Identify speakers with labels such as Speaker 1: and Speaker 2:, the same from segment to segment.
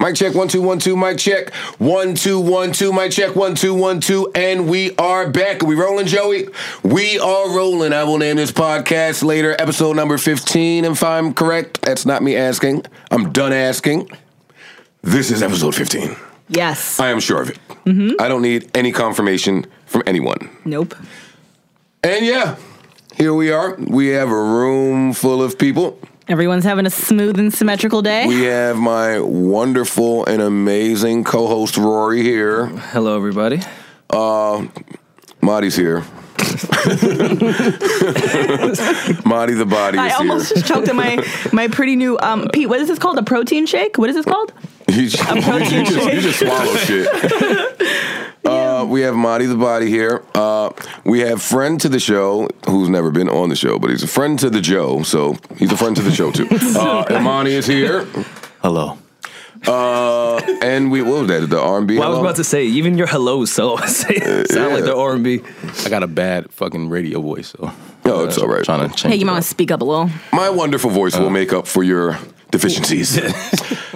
Speaker 1: Mic check one two one two. Mic check one two one two. Mic check one two one two. And we are back. Are we rolling, Joey? We are rolling. I will name this podcast later. Episode number fifteen. If I'm correct, that's not me asking. I'm done asking. This is episode fifteen.
Speaker 2: Yes.
Speaker 1: I am sure of it. I don't need any confirmation from anyone.
Speaker 2: nope.
Speaker 1: And yeah, here we are. We have a room full of people.
Speaker 2: Everyone's having a smooth and symmetrical day.
Speaker 1: We have my wonderful and amazing co-host Rory here.
Speaker 3: Hello, everybody.
Speaker 1: Marty's here. Marty the body
Speaker 2: I
Speaker 1: is
Speaker 2: almost just choked on my my pretty new um Pete. What is this called? A protein shake? What is this called?
Speaker 1: here. You just, you
Speaker 2: protein
Speaker 1: just, you just swallow shit. Uh, we have Marty the Body here. Uh, we have friend to the show who's never been on the show, but he's a friend to the Joe, so he's a friend to the show too. Uh, Imani is here, Uh,
Speaker 4: Hello.
Speaker 1: and we what was that the R and B?
Speaker 3: Well, I was about to say, even your hellos so sound like
Speaker 1: yeah.
Speaker 3: the R and B.
Speaker 4: I got a bad fucking radio voice, so.
Speaker 1: No, Oh, it's all right.
Speaker 4: Trying to change.
Speaker 2: Hey, you
Speaker 4: it
Speaker 2: might
Speaker 4: up.
Speaker 2: want to speak up a little.
Speaker 1: My wonderful voice will make up for your deficiencies.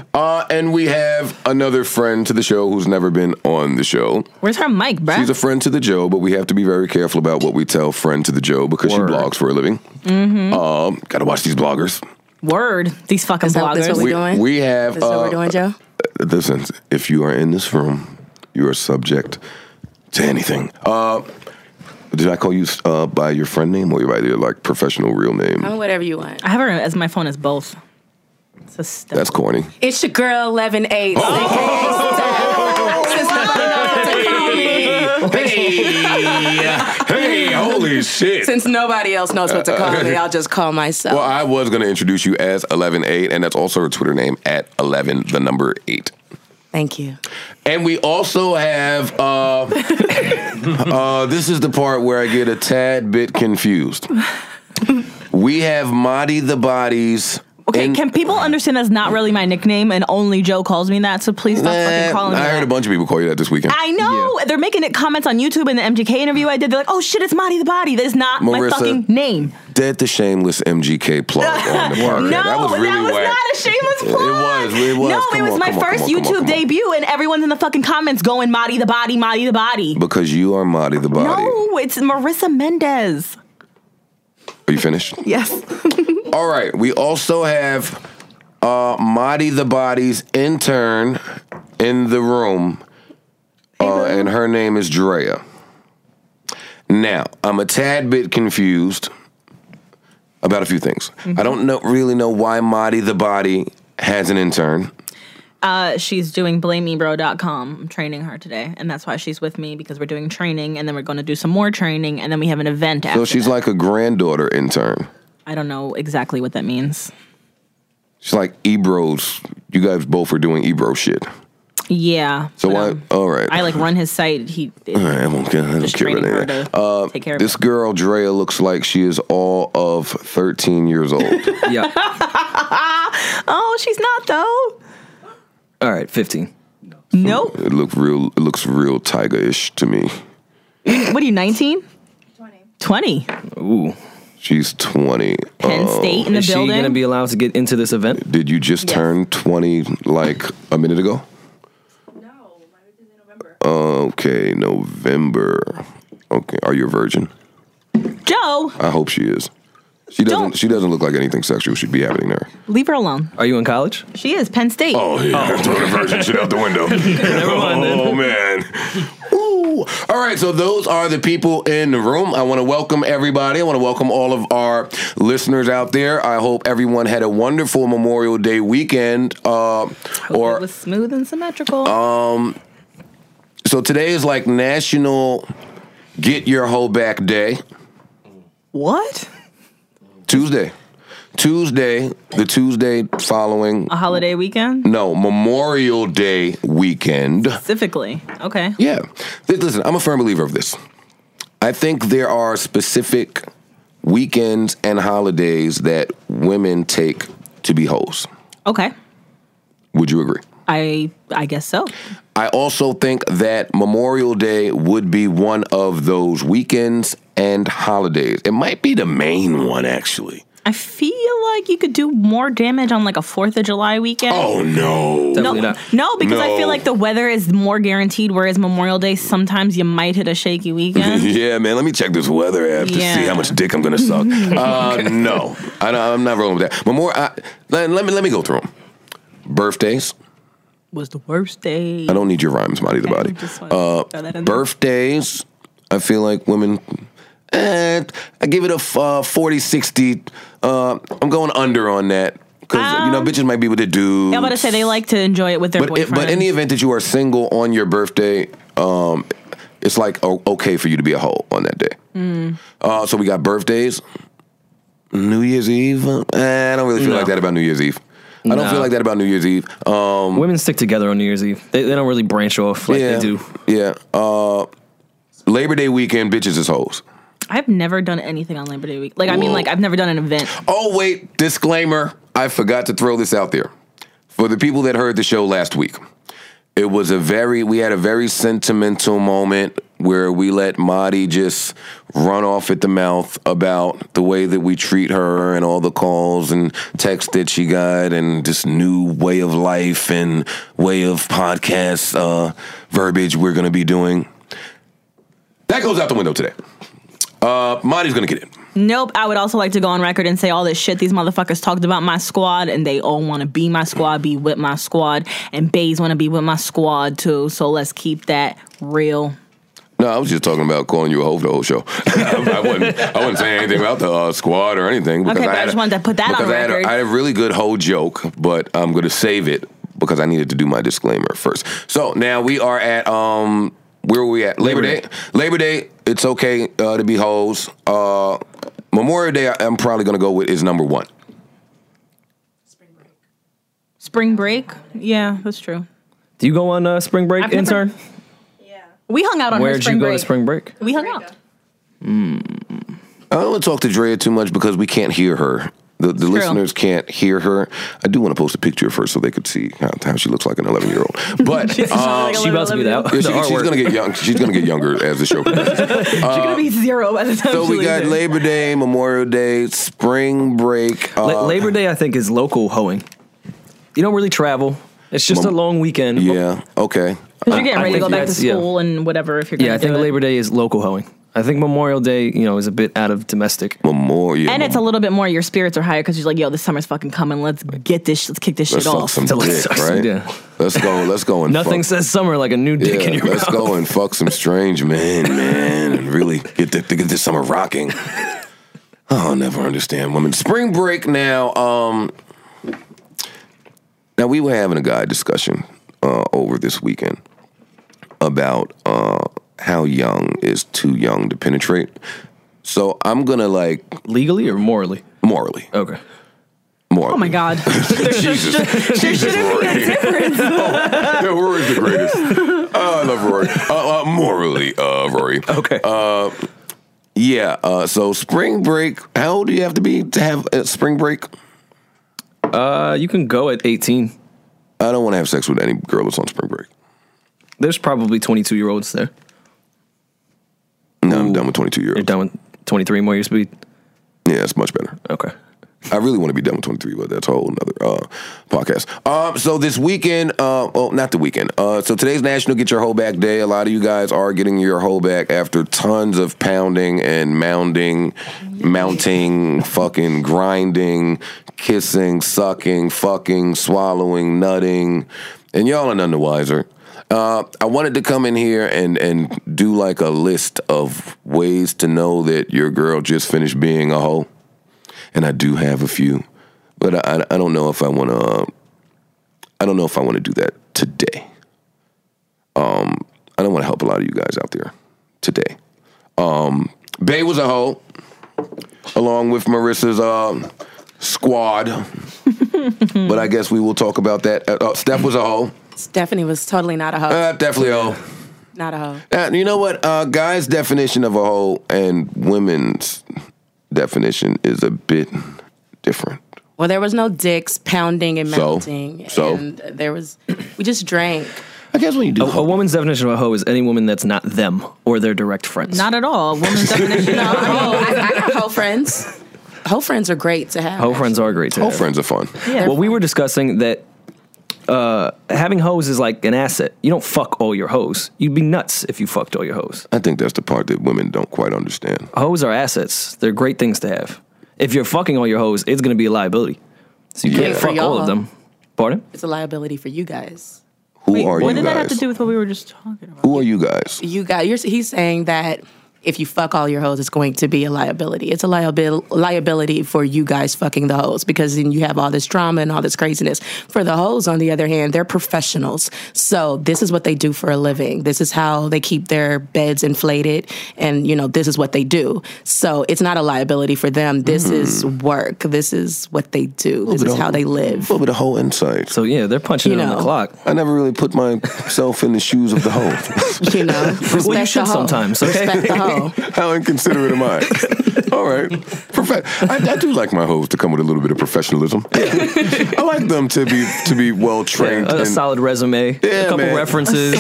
Speaker 1: uh, and we have another friend to the show who's never been on the show.
Speaker 2: Where's her mic, bruh?
Speaker 5: Ah.
Speaker 1: She's a friend to the Joe, but we have to be very careful about what we tell friend to the Joe because
Speaker 4: Word.
Speaker 1: she blogs for a living.
Speaker 5: Mm-hmm.
Speaker 1: Um, gotta watch these bloggers.
Speaker 2: Word. These fucking
Speaker 5: Is that- that's
Speaker 2: bloggers.
Speaker 5: what
Speaker 1: We,
Speaker 5: doing?
Speaker 1: we have.
Speaker 5: That's what
Speaker 1: uh,
Speaker 5: we're doing, Joe.
Speaker 1: Listen, if you are in this room, you are subject to anything. Uh, did I call you uh, by your friend name or by your like professional real name?
Speaker 5: I'm whatever you want.
Speaker 2: I have her as my phone as both. So stupid.
Speaker 1: That's corny.
Speaker 5: It's your girl, 11
Speaker 1: Oh!
Speaker 5: 8.
Speaker 1: Hey, holy shit.
Speaker 5: Since nobody else knows what to call me, I'll just call myself.
Speaker 1: Well, I was going to introduce you as 118, and that's also her Twitter name at 11, the number 8.
Speaker 5: Thank you.
Speaker 1: And we also have uh, uh, this is the part where I get a tad bit confused. We have Madi the Bodies.
Speaker 2: Okay,
Speaker 1: in-
Speaker 2: can people understand that's not really my nickname and only Joe calls me that? So please stop fucking
Speaker 1: Nah,
Speaker 2: calling me
Speaker 1: I heard
Speaker 2: that.
Speaker 1: a bunch of people call you that this weekend.
Speaker 2: I know. They're making it comments on YouTube in the MGK interview I did. They're like, oh shit, it's Marty the Body. That is not
Speaker 1: Marissa.
Speaker 2: my fucking name.
Speaker 1: Dead the shameless MGK plug on the podcast.
Speaker 2: no,
Speaker 1: that was really whack.
Speaker 2: not a shameless
Speaker 1: It
Speaker 2: plug.
Speaker 1: was, it was.
Speaker 2: No,
Speaker 1: Come
Speaker 2: it was
Speaker 1: on,
Speaker 2: my
Speaker 1: come on,
Speaker 2: first
Speaker 1: come on, come on,
Speaker 2: YouTube
Speaker 1: come on.
Speaker 2: debut, and everyone's in the fucking comments going, Marty the Body, Marty the Body.
Speaker 1: because you are Madi the Body.
Speaker 2: No, it's Marissa Mendez.
Speaker 1: Are you finished?
Speaker 2: Yes.
Speaker 1: All right. We also have uh, Madi the Body's intern in the room, uh, and her name is Drea. Now, I'm a tad bit confused about a few things.
Speaker 2: Mm-hmm.
Speaker 1: I don't know, really know why Madi the Body has an intern.
Speaker 2: Uh, she's doing blamebro.com. I'm training her today, and that's why she's with me because we're doing training, and then we're going to do some more training, and then we have an event after.
Speaker 1: So she's
Speaker 2: that.
Speaker 1: like a granddaughter intern.
Speaker 2: I don't know exactly what that means.
Speaker 1: She's like Ebro's. You guys both are doing Ebro shit.
Speaker 2: Yeah.
Speaker 1: So
Speaker 2: but,
Speaker 1: why?
Speaker 2: um,
Speaker 1: all right.
Speaker 2: I like run his site. He
Speaker 1: All right, I won't care. I don't
Speaker 2: just
Speaker 1: care about
Speaker 2: training her
Speaker 1: anything.
Speaker 2: to take care of
Speaker 1: Uh, This
Speaker 2: it.
Speaker 1: girl, Drea, looks like she is all of 13 years old.
Speaker 3: Yeah.
Speaker 2: Oh, she's not though.
Speaker 3: All right, fifteen.
Speaker 2: Nope.
Speaker 1: it look real. It looks real tiger-ish to me.
Speaker 2: What are you? Nineteen. Twenty.
Speaker 3: Ooh,
Speaker 1: She's 20.
Speaker 2: Penn
Speaker 1: Uh,
Speaker 2: State in the
Speaker 3: is she
Speaker 2: building.
Speaker 3: gonna be allowed to get into this event?
Speaker 1: did you just
Speaker 5: Yes.
Speaker 1: turn 20 like a minute ago? No, Okay, November. Okay, are you a virgin?
Speaker 2: Joe,
Speaker 1: I hope she is. She doesn't.
Speaker 2: Don't-
Speaker 1: She doesn't look like anything sexual should be happening there.
Speaker 2: leave her alone.
Speaker 3: Are you in college?
Speaker 2: She is Penn State.
Speaker 1: Oh, yeah. Throwing the virgin shit out the window. oh, man. Ooh. All right, so those are the people in the room. I want to welcome everybody. I want to welcome all of our listeners out there. I hope everyone had a wonderful Memorial Day weekend. Uh,
Speaker 2: Hope
Speaker 1: or Oh.
Speaker 2: it was smooth and symmetrical.
Speaker 1: so today is like National Get Your Hoe Back Day.
Speaker 2: what?
Speaker 1: Tuesday, Tuesday, the Tuesday following.
Speaker 2: A holiday weekend
Speaker 1: No, Memorial Day weekend.
Speaker 2: specifically. Okay.
Speaker 1: Yeah. Th- Listen, I'm a firm believer of this. I think there are specific weekends and holidays that women take to be hoes.
Speaker 2: Okay.
Speaker 1: Would you agree?
Speaker 2: I I guess so.
Speaker 1: I also think that Memorial Day would be one of those weekends and holidays. It might be the main one, actually.
Speaker 2: I feel like you could do more damage on like a Fourth of July weekend.
Speaker 1: Oh no.
Speaker 2: No,
Speaker 3: Definitely not.
Speaker 2: no, because I
Speaker 1: No.
Speaker 2: feel like the weather is more guaranteed. Whereas Memorial Day, sometimes you might hit a shaky weekend.
Speaker 1: Yeah, man. Let me check this weather app to see
Speaker 2: Yeah.
Speaker 1: how much dick I'm gonna suck. uh, no, I, don't- I'm not rolling with that. But more, I, let, let me let me go through them. Birthdays.
Speaker 2: was the worst day.
Speaker 1: I don't need your rhymes, Mighty the
Speaker 2: Okay,
Speaker 1: Body.
Speaker 2: just wanted to throw that
Speaker 1: Uh,
Speaker 2: in there.
Speaker 1: birthdays. I feel like women. Eh, I give it a f- uh, 40, 60. Uh, I'm going under on that because you know
Speaker 2: Um,
Speaker 1: bitches might be with the dudes.
Speaker 2: Yeah, I'm about to say they like to enjoy it with their
Speaker 1: But,
Speaker 2: boyfriend.
Speaker 1: it, but in the event that you are single on your birthday, um, it's like o- okay for you to be a hoe on that day.
Speaker 2: Hmm.
Speaker 1: Uh, so we got birthdays, New Year's Eve. Eh, I don't really feel
Speaker 3: No.
Speaker 1: like that about New Year's Eve. I don't
Speaker 3: No.
Speaker 1: feel like that about New Year's Eve. Um,
Speaker 3: Women stick together on New Year's Eve. They, they don't really branch off like
Speaker 1: yeah,
Speaker 3: they do.
Speaker 1: yeah. Uh, Labor Day weekend, bitches is hoes.
Speaker 2: I've never done anything on Labor Day week. Like I mean,
Speaker 1: Whoa.
Speaker 2: like I've never done an event.
Speaker 1: Oh wait, disclaimer. I forgot to throw this out there. For the people that heard the show last week, it was a very we had a very sentimental moment where we let Madi just run off at the mouth about the way that we treat her and all the calls and texts that she got and this new way of life and way of podcast uh, verbiage we're gonna be doing. That goes out the window today. Uh, Madi's gonna get it.
Speaker 2: Nope. I would also like to go on record and say all this shit these motherfuckers talked about my squad, and they all want to be my squad, be with my squad, and Bays want to be with my squad too. So let's keep that real.
Speaker 1: No, I was just talking about calling you a hoe for the whole show. I wasn't. I wasn't saying anything about the uh, squad or anything. Because
Speaker 2: Okay, but I
Speaker 1: had
Speaker 2: just
Speaker 1: a-
Speaker 2: wanted to put that on
Speaker 1: because I had, a,
Speaker 2: record.
Speaker 1: I had a really good hoe joke, but I'm going to save it because I needed to do my disclaimer first. So now we are at um, where were we at? Labor,
Speaker 3: Labor
Speaker 1: Day. Labor Day. It's okay uh, to be hoes. Uh, Memorial Day. I- I'm probably going to go with is number one.
Speaker 2: Spring break. Yeah, that's true.
Speaker 3: Do you go on uh, spring break,
Speaker 2: I've never-
Speaker 3: intern?
Speaker 2: We hung out on her
Speaker 3: Where'd
Speaker 2: spring
Speaker 3: you go
Speaker 2: break.
Speaker 3: to spring break?
Speaker 2: We hung out.
Speaker 1: I don't want to talk to Drea too much because we can't hear her. The, the listeners can't hear her. I do want to post a picture of her so they could see how, how she looks like an 11 year old. But um,
Speaker 3: She about to be out.
Speaker 1: Yeah,
Speaker 3: the
Speaker 1: she- she's
Speaker 3: artwork.
Speaker 1: gonna get young. She's gonna get younger as the show progresses.
Speaker 2: She's gonna be zero by the time.
Speaker 1: So
Speaker 2: she
Speaker 1: we
Speaker 2: leaves
Speaker 1: got
Speaker 2: here.
Speaker 1: Labor Day, Memorial Day, Spring Break. Uh,
Speaker 3: La- Labor Day, I think, is local hoeing. You don't really travel. It's just
Speaker 1: Mom-
Speaker 3: a long weekend.
Speaker 1: yeah. Okay.
Speaker 2: 'Cause you're getting
Speaker 3: I
Speaker 2: ready to
Speaker 3: think
Speaker 2: go back to
Speaker 3: that's- yeah.
Speaker 2: school and whatever. If you're gonna
Speaker 3: Yeah, I think
Speaker 2: do it.
Speaker 3: Labor Day is local hoeing. I think Memorial Day, you know, is a bit out of domestic.
Speaker 1: Memorial.
Speaker 2: And it's a little bit more. Your spirits are higher because you're like, yo, this summer's fucking coming. Let's get this. Let's kick this
Speaker 1: Let's
Speaker 2: shit
Speaker 1: fuck
Speaker 2: off.
Speaker 1: some
Speaker 3: Let's
Speaker 1: dick,
Speaker 3: suck some
Speaker 1: right?
Speaker 3: dick.
Speaker 1: Let's go. Let's go and
Speaker 3: Nothing
Speaker 1: fuck.
Speaker 3: says summer like a new dick in
Speaker 1: Yeah,
Speaker 3: your
Speaker 1: let's
Speaker 3: mouth.
Speaker 1: go and fuck some strange men, man, and really get the, to get this summer rocking. Oh, I'll never understand women. Spring break now. Um, now we were having a guy discussion uh, over this weekend about uh, how young is too young to penetrate. So I'm gonna like
Speaker 3: Legally or morally?
Speaker 1: morally,
Speaker 3: Okay.
Speaker 1: morally.
Speaker 2: Oh my god.
Speaker 1: Jesus, Jesus, Rory. Yeah, Rory's the greatest. Oh, I love Rory. Uh, uh, morally, uh, Rory.
Speaker 3: Okay.
Speaker 1: Yeah. Uh, so spring break. How old do you have to be to have a spring break?
Speaker 3: Uh, you can go at 18.
Speaker 1: I don't want to have sex with any girl that's on spring break.
Speaker 3: There's probably 22 year olds there.
Speaker 1: No, I'm done with 22 year
Speaker 3: You're
Speaker 1: olds.
Speaker 3: done with 23 more years speed.
Speaker 1: Yeah, it's much better.
Speaker 3: Okay.
Speaker 1: I really want to be done with 23, but that's a whole another uh, podcast. Um, so this weekend, uh, well, not the weekend. Uh, so today's National Get Your Hoe Back Day. A lot of you guys are getting your hoe back after tons of pounding and mounding, mounting, fucking grinding, kissing, sucking, fucking, swallowing, nutting, and y'all are none the wiser. Uh, I wanted to come in here and and do like a list of ways to know that your girl just finished being a hoe and I do have a few, but I, I don't know if I want to. Um, I don't know if I want to do that today. Um, I don't want to help a lot of you guys out there today. Um, Bay was a hoe, along with Marissa's um squad, but I guess we will talk about that. Uh, uh, Steph was a hoe,
Speaker 5: Stephanie was totally not a hoe.
Speaker 1: uh, definitely a hoe.
Speaker 5: not a hoe.
Speaker 1: Uh, you know what? Uh, guys' definition of a hoe and women's definition is a bit different.
Speaker 5: Well, there was no dicks pounding and
Speaker 1: So?
Speaker 5: mounting.
Speaker 1: So?
Speaker 5: And there was, we just drank.
Speaker 1: I guess when you do
Speaker 3: A woman's definition of a hoe is any woman that's not them or their direct friends.
Speaker 5: Oh,
Speaker 2: Not at all. Woman's definition.
Speaker 5: No, I mean, I, I got hoe friends. Hoe friends are great to have.
Speaker 3: Hoe friends are great to
Speaker 1: Old
Speaker 3: have.
Speaker 1: friends are fun.
Speaker 2: Yeah.
Speaker 3: Well, we were discussing that uh, having hoes is like an asset. You don't fuck all your hoes. You'd be nuts if you fucked all your hoes.
Speaker 1: I think that's the part that women don't quite understand.
Speaker 3: Hoes are assets. They're great things to have. If you're fucking all your hoes, it's gonna be a liability. So you
Speaker 1: Yeah.
Speaker 3: can't
Speaker 5: For
Speaker 3: fuck all
Speaker 5: y'all.
Speaker 3: of them. Pardon?
Speaker 5: It's a liability for you guys.
Speaker 1: Who
Speaker 2: Wait,
Speaker 1: are
Speaker 2: what
Speaker 1: you
Speaker 2: did
Speaker 1: guys?
Speaker 2: that have to do with what we were just talking about?
Speaker 1: Who are you guys?
Speaker 5: You guys, you're, he's saying that if you fuck all your hoes, it's going to be a liability. It's a liabil- liability for you guys fucking the hoes because then you have all this drama and all this craziness. For the hoes, on the other hand, they're professionals. So this is what they do for a living. This is how they keep their beds inflated. And, you know, this is what they do. So it's not a liability for them. This is work. This is what they do. This
Speaker 1: bit
Speaker 5: is
Speaker 1: of-
Speaker 5: how they live.
Speaker 1: A little bit of whole insight.
Speaker 3: So yeah, they're punching
Speaker 5: You
Speaker 3: it on the
Speaker 5: know.
Speaker 3: clock.
Speaker 1: I never really put myself in the shoes of the hoe.
Speaker 5: You know, respect
Speaker 3: Well, you
Speaker 5: the
Speaker 3: should
Speaker 5: hoe.
Speaker 3: sometimes. Okay.
Speaker 5: Respect the hoe.
Speaker 1: How inconsiderate am I? All right. Profe- I, I do like my hoes to come with a little bit of professionalism. I like them to be to be well trained.
Speaker 3: A, a
Speaker 1: and-
Speaker 3: solid resume,
Speaker 1: Yeah,
Speaker 3: a couple
Speaker 1: man.
Speaker 3: references.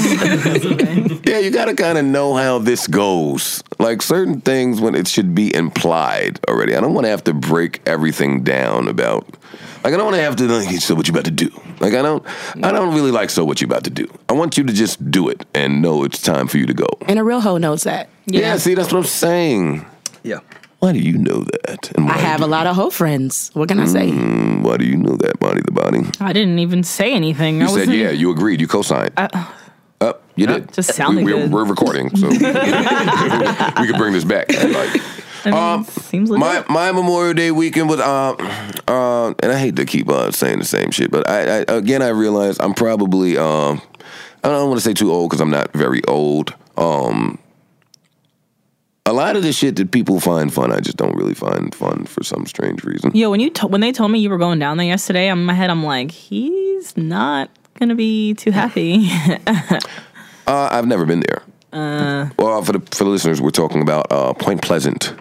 Speaker 1: Yeah, you gotta kind of know how this goes. Like certain things when it should be implied already. I don't want to have to break everything down about. Like I don't want to have to like so what you about to do. Like I don't. I don't really like so what you about to do. I want you to just do it and know it's time for you to go.
Speaker 5: And a real hoe knows that.
Speaker 1: Yeah, see, that's what I'm saying.
Speaker 3: yeah.
Speaker 1: Why do you know that? And
Speaker 5: I have a lot of hoe friends. What can I say?
Speaker 1: Mm. Why do you know that, Monty the Body? You
Speaker 2: I didn't even say anything. I
Speaker 1: said
Speaker 2: wasn't-
Speaker 1: yeah. You agreed. You co-signed. Uh, you did.
Speaker 2: just sounded
Speaker 1: we, we're,
Speaker 2: good.
Speaker 1: we're recording, so we could bring this back. Like,
Speaker 2: I mean, seems like
Speaker 1: Um, my
Speaker 2: it.
Speaker 1: my Memorial Day weekend was uh, uh, and I hate to keep on saying the same shit, but I, I again I realize I'm probably um, I don't want to say too old because I'm not very old. Um, a lot of the shit that people find fun, I just don't really find fun for some strange reason.
Speaker 2: Yo, when you to- when they told me you were going down there yesterday, I'm- in my head I'm like, he's not gonna be too happy.
Speaker 1: Uh, I've never been there. well, for the for the listeners, we're talking about uh, Point Pleasant.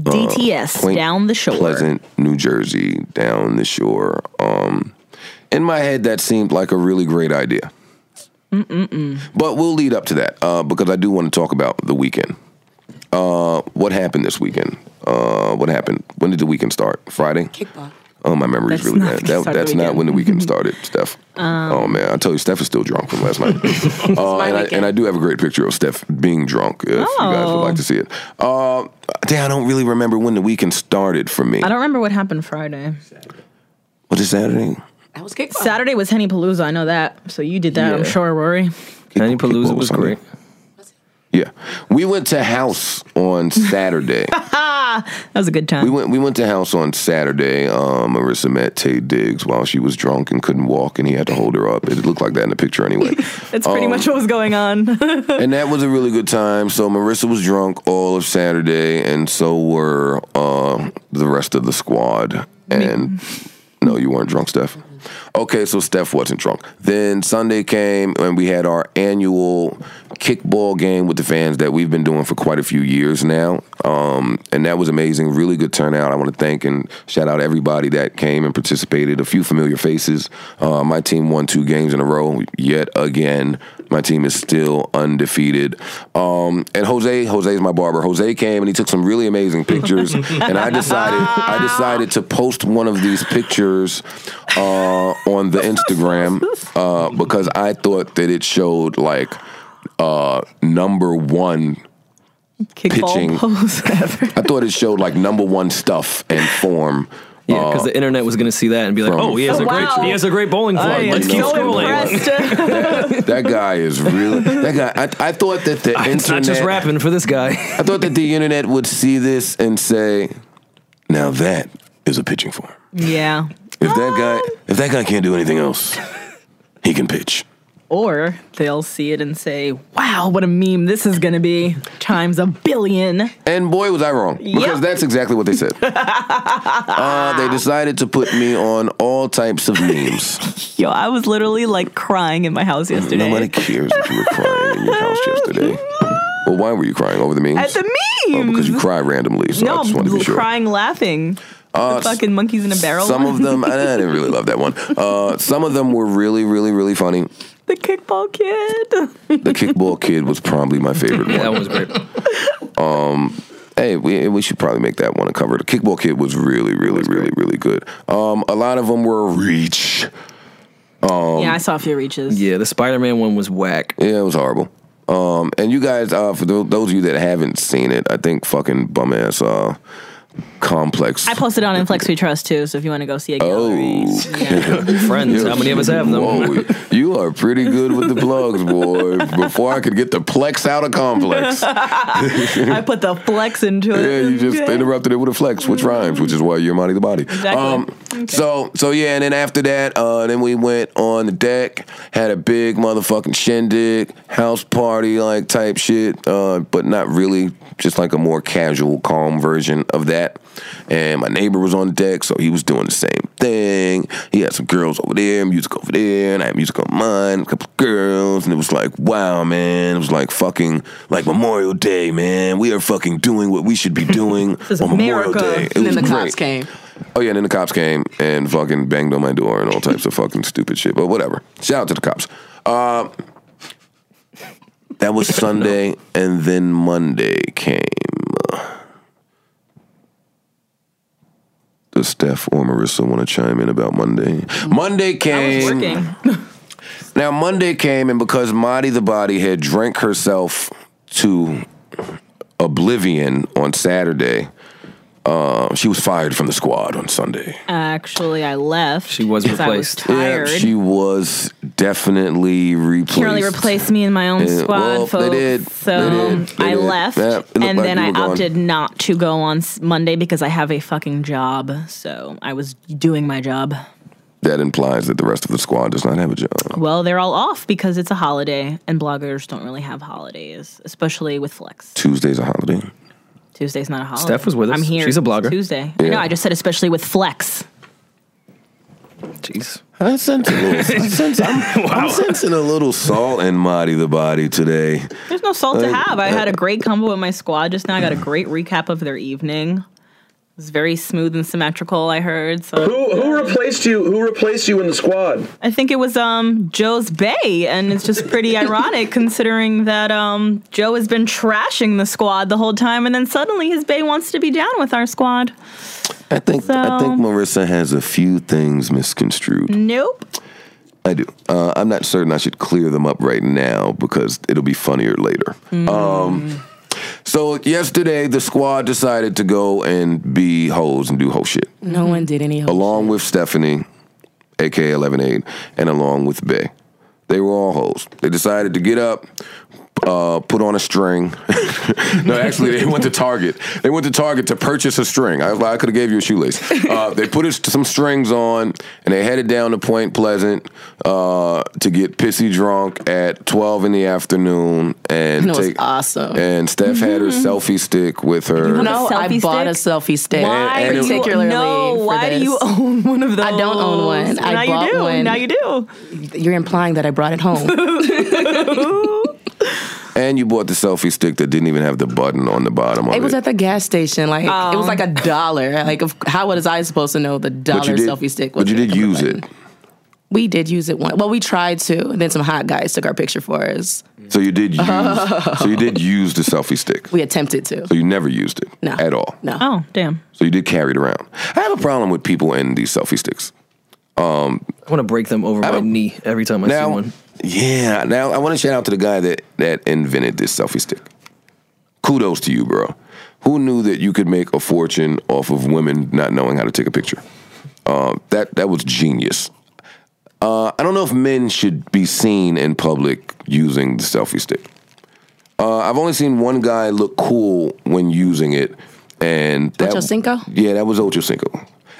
Speaker 2: DTS
Speaker 1: Point
Speaker 2: down the shore.
Speaker 1: Pleasant, New Jersey, down the shore. Um, in my head, that seemed like a really great idea. Mm-mm-mm. But we'll lead up to that uh, because I do want to talk about the weekend. Uh, what happened this weekend? Uh, what happened? When did the weekend start? Friday.
Speaker 5: Kickball.
Speaker 1: Oh, my memory's
Speaker 2: That's
Speaker 1: really
Speaker 2: not
Speaker 1: bad.
Speaker 2: the
Speaker 1: That,
Speaker 2: start of
Speaker 1: that's
Speaker 2: the
Speaker 1: not
Speaker 2: weekend. Um.
Speaker 1: when the weekend started, Steph. oh man, I tell you, Steph is still drunk from last night. uh, and, I, and
Speaker 5: weekend.
Speaker 1: I do have a great picture of Steph being drunk. If you guys would
Speaker 2: Oh.
Speaker 1: like to see it. Uh, damn, I don't really remember when the weekend started for me.
Speaker 2: I don't remember what happened Friday.
Speaker 1: Was it Saturday?
Speaker 5: That was kickball.
Speaker 2: Saturday was Henny Palooza. I know that. So you did that, I'm
Speaker 3: Yeah.
Speaker 2: sure, Rory.
Speaker 1: Kickball
Speaker 3: Any Palooza
Speaker 1: was
Speaker 3: was
Speaker 1: Sunday.
Speaker 3: great.
Speaker 1: Yeah, we went to house on Saturday.
Speaker 2: That was a good time.
Speaker 1: we went we went to house on Saturday. Um, Marissa met Tay Diggs while she was drunk and couldn't walk, and he had to hold her up. It looked like that in the picture anyway.
Speaker 2: That's pretty
Speaker 1: Um,
Speaker 2: much what was going on.
Speaker 1: and that was a really good time. So Marissa was drunk all of Saturday, and so were uh, the rest of the squad. And no, you weren't drunk, Steph. Okay, so Steph wasn't drunk. Then Sunday came, and we had our annual kickball game with the fans that we've been doing for quite a few years now. Um, and that was amazing. Really good turnout. I want to thank and shout out everybody that came and participated. A few familiar faces. Uh, my team won two games in a row yet again. My team is still undefeated. Um, and Jose, Jose is my barber. Jose came and he took some really amazing pictures. and I decided, I decided to post one of these pictures uh, on the Instagram uh, because I thought that it showed like uh, number one. pitching.
Speaker 2: Kickball pose ever.
Speaker 1: I thought it showed like number one stuff and form. Uh,
Speaker 3: Yeah, because the internet was gonna see that and be like,
Speaker 1: from-
Speaker 3: "Oh, he has
Speaker 2: Oh,
Speaker 3: a great,
Speaker 2: wow.
Speaker 3: he has a great bowling club.
Speaker 2: I am
Speaker 3: Let's keep
Speaker 1: no,
Speaker 2: so
Speaker 3: scrolling."
Speaker 2: impressed.
Speaker 1: That guy is really. That guy. I, I thought that the
Speaker 3: It's
Speaker 1: internet.
Speaker 3: not just rapping for this guy.
Speaker 1: I thought that the internet would see this and say, "Now that is a pitching form.
Speaker 2: yeah.
Speaker 1: If that guy, if that guy can't do anything else, he can pitch."
Speaker 2: Or they'll see it and say, wow, what a meme this is going to be times a billion.
Speaker 1: And boy, was I wrong because
Speaker 2: Yep.
Speaker 1: that's exactly what they said. uh, they decided to put me on all types of memes.
Speaker 2: Yo, I was literally like crying in my house yesterday.
Speaker 1: Nobody cares if you were crying in your house yesterday. Well, why were you crying over the memes?
Speaker 2: At the
Speaker 1: Oh,
Speaker 2: meme.
Speaker 1: because you cry randomly. So I
Speaker 2: no,
Speaker 1: just wanted to be sure.
Speaker 2: crying laughing.
Speaker 1: Uh,
Speaker 2: the fucking monkeys in a barrel.
Speaker 1: Some of them, I didn't really love that one. Uh, some of them were really, really, really funny.
Speaker 2: the kickball kid.
Speaker 1: The kickball kid was probably my favorite
Speaker 3: that
Speaker 1: one.
Speaker 3: one was great.
Speaker 1: Hey, we, we should probably make that one a cover. The Kickball Kid was really, really, really, really good. Um, a lot of them were reach. Um,
Speaker 2: yeah, I saw a few reaches.
Speaker 3: Yeah, the Spider Man one was whack.
Speaker 1: Yeah, it was horrible. Um, and you guys, uh, for tho- those of you that haven't seen it, I think fucking bum ass uh, complex.
Speaker 2: I posted it on Inflex We Trust too, so if you want to go see a gallery.
Speaker 1: Oh,
Speaker 3: Friends, how many of us have them?
Speaker 1: Whoa, you are pretty good with the plugs, boy. Before I could get the plex out of complex, yeah,
Speaker 2: I put the flex into it.
Speaker 1: you just
Speaker 2: Okay.
Speaker 1: interrupted it with a flex, which rhymes, which is why you're Monty the Body. Um,
Speaker 2: Exactly.
Speaker 1: So, so yeah, and then after that, uh, then we went on the deck, had a big motherfucking shindig, house party like type shit, uh, but not really, just like a more casual, calm version of that. And my neighbor was on deck, so he was doing the same thing. He had some girls over there, music over there, and I had music on mine, a couple girls, and it was like, wow, man, it was like fucking like Memorial Day, man. We are fucking doing what we should be doing
Speaker 2: is
Speaker 1: on Memorial
Speaker 2: America.
Speaker 1: Day. It
Speaker 5: and then
Speaker 1: was
Speaker 5: the cops
Speaker 1: great.
Speaker 5: came.
Speaker 1: Oh yeah, and then the cops came and fucking banged on my door and all types of fucking stupid shit. But whatever. Shout out to the cops. Uh, that was Sunday, and then Monday came. Does Steph or Marissa want to chime in about Monday? Monday
Speaker 2: I was
Speaker 1: came.
Speaker 2: working.
Speaker 1: Now Monday came, and because Marty the Body had drank herself to oblivion on Saturday, uh, she was fired from the squad on Sunday.
Speaker 2: Actually, I left.
Speaker 3: She was
Speaker 2: 'cause
Speaker 3: replaced.
Speaker 2: I was tired.
Speaker 1: Yeah, she was definitely replaced.
Speaker 2: Can't really replace me in my own
Speaker 1: Yeah,
Speaker 2: squad,
Speaker 1: well, they
Speaker 2: folks.
Speaker 1: did.
Speaker 2: So
Speaker 1: They did. They
Speaker 2: I
Speaker 1: did.
Speaker 2: left,
Speaker 1: Yeah, it looked
Speaker 2: and
Speaker 1: like
Speaker 2: then
Speaker 1: you
Speaker 2: I
Speaker 1: were gone.
Speaker 2: opted not to go on s- Monday because I have a fucking job. So I was doing my job.
Speaker 1: That implies that the rest of the squad does not have a job.
Speaker 2: Well, they're all off because it's a holiday, and bloggers don't really have holidays, especially with Flex.
Speaker 1: Tuesday's a holiday.
Speaker 2: Tuesday's not a holiday.
Speaker 3: Steph was with us.
Speaker 2: I'm here.
Speaker 3: She's a blogger.
Speaker 2: It's Tuesday.
Speaker 1: Yeah.
Speaker 2: I know. I just said especially with Flex.
Speaker 3: Jeez.
Speaker 1: I sense a little. I sense, I'm, I'm sensing a little salt in Marty the Body today.
Speaker 2: There's no salt to have. I had a great combo with my squad just now. I got a great recap of their evening. It was very smooth and symmetrical. I heard. So
Speaker 6: Who who replaced you? Who replaced you in the squad?
Speaker 2: I think it was um Joe's Bay, and it's just pretty ironic considering that um Joe has been trashing the squad the whole time, and then suddenly his Bay wants to be down with our squad.
Speaker 1: I think I
Speaker 2: So-
Speaker 1: think Marissa has a few things misconstrued.
Speaker 2: Nope.
Speaker 1: I do. Uh, I'm not certain I should clear them up right now because it'll be funnier later. Um, so yesterday, the squad decided to go and be hoes and do hoe shit,
Speaker 5: No one did any.
Speaker 1: along with Stephanie, aka 118, and along with Bay. They were all hoes. They decided to get up, uh, put on a string. no, actually, they went to Target. They went to Target to purchase a string. I was like, I could have gave you a shoelace. Uh, they put us- some strings on, and they headed down to Point Pleasant uh, to get pissy drunk at twelve in the afternoon. And
Speaker 5: And it was
Speaker 1: take-
Speaker 5: awesome. Mm-hmm.
Speaker 1: And Steph had her selfie stick with her.
Speaker 2: have a
Speaker 5: No, I
Speaker 2: selfie
Speaker 5: bought a selfie stick.
Speaker 2: Why
Speaker 1: and
Speaker 2: do you-
Speaker 5: particularly
Speaker 2: no?
Speaker 5: for
Speaker 2: Why do
Speaker 5: this.
Speaker 2: you own one of those?
Speaker 5: I don't own one.
Speaker 2: now
Speaker 5: I bought
Speaker 2: you do.
Speaker 5: one.
Speaker 2: Now you do.
Speaker 5: You're implying that I brought it home.
Speaker 1: And you bought the selfie stick that didn't even have the button on the bottom of it.
Speaker 5: it was at the gas station. Like it
Speaker 2: Oh.
Speaker 5: was like a dollar. Like of, how was I supposed to know the
Speaker 1: but you
Speaker 5: dollar
Speaker 1: did,
Speaker 5: selfie stick?
Speaker 1: But you
Speaker 5: wasn't
Speaker 1: did
Speaker 5: on the
Speaker 1: use
Speaker 5: button?
Speaker 1: it.
Speaker 5: We did use it one. Well, we tried to, and then some hot guys took our picture for us.
Speaker 1: So you did use. So you did use the selfie stick.
Speaker 5: We attempted to.
Speaker 1: So you never used it
Speaker 5: No.
Speaker 1: at all.
Speaker 5: No.
Speaker 2: Oh damn.
Speaker 1: So you did carry it around. I have a problem with people and these selfie sticks.
Speaker 3: I want to break them over my knee every time I see
Speaker 1: Now,
Speaker 3: one.
Speaker 1: yeah. Now I want to shout out to the guy that that invented this selfie stick. Kudos to you, bro. Who knew that you could make a fortune off of women not knowing how to take a picture? Um, that that was genius. Uh, I don't know if men should be seen in public using the selfie stick. Uh, I've only seen one guy look cool when using it, and that,
Speaker 5: Ocho Cinco?
Speaker 1: Yeah, that was Ocho Cinco,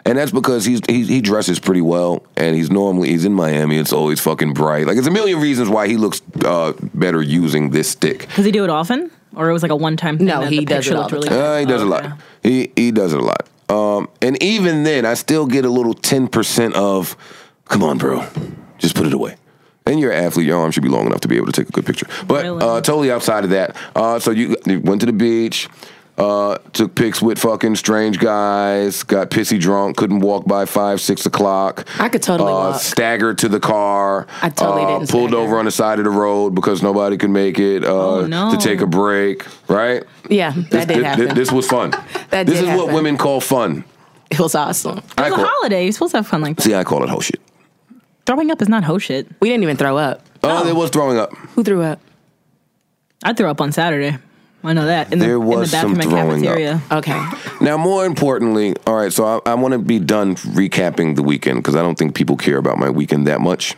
Speaker 1: and that's because he's he, he dresses pretty well, and he's normally he's in Miami. It's always fucking bright. Like it's a million reasons why he looks uh, better using this stick.
Speaker 2: Does he do it often, or it was like a one-time thing?
Speaker 5: No,
Speaker 2: that
Speaker 5: he
Speaker 2: the
Speaker 5: does
Speaker 2: picture
Speaker 5: it all
Speaker 2: looked
Speaker 5: the
Speaker 2: really
Speaker 5: time.
Speaker 2: good?
Speaker 1: Uh, he does
Speaker 2: Oh,
Speaker 1: a lot.
Speaker 2: okay.
Speaker 1: He he does it a lot. Um, and even then, I still get a little ten percent of, come on, bro, just put it away. And you're an athlete, your arm should be long enough to be able to take a good picture. But
Speaker 2: Really?
Speaker 1: uh, totally outside of that, uh, so you, you went to the beach. Uh, took pics with fucking strange guys. Got pissy drunk. Couldn't walk by five, six o'clock.
Speaker 5: I could totally
Speaker 1: uh,
Speaker 5: walk.
Speaker 1: Staggered to the car.
Speaker 5: I totally
Speaker 1: uh,
Speaker 5: didn't
Speaker 1: Pulled
Speaker 5: stagger.
Speaker 1: over on the side of the road because nobody could make it uh,
Speaker 2: Oh, no.
Speaker 1: to take a break. Right?
Speaker 5: Yeah, that did
Speaker 1: thi- thi-
Speaker 5: happen.
Speaker 1: this was fun.
Speaker 5: That
Speaker 1: this
Speaker 5: did
Speaker 1: is what
Speaker 5: happen.
Speaker 1: women call fun.
Speaker 5: it was awesome.
Speaker 1: I
Speaker 2: It's a
Speaker 1: call
Speaker 2: holiday. You're supposed to have fun like that.
Speaker 1: see. I call it whole shit.
Speaker 2: Throwing up is not ho shit.
Speaker 5: We didn't even throw up.
Speaker 1: Oh, there was throwing up.
Speaker 5: Who threw up?
Speaker 2: I threw up on Saturday. I know that. In the,
Speaker 1: There
Speaker 2: in the
Speaker 1: was some
Speaker 2: bathroom at
Speaker 1: throwing up.
Speaker 2: cafeteria.
Speaker 5: Okay.
Speaker 1: Now, more importantly, all right. So I, I want to be done recapping the weekend because I don't think people care about my weekend that much.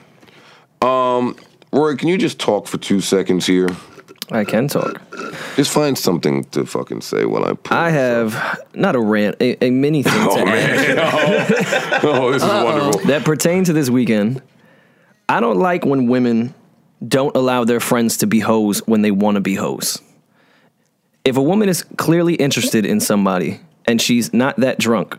Speaker 1: Um, Roy, can you just talk for two seconds here?
Speaker 3: I can talk.
Speaker 1: Just find something to fucking say while I. Pull.
Speaker 3: I have not a rant, a, a mini thing to
Speaker 1: Oh
Speaker 3: add
Speaker 1: man! Oh, Oh, this is wonderful.
Speaker 3: that pertain to this weekend. I don't like when women don't allow their friends to be hoes when they want to be hoes. If a woman is clearly interested in somebody and she's not that drunk,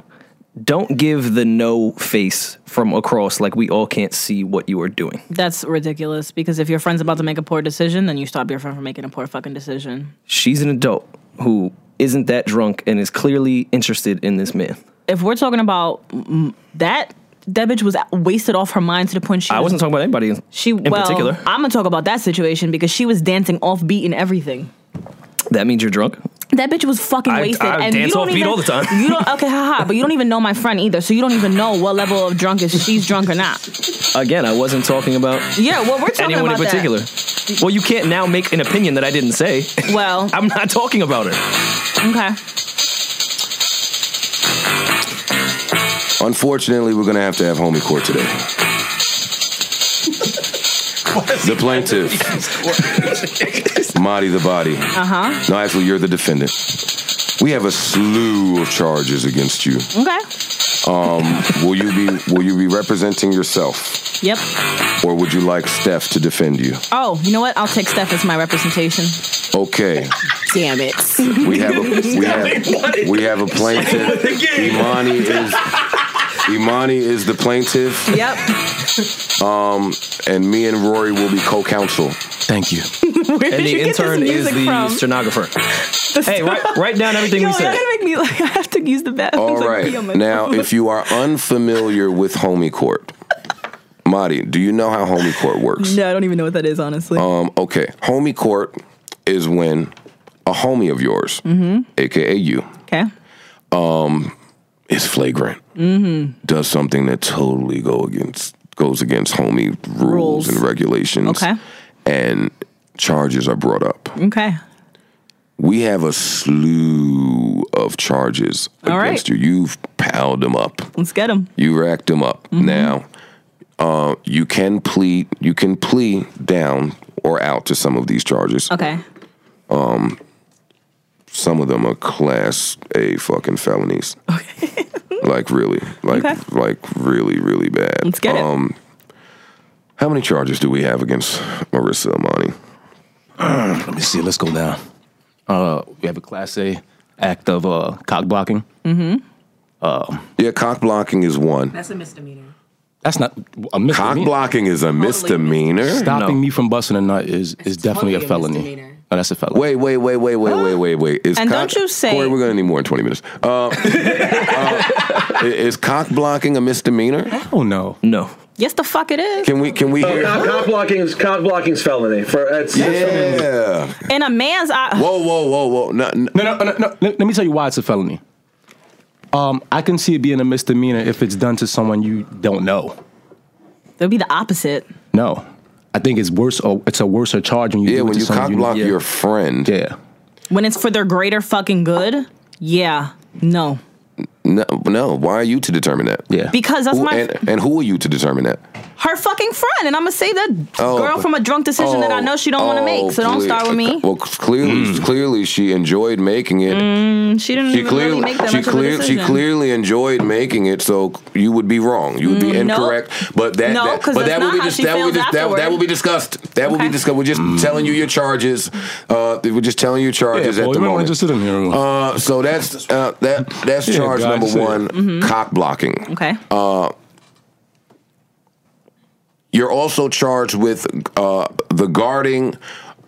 Speaker 3: don't give the no face from across like we all can't see what you are doing.
Speaker 2: That's ridiculous because if your friend's about to make a poor decision, then you stop your friend from making a poor fucking decision.
Speaker 3: She's an adult who isn't that drunk and is clearly interested in this man.
Speaker 2: If we're talking about mm, that, that bitch was wasted off her mind to the point she
Speaker 3: I
Speaker 2: was
Speaker 3: wasn't talking about anybody in,
Speaker 2: She
Speaker 3: in
Speaker 2: well,
Speaker 3: particular.
Speaker 2: I'm gonna talk about that situation because she was dancing off beat and everything.
Speaker 3: that means you're drunk.
Speaker 2: That bitch was fucking
Speaker 3: I-
Speaker 2: wasted.
Speaker 3: I
Speaker 2: and
Speaker 3: dance
Speaker 2: you don't
Speaker 3: off beat
Speaker 2: even,
Speaker 3: all the time.
Speaker 2: You don't okay, haha. But you don't even know my friend either, so you don't even know what level of drunk is she's drunk or not.
Speaker 3: Again, I wasn't talking about
Speaker 2: Yeah, well, we're talking
Speaker 3: anyone in
Speaker 2: about that.
Speaker 3: particular. Well, you can't now make an opinion that I didn't say.
Speaker 2: Well,
Speaker 3: I'm not talking about her.
Speaker 2: okay.
Speaker 1: Unfortunately, we're gonna have to have homie court today. The plaintiff, Marty the body.
Speaker 2: Uh huh.
Speaker 1: No, actually, you're the defendant. We have a slew of charges against you.
Speaker 2: Okay.
Speaker 1: Will you be Will you be representing yourself,
Speaker 2: Yep.
Speaker 1: or would you like Steph to defend you?
Speaker 2: Oh, you know what? I'll take Steph as my representation.
Speaker 1: Okay,
Speaker 5: Damn it.
Speaker 1: we have a we have, we have a plaintiff. Imani is Imani is the plaintiff,
Speaker 2: Yep.
Speaker 1: and me and Rory will be co-counsel.
Speaker 4: Thank you.
Speaker 2: Where did
Speaker 3: And
Speaker 2: you
Speaker 3: the
Speaker 2: get this
Speaker 3: intern is
Speaker 2: music
Speaker 3: the
Speaker 2: from?
Speaker 3: stenographer. hey, write, write down everything
Speaker 2: Yo,
Speaker 3: we
Speaker 2: you're
Speaker 3: said.
Speaker 2: gonna make me like I have to use the bathroom.
Speaker 1: All
Speaker 2: to
Speaker 1: right,
Speaker 2: pee on my
Speaker 1: now
Speaker 2: phone.
Speaker 1: if you are unfamiliar with homie court, Marty, do you know how homie court works?
Speaker 2: no, I don't even know what that is, honestly.
Speaker 1: Um, okay, homie court is when a homie of yours,
Speaker 2: Mm-hmm.
Speaker 1: aka you,
Speaker 2: okay.
Speaker 1: is flagrant.
Speaker 2: Mm-hmm.
Speaker 1: Does something that totally go against goes against homie rules,
Speaker 2: Rules.
Speaker 1: and regulations.
Speaker 2: Okay.
Speaker 1: And charges are brought up.
Speaker 2: Okay.
Speaker 1: We have a slew of charges
Speaker 2: All right.
Speaker 1: against you. You've piled them up.
Speaker 2: Let's get him.
Speaker 1: You racked them up.
Speaker 2: Mm-hmm.
Speaker 1: Now, uh, you can plead. You can plea down or out to some of these charges.
Speaker 2: Okay.
Speaker 1: Some of them are class A fucking felonies. Okay. like really, like
Speaker 2: Okay.
Speaker 1: like really, really bad.
Speaker 2: Let's get it.
Speaker 1: um, How many charges do we have against Marissa Amani?
Speaker 4: Let me see. Let's go down. Uh, we have a class A act of uh, cock blocking.
Speaker 1: Yeah, cock blocking is one.
Speaker 5: That's a misdemeanor.
Speaker 4: That's not a misdemeanor.
Speaker 1: Cock blocking is a misdemeanor.
Speaker 4: Stopping
Speaker 3: No.
Speaker 4: me from busting a nut is is definitely
Speaker 5: totally a
Speaker 4: a felony.
Speaker 5: misdemeanor.
Speaker 4: no, that's a felony.
Speaker 1: Wait, wait, wait, wait, wait, wait, wait, wait. Is
Speaker 2: And don't you say-
Speaker 1: Corey, we're gonna need more in twenty minutes. Uh, uh, i- is cock blocking a misdemeanor?
Speaker 4: Oh no.
Speaker 3: No.
Speaker 2: Yes, the fuck it is.
Speaker 1: Can we? Can
Speaker 4: Oh,
Speaker 1: we hear?
Speaker 6: Cock, cock blocking is cock blocking's felony for it's, it's-
Speaker 1: Yeah.
Speaker 2: In a man's eye.
Speaker 1: Whoa, whoa, whoa, whoa. No, no.
Speaker 4: No, no, no, no. Let, let me tell you why it's a felony. Um, I can see it being a misdemeanor if it's done to someone you don't know.
Speaker 2: That'd be the opposite.
Speaker 4: No, I think it's worse. Or it's a worser charge when you
Speaker 1: Yeah,
Speaker 4: do it
Speaker 1: when
Speaker 4: to
Speaker 1: you
Speaker 4: someone
Speaker 1: cock
Speaker 4: know.
Speaker 1: block
Speaker 4: yeah.
Speaker 1: your friend.
Speaker 4: yeah.
Speaker 2: When it's for their greater fucking good, yeah, no.
Speaker 1: No, no. Why are you to determine that?
Speaker 4: Yeah.
Speaker 2: Because that's
Speaker 1: Who-
Speaker 2: my
Speaker 1: and, and who are you to determine that?
Speaker 2: her fucking friend, and I'm gonna save that
Speaker 1: Oh,
Speaker 2: girl
Speaker 1: but-
Speaker 2: from a drunk decision that I know she don't want to
Speaker 1: oh,
Speaker 2: make. So don't
Speaker 1: cle-
Speaker 2: start with me. Mm.
Speaker 1: Well, clearly,
Speaker 4: Mm.
Speaker 1: clearly she enjoyed making it.
Speaker 2: she didn't
Speaker 1: She
Speaker 2: even
Speaker 1: clearly,
Speaker 2: really make that
Speaker 1: she
Speaker 2: much of a
Speaker 1: clear, she
Speaker 2: decision.
Speaker 1: clearly enjoyed making it. So you would be wrong. You would be
Speaker 2: Mm, no.
Speaker 1: incorrect. But that,
Speaker 2: No,
Speaker 1: that
Speaker 2: 'cause
Speaker 1: but
Speaker 2: that's
Speaker 1: that will
Speaker 2: not
Speaker 1: be
Speaker 2: how
Speaker 1: dis-
Speaker 2: she
Speaker 1: that will
Speaker 2: feels
Speaker 1: dis- that,
Speaker 2: afterward.
Speaker 1: that will be discussed. That will be
Speaker 2: Okay. Mm.
Speaker 1: discussed. We're just telling you your charges. Uh, we're just telling you charges at the moment.
Speaker 4: in here.
Speaker 1: Uh, so that's uh, that that's
Speaker 4: Yeah,
Speaker 1: charge
Speaker 4: God
Speaker 1: number
Speaker 4: said.
Speaker 1: one, cock blocking.
Speaker 2: Mm-hmm. Okay.
Speaker 1: Uh, You're also charged with uh, the guarding,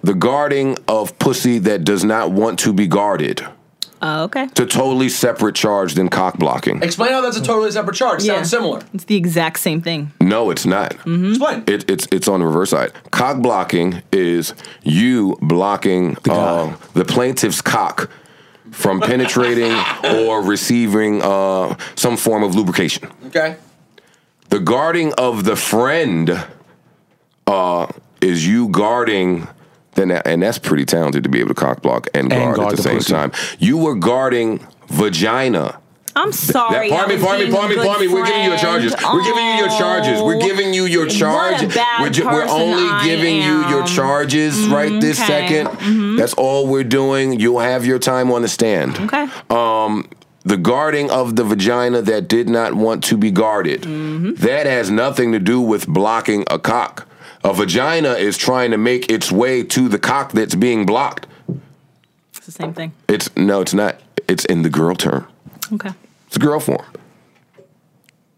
Speaker 1: the guarding of pussy that does not want to be guarded.
Speaker 2: Oh, okay.
Speaker 1: It's a totally separate charge than cock blocking.
Speaker 7: Explain how that's a totally separate charge.
Speaker 2: Yeah.
Speaker 7: Sounds similar.
Speaker 2: It's the exact same thing.
Speaker 1: No, it's not.
Speaker 7: Explain.
Speaker 1: It, it's it's on the reverse side. Cock blocking is you blocking the, uh, the plaintiff's cock from penetrating or receiving uh, some form of lubrication.
Speaker 7: okay.
Speaker 1: The guarding of the friend uh, is you guarding. Then that, and that's pretty talented to be able to cock block and guard,
Speaker 4: guard
Speaker 1: at the,
Speaker 4: the
Speaker 1: same
Speaker 4: pussy.
Speaker 1: time. You were guarding vagina.
Speaker 2: I'm sorry.
Speaker 1: That, pardon me,
Speaker 2: I was
Speaker 1: pardon me,
Speaker 2: being
Speaker 1: pardon
Speaker 2: a
Speaker 1: me,
Speaker 2: good
Speaker 1: pardon me. We're giving you your charges. We're giving you your charges. We're
Speaker 2: Oh.
Speaker 1: giving you your
Speaker 2: What a
Speaker 1: charge.
Speaker 2: bad
Speaker 1: we're, ju- we're
Speaker 2: person I
Speaker 1: only giving you your
Speaker 2: am. Mm-hmm.
Speaker 1: charges right this
Speaker 2: okay. Mm-hmm.
Speaker 1: second. That's all we're doing. You'll have your time on the stand.
Speaker 2: Okay.
Speaker 1: Um, the guarding of the vagina that did not want to be guarded.
Speaker 2: Mm-hmm.
Speaker 1: That has nothing to do with blocking a cock. A vagina is trying to make its way to the cock that's being blocked.
Speaker 2: It's the same thing.
Speaker 1: It's no, it's not. It's in the girl term.
Speaker 2: Okay.
Speaker 1: It's girl form.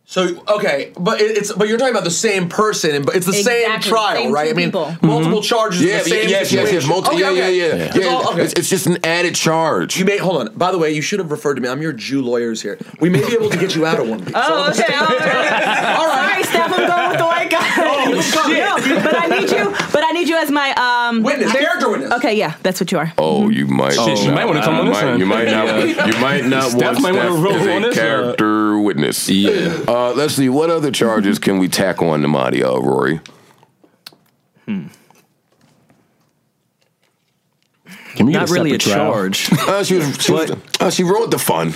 Speaker 7: So okay, but it- it's but you're talking about the same person, and but it's the same
Speaker 2: Exactly,
Speaker 7: trial,
Speaker 2: same
Speaker 7: right?
Speaker 2: two
Speaker 7: I mean,
Speaker 2: people.
Speaker 7: multiple charges.
Speaker 1: Yeah,
Speaker 7: in the same
Speaker 1: yes, yes, yes, yes.
Speaker 7: situation.
Speaker 1: Multi,
Speaker 7: Okay,
Speaker 1: yeah,
Speaker 7: okay.
Speaker 1: yeah, yeah,
Speaker 7: It's
Speaker 1: yeah.
Speaker 7: all- okay.
Speaker 1: It's, it's just an added charge.
Speaker 7: You may hold on. By the way, you should have referred to me. I'm your Jew lawyers here. We may be able to get you out of one. piece.
Speaker 2: Oh, okay. All right. All right, Steph, I'm going with the white guy. Oh, shit. No, but I need you. But I need you as my um.
Speaker 7: Witness, character witness.
Speaker 2: Okay, yeah, that's what you are.
Speaker 1: Oh, you might.
Speaker 4: Shit, she might wanna
Speaker 1: I
Speaker 4: come on
Speaker 1: might,
Speaker 4: this one.
Speaker 1: You might not. You might not want
Speaker 4: Steph might wanna
Speaker 1: Steph
Speaker 4: roll
Speaker 1: as a
Speaker 4: on this uh, one.
Speaker 1: character witness. Yeah. Uh, let's see. What other charges can we tack on to Marty, uh, Rory?
Speaker 4: Can we get
Speaker 3: Not really a
Speaker 4: separate trial?
Speaker 3: charge.
Speaker 1: Uh, she was. She, was- uh, she ruined the fun.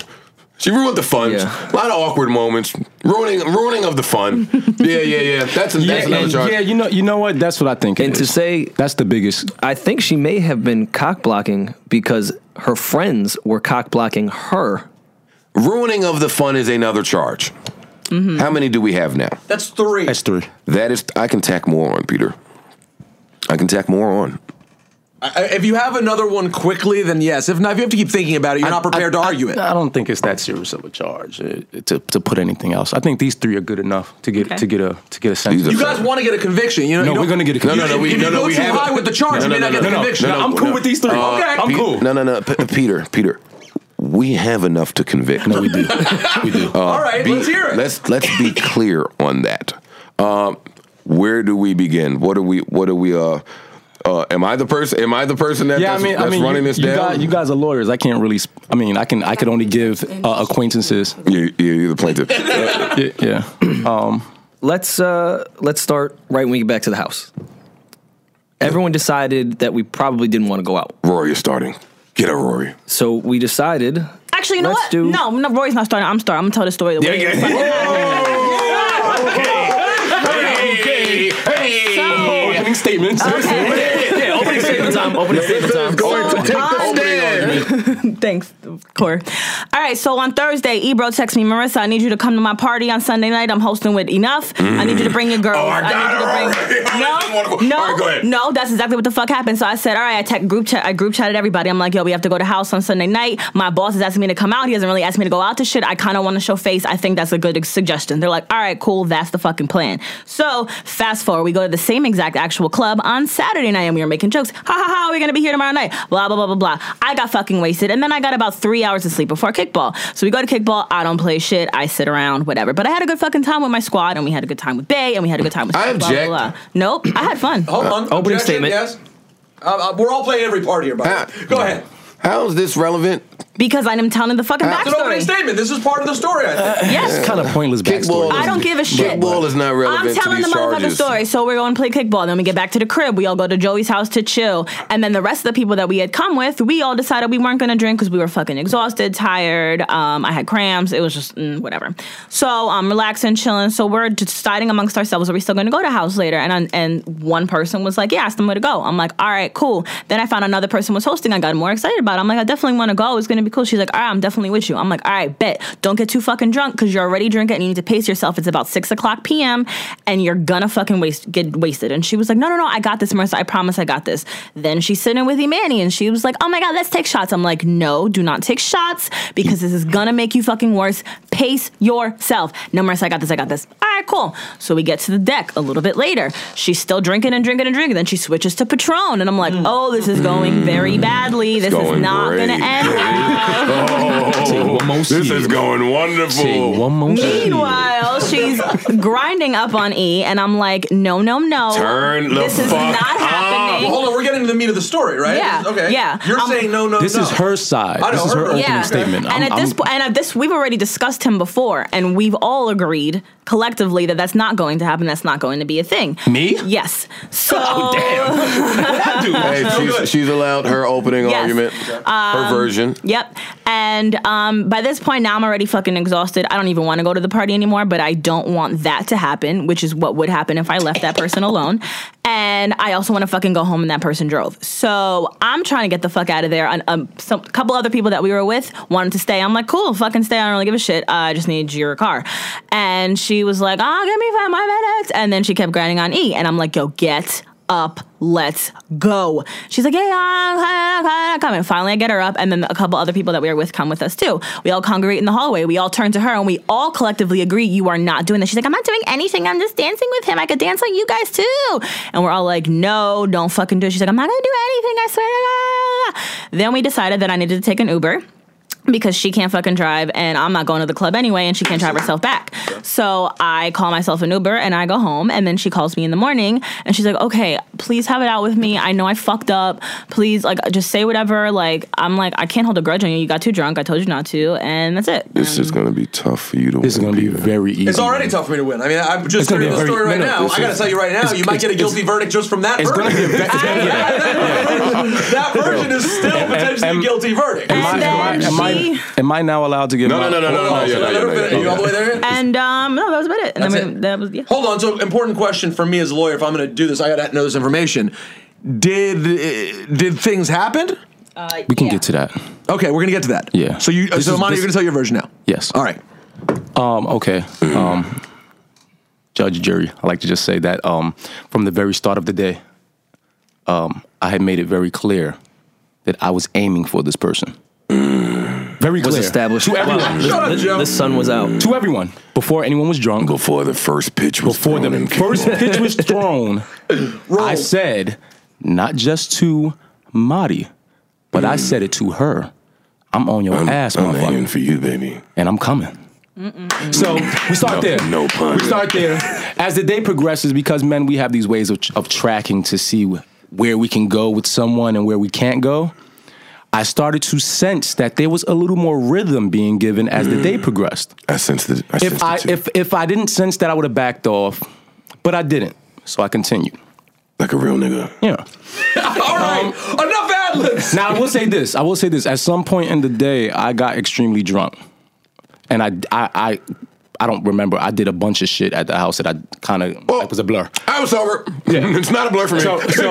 Speaker 1: She ruined the fun.
Speaker 3: Yeah.
Speaker 1: A lot of awkward moments. Ruining, ruining of the fun. yeah, yeah, yeah. That's, a, that's
Speaker 4: Yeah,
Speaker 1: another
Speaker 4: and-
Speaker 1: charge.
Speaker 4: yeah, you know, you know what? That's what I think. it
Speaker 3: and to
Speaker 4: is.
Speaker 3: say,
Speaker 4: that's the biggest.
Speaker 3: I think she may have been cock blocking because her friends were cock blocking her.
Speaker 1: Ruining of the fun is another charge.
Speaker 4: Mm-hmm.
Speaker 1: How many do we have now?
Speaker 7: That's three.
Speaker 4: That's three.
Speaker 1: That is, I can tack more on, Peter. I can tack more on.
Speaker 7: I- If you have another one quickly, then yes. If not, if you have to keep thinking about it, you're not prepared to argue it.
Speaker 4: I don't think it's that serious of a charge uh, to, to put anything else. I think these three are good enough to get
Speaker 2: Okay.
Speaker 4: to get a to get a
Speaker 1: These
Speaker 4: sentence.
Speaker 1: are
Speaker 7: You guys want to get a conviction, you know?
Speaker 4: No,
Speaker 7: you
Speaker 4: we're
Speaker 7: don't-
Speaker 4: gonna get a
Speaker 1: No, no, no.
Speaker 4: conviction.
Speaker 1: We,
Speaker 7: If
Speaker 1: no,
Speaker 7: you
Speaker 1: no,
Speaker 7: go
Speaker 1: we
Speaker 7: too
Speaker 1: haven't.
Speaker 7: high with the charge,
Speaker 1: No,
Speaker 7: you
Speaker 1: no,
Speaker 7: may
Speaker 1: no,
Speaker 7: not get
Speaker 1: no,
Speaker 7: the
Speaker 1: no,
Speaker 7: conviction.
Speaker 1: no, no,
Speaker 7: I'm cool
Speaker 1: no.
Speaker 7: with these three.
Speaker 1: Uh,
Speaker 7: Okay.
Speaker 1: Pe-
Speaker 7: I'm
Speaker 4: cool.
Speaker 1: No, no, no. P- Peter, Peter, we have enough to convict. Uh,
Speaker 4: No, we do. we do.
Speaker 7: All right,
Speaker 1: Be-
Speaker 7: let's hear it.
Speaker 1: Let's let's be clear on that. Um, where do we begin? What are we? What are we? Uh, uh, am I the person? Am I the person that
Speaker 4: yeah, I
Speaker 1: that's,
Speaker 4: mean, I
Speaker 1: that's
Speaker 4: mean,
Speaker 1: running
Speaker 4: you,
Speaker 1: this
Speaker 4: you
Speaker 1: down?
Speaker 4: guys, you guys are lawyers. I can't really. sp- I mean, I can. I could only give uh, acquaintances.
Speaker 1: You- you- you're the plaintiff. Uh,
Speaker 4: Yeah, yeah. Um,
Speaker 3: Let's uh, let's start right when we get back to the house. Everyone decided that we probably didn't want to go out,
Speaker 1: Rory is starting. Get her, Rory.
Speaker 3: so we decided.
Speaker 2: Actually, you know
Speaker 3: Let's
Speaker 2: what?
Speaker 3: do-
Speaker 2: No, no, Roy's not starting. I'm starting. I'm gonna tell the story. The way it fucking happened.
Speaker 1: Oh, Hey, hey.
Speaker 4: opening statements.
Speaker 3: Yeah, opening statement time. Opening statement time.
Speaker 1: Going to
Speaker 2: So,
Speaker 1: take the
Speaker 2: um,
Speaker 1: stand.
Speaker 2: Thanks, Corey. All right, so on Thursday, Ebro texts me, Marissa, I need you to come to my party on Sunday night. I'm hosting with Enough. I need you to bring your girls.
Speaker 1: Oh, I got
Speaker 2: need
Speaker 1: it already. I just wanna go-
Speaker 2: No, no,
Speaker 1: All right, go ahead.
Speaker 2: no, that's exactly what the fuck happened. So I said, all right, I tech group chat. I group chatted everybody. I'm like, yo, we have to go to house on Sunday night. My boss is asking me to come out. He hasn't really asked me to go out to shit. I kind of want to show face. I think that's a good suggestion. They're like, all right, cool. That's the fucking plan. So fast forward, we go to the same exact actual club on Saturday night, and we were making jokes. Ha ha ha. We're gonna be here tomorrow night. Blah blah blah blah blah. I got fucking wasted, and then I got about three hours of sleep before kickball. So we go to kickball. I don't play shit. I sit around, whatever. But I had a good fucking time with my squad, and we had a good time with Bay, and we had a good time with.
Speaker 1: I
Speaker 2: blah, blah,
Speaker 1: object.
Speaker 2: blah. Nope, I had fun.
Speaker 4: Uh,
Speaker 7: Hold on.
Speaker 3: opening
Speaker 7: Objection,
Speaker 3: statement.
Speaker 7: Yes. Uh, uh, we're all playing every part here, by
Speaker 1: Ah.
Speaker 7: the way. Go ahead.
Speaker 1: How is this relevant?
Speaker 2: Because I'm telling the fucking
Speaker 1: That's
Speaker 7: It's an opening
Speaker 2: backstory.
Speaker 7: statement. This is part of the story, I think.
Speaker 2: Yes.
Speaker 4: kind of pointless
Speaker 1: Kickball.
Speaker 4: backstory.
Speaker 1: is-
Speaker 2: I don't give a shit.
Speaker 1: Kickball is not relevant
Speaker 2: I'm telling
Speaker 1: to these
Speaker 2: the motherfucking
Speaker 1: charges.
Speaker 2: story. So we're going to play kickball. Then we get back to the crib. We all go to Joey's house to chill. And then the rest of the people that we had come with, we all decided we weren't going to drink because we were fucking exhausted, tired. Um, I had cramps. It was just mm, whatever. So um, relaxing, chilling. So we're deciding amongst ourselves, are we still going to go to house later? And i and one person was like, yeah, ask them where to go. I'm like, all right, cool. Then I found another person was hosting. I got more excited about it. I'm like, I definitely want to go. It's going to be cool. She's like, all right, I'm definitely with you. I'm like, all right, bet. Don't get too fucking drunk because you're already drinking and you need to pace yourself. It's about 6 o'clock p.m. and you're gonna fucking waste get wasted. And she was like, no, no, no, I got this, Marissa. I promise I got this. Then she's sitting with Imani and she was like, oh my God, let's take shots. I'm like, no, do not take shots because this is gonna make you fucking worse. Pace yourself. No, Marissa, I got this, I got this. All right, cool. So we get to the deck a little bit later. She's still drinking and drinking and drinking. Then she switches to Patron. And I'm like, oh, this is going very badly. this
Speaker 1: going
Speaker 2: is not gonna end well.
Speaker 1: Oh,
Speaker 8: one more
Speaker 1: this
Speaker 8: seed.
Speaker 1: is going wonderful.
Speaker 4: Take one more shot.
Speaker 2: Meanwhile, she's grinding up on E, and I'm like, no, no, no.
Speaker 1: Turn the
Speaker 2: this is
Speaker 1: fuck
Speaker 2: not
Speaker 1: up.
Speaker 2: happening.
Speaker 7: Well, hold on, we're getting to the meat of the story, right?
Speaker 2: Yeah,
Speaker 7: This is- Okay.
Speaker 2: yeah.
Speaker 7: You're
Speaker 2: Um,
Speaker 7: saying no, no,
Speaker 4: This
Speaker 7: no.
Speaker 4: is her side.
Speaker 7: I know,
Speaker 4: This is
Speaker 7: her-
Speaker 4: her opening
Speaker 7: Yeah.
Speaker 4: statement.
Speaker 2: And
Speaker 4: I'm-
Speaker 2: at this
Speaker 4: I'm-
Speaker 2: po- and at this, we've already discussed him before, and we've all agreed collectively that that's not going to happen. That's not going to be a thing.
Speaker 4: Me?
Speaker 2: Yes. So
Speaker 1: Hey, she's, she's allowed her opening
Speaker 2: Yes. Um,
Speaker 1: argument, her version.
Speaker 2: Yep. And um, by this point, now I'm already fucking exhausted. I don't even want to go to the party anymore, but I don't want that to happen, which is what would happen if I left that person alone. And I also want to fucking go home and that person drove. So I'm trying to get the fuck out of there. And um, some couple other people that we were with wanted to stay. I'm like, cool, fucking stay. I don't really give a shit. Uh, I just need your car. And she was like, oh, give me five more minutes. And then she kept grinding on E. And I'm like, yo, get up. Let's go. She's like, yeah, yeah, come, come, come. And finally, I get her up, and then a couple other people that we were with come with us too. We all congregate in the hallway. We all turn to her, and we all collectively agree, you are not doing this. She's like, I'm not doing anything. I'm just dancing with him. I could dance like you guys too. And we're all like, no, don't fucking do it. She's like, I'm not gonna do anything. I swear to God. Then we decided that I needed to take an Uber because she can't fucking drive and I'm not going to the club anyway and she can't drive herself back. So I call myself an Uber and I go home and then she calls me in the morning and she's like, "Okay, please have it out with me. I know I fucked up. Please like just say whatever." Like I'm like, "I can't hold a grudge on you. You got too drunk. I told you not to." And that's it.
Speaker 1: This is gonna be tough for you to.
Speaker 4: This is
Speaker 1: win,
Speaker 4: gonna be
Speaker 1: Peter.
Speaker 4: very easy.
Speaker 7: It's already tough for me to win. I mean, I'm just
Speaker 4: It's gonna be
Speaker 7: hearing the
Speaker 4: a
Speaker 7: story
Speaker 4: very-
Speaker 7: right
Speaker 4: no, no,
Speaker 7: now.
Speaker 4: this
Speaker 7: I gotta
Speaker 4: is-
Speaker 7: tell you right now,
Speaker 4: it's-
Speaker 7: you might get a
Speaker 4: it's-
Speaker 7: guilty verdict just from that
Speaker 4: It's gonna be a
Speaker 7: version.
Speaker 4: ve- it's gonna- yeah.
Speaker 7: that version is still potentially a
Speaker 4: and-
Speaker 7: guilty verdict.
Speaker 2: and
Speaker 4: Am I- Oh,
Speaker 2: then
Speaker 4: am I-
Speaker 2: she-
Speaker 4: Am I now allowed to get?
Speaker 1: No,
Speaker 4: my-
Speaker 1: no, no, no, no, no, yeah,
Speaker 7: So
Speaker 1: no,
Speaker 7: let
Speaker 1: yeah,
Speaker 7: her finish.
Speaker 1: no,
Speaker 7: Are you all the way
Speaker 1: yeah.
Speaker 7: there yet?
Speaker 2: And um no, that was about it. And
Speaker 7: That's
Speaker 2: then we-
Speaker 7: it.
Speaker 2: that was yeah.
Speaker 7: Hold on. So important question for me as a lawyer. If I'm going to do this, I got to know this information. Did uh, did things happen?
Speaker 2: Uh,
Speaker 4: We can get to that.
Speaker 7: Okay, we're going to get to that.
Speaker 4: Yeah.
Speaker 7: So you,
Speaker 4: This
Speaker 7: so
Speaker 4: is-
Speaker 7: Amani,
Speaker 4: this-
Speaker 7: you're going to tell your version now.
Speaker 4: Yes.
Speaker 7: All right.
Speaker 4: Um, okay. Um, judge, jury. I like to just say that um, from the very start of the day, um, I had made it very clear that I was aiming for this person. Very clear
Speaker 3: was established.
Speaker 4: to everyone.
Speaker 3: Wow. The- the, the sun was out.
Speaker 4: To everyone, before anyone was drunk,
Speaker 1: Before the first pitch was
Speaker 4: before
Speaker 1: thrown
Speaker 4: the
Speaker 1: in
Speaker 4: first
Speaker 1: kickball.
Speaker 4: pitch was thrown, I said, not just to Madi, but I said it to her. I'm on your
Speaker 1: I'm,
Speaker 4: ass,
Speaker 1: I'm
Speaker 4: motherfucker
Speaker 1: hanging for you, baby.
Speaker 4: and I'm coming. So we start
Speaker 1: No-
Speaker 4: there.
Speaker 1: no pun.
Speaker 4: We start there. As the day progresses, because men, we have these ways of, of tracking to see where we can go with someone and where we can't go. I started to sense that there was a little more rhythm being given as the
Speaker 1: Mm.
Speaker 4: day progressed.
Speaker 1: I sense the. I
Speaker 4: If
Speaker 1: sense
Speaker 4: I
Speaker 1: it too.
Speaker 4: if if I didn't sense that, I would have backed off, but I didn't. So I continued.
Speaker 1: like a real nigga.
Speaker 4: Yeah.
Speaker 7: All right. Enough ad libs.
Speaker 4: Now I will say this. I will say this. At some point in the day, I got extremely drunk, and I I I, I don't remember. I did a bunch of shit at the house that I kind of
Speaker 1: Oh.
Speaker 4: it was a blur.
Speaker 1: I was sober.
Speaker 4: Yeah.
Speaker 1: it's not a blur for me.
Speaker 4: So so,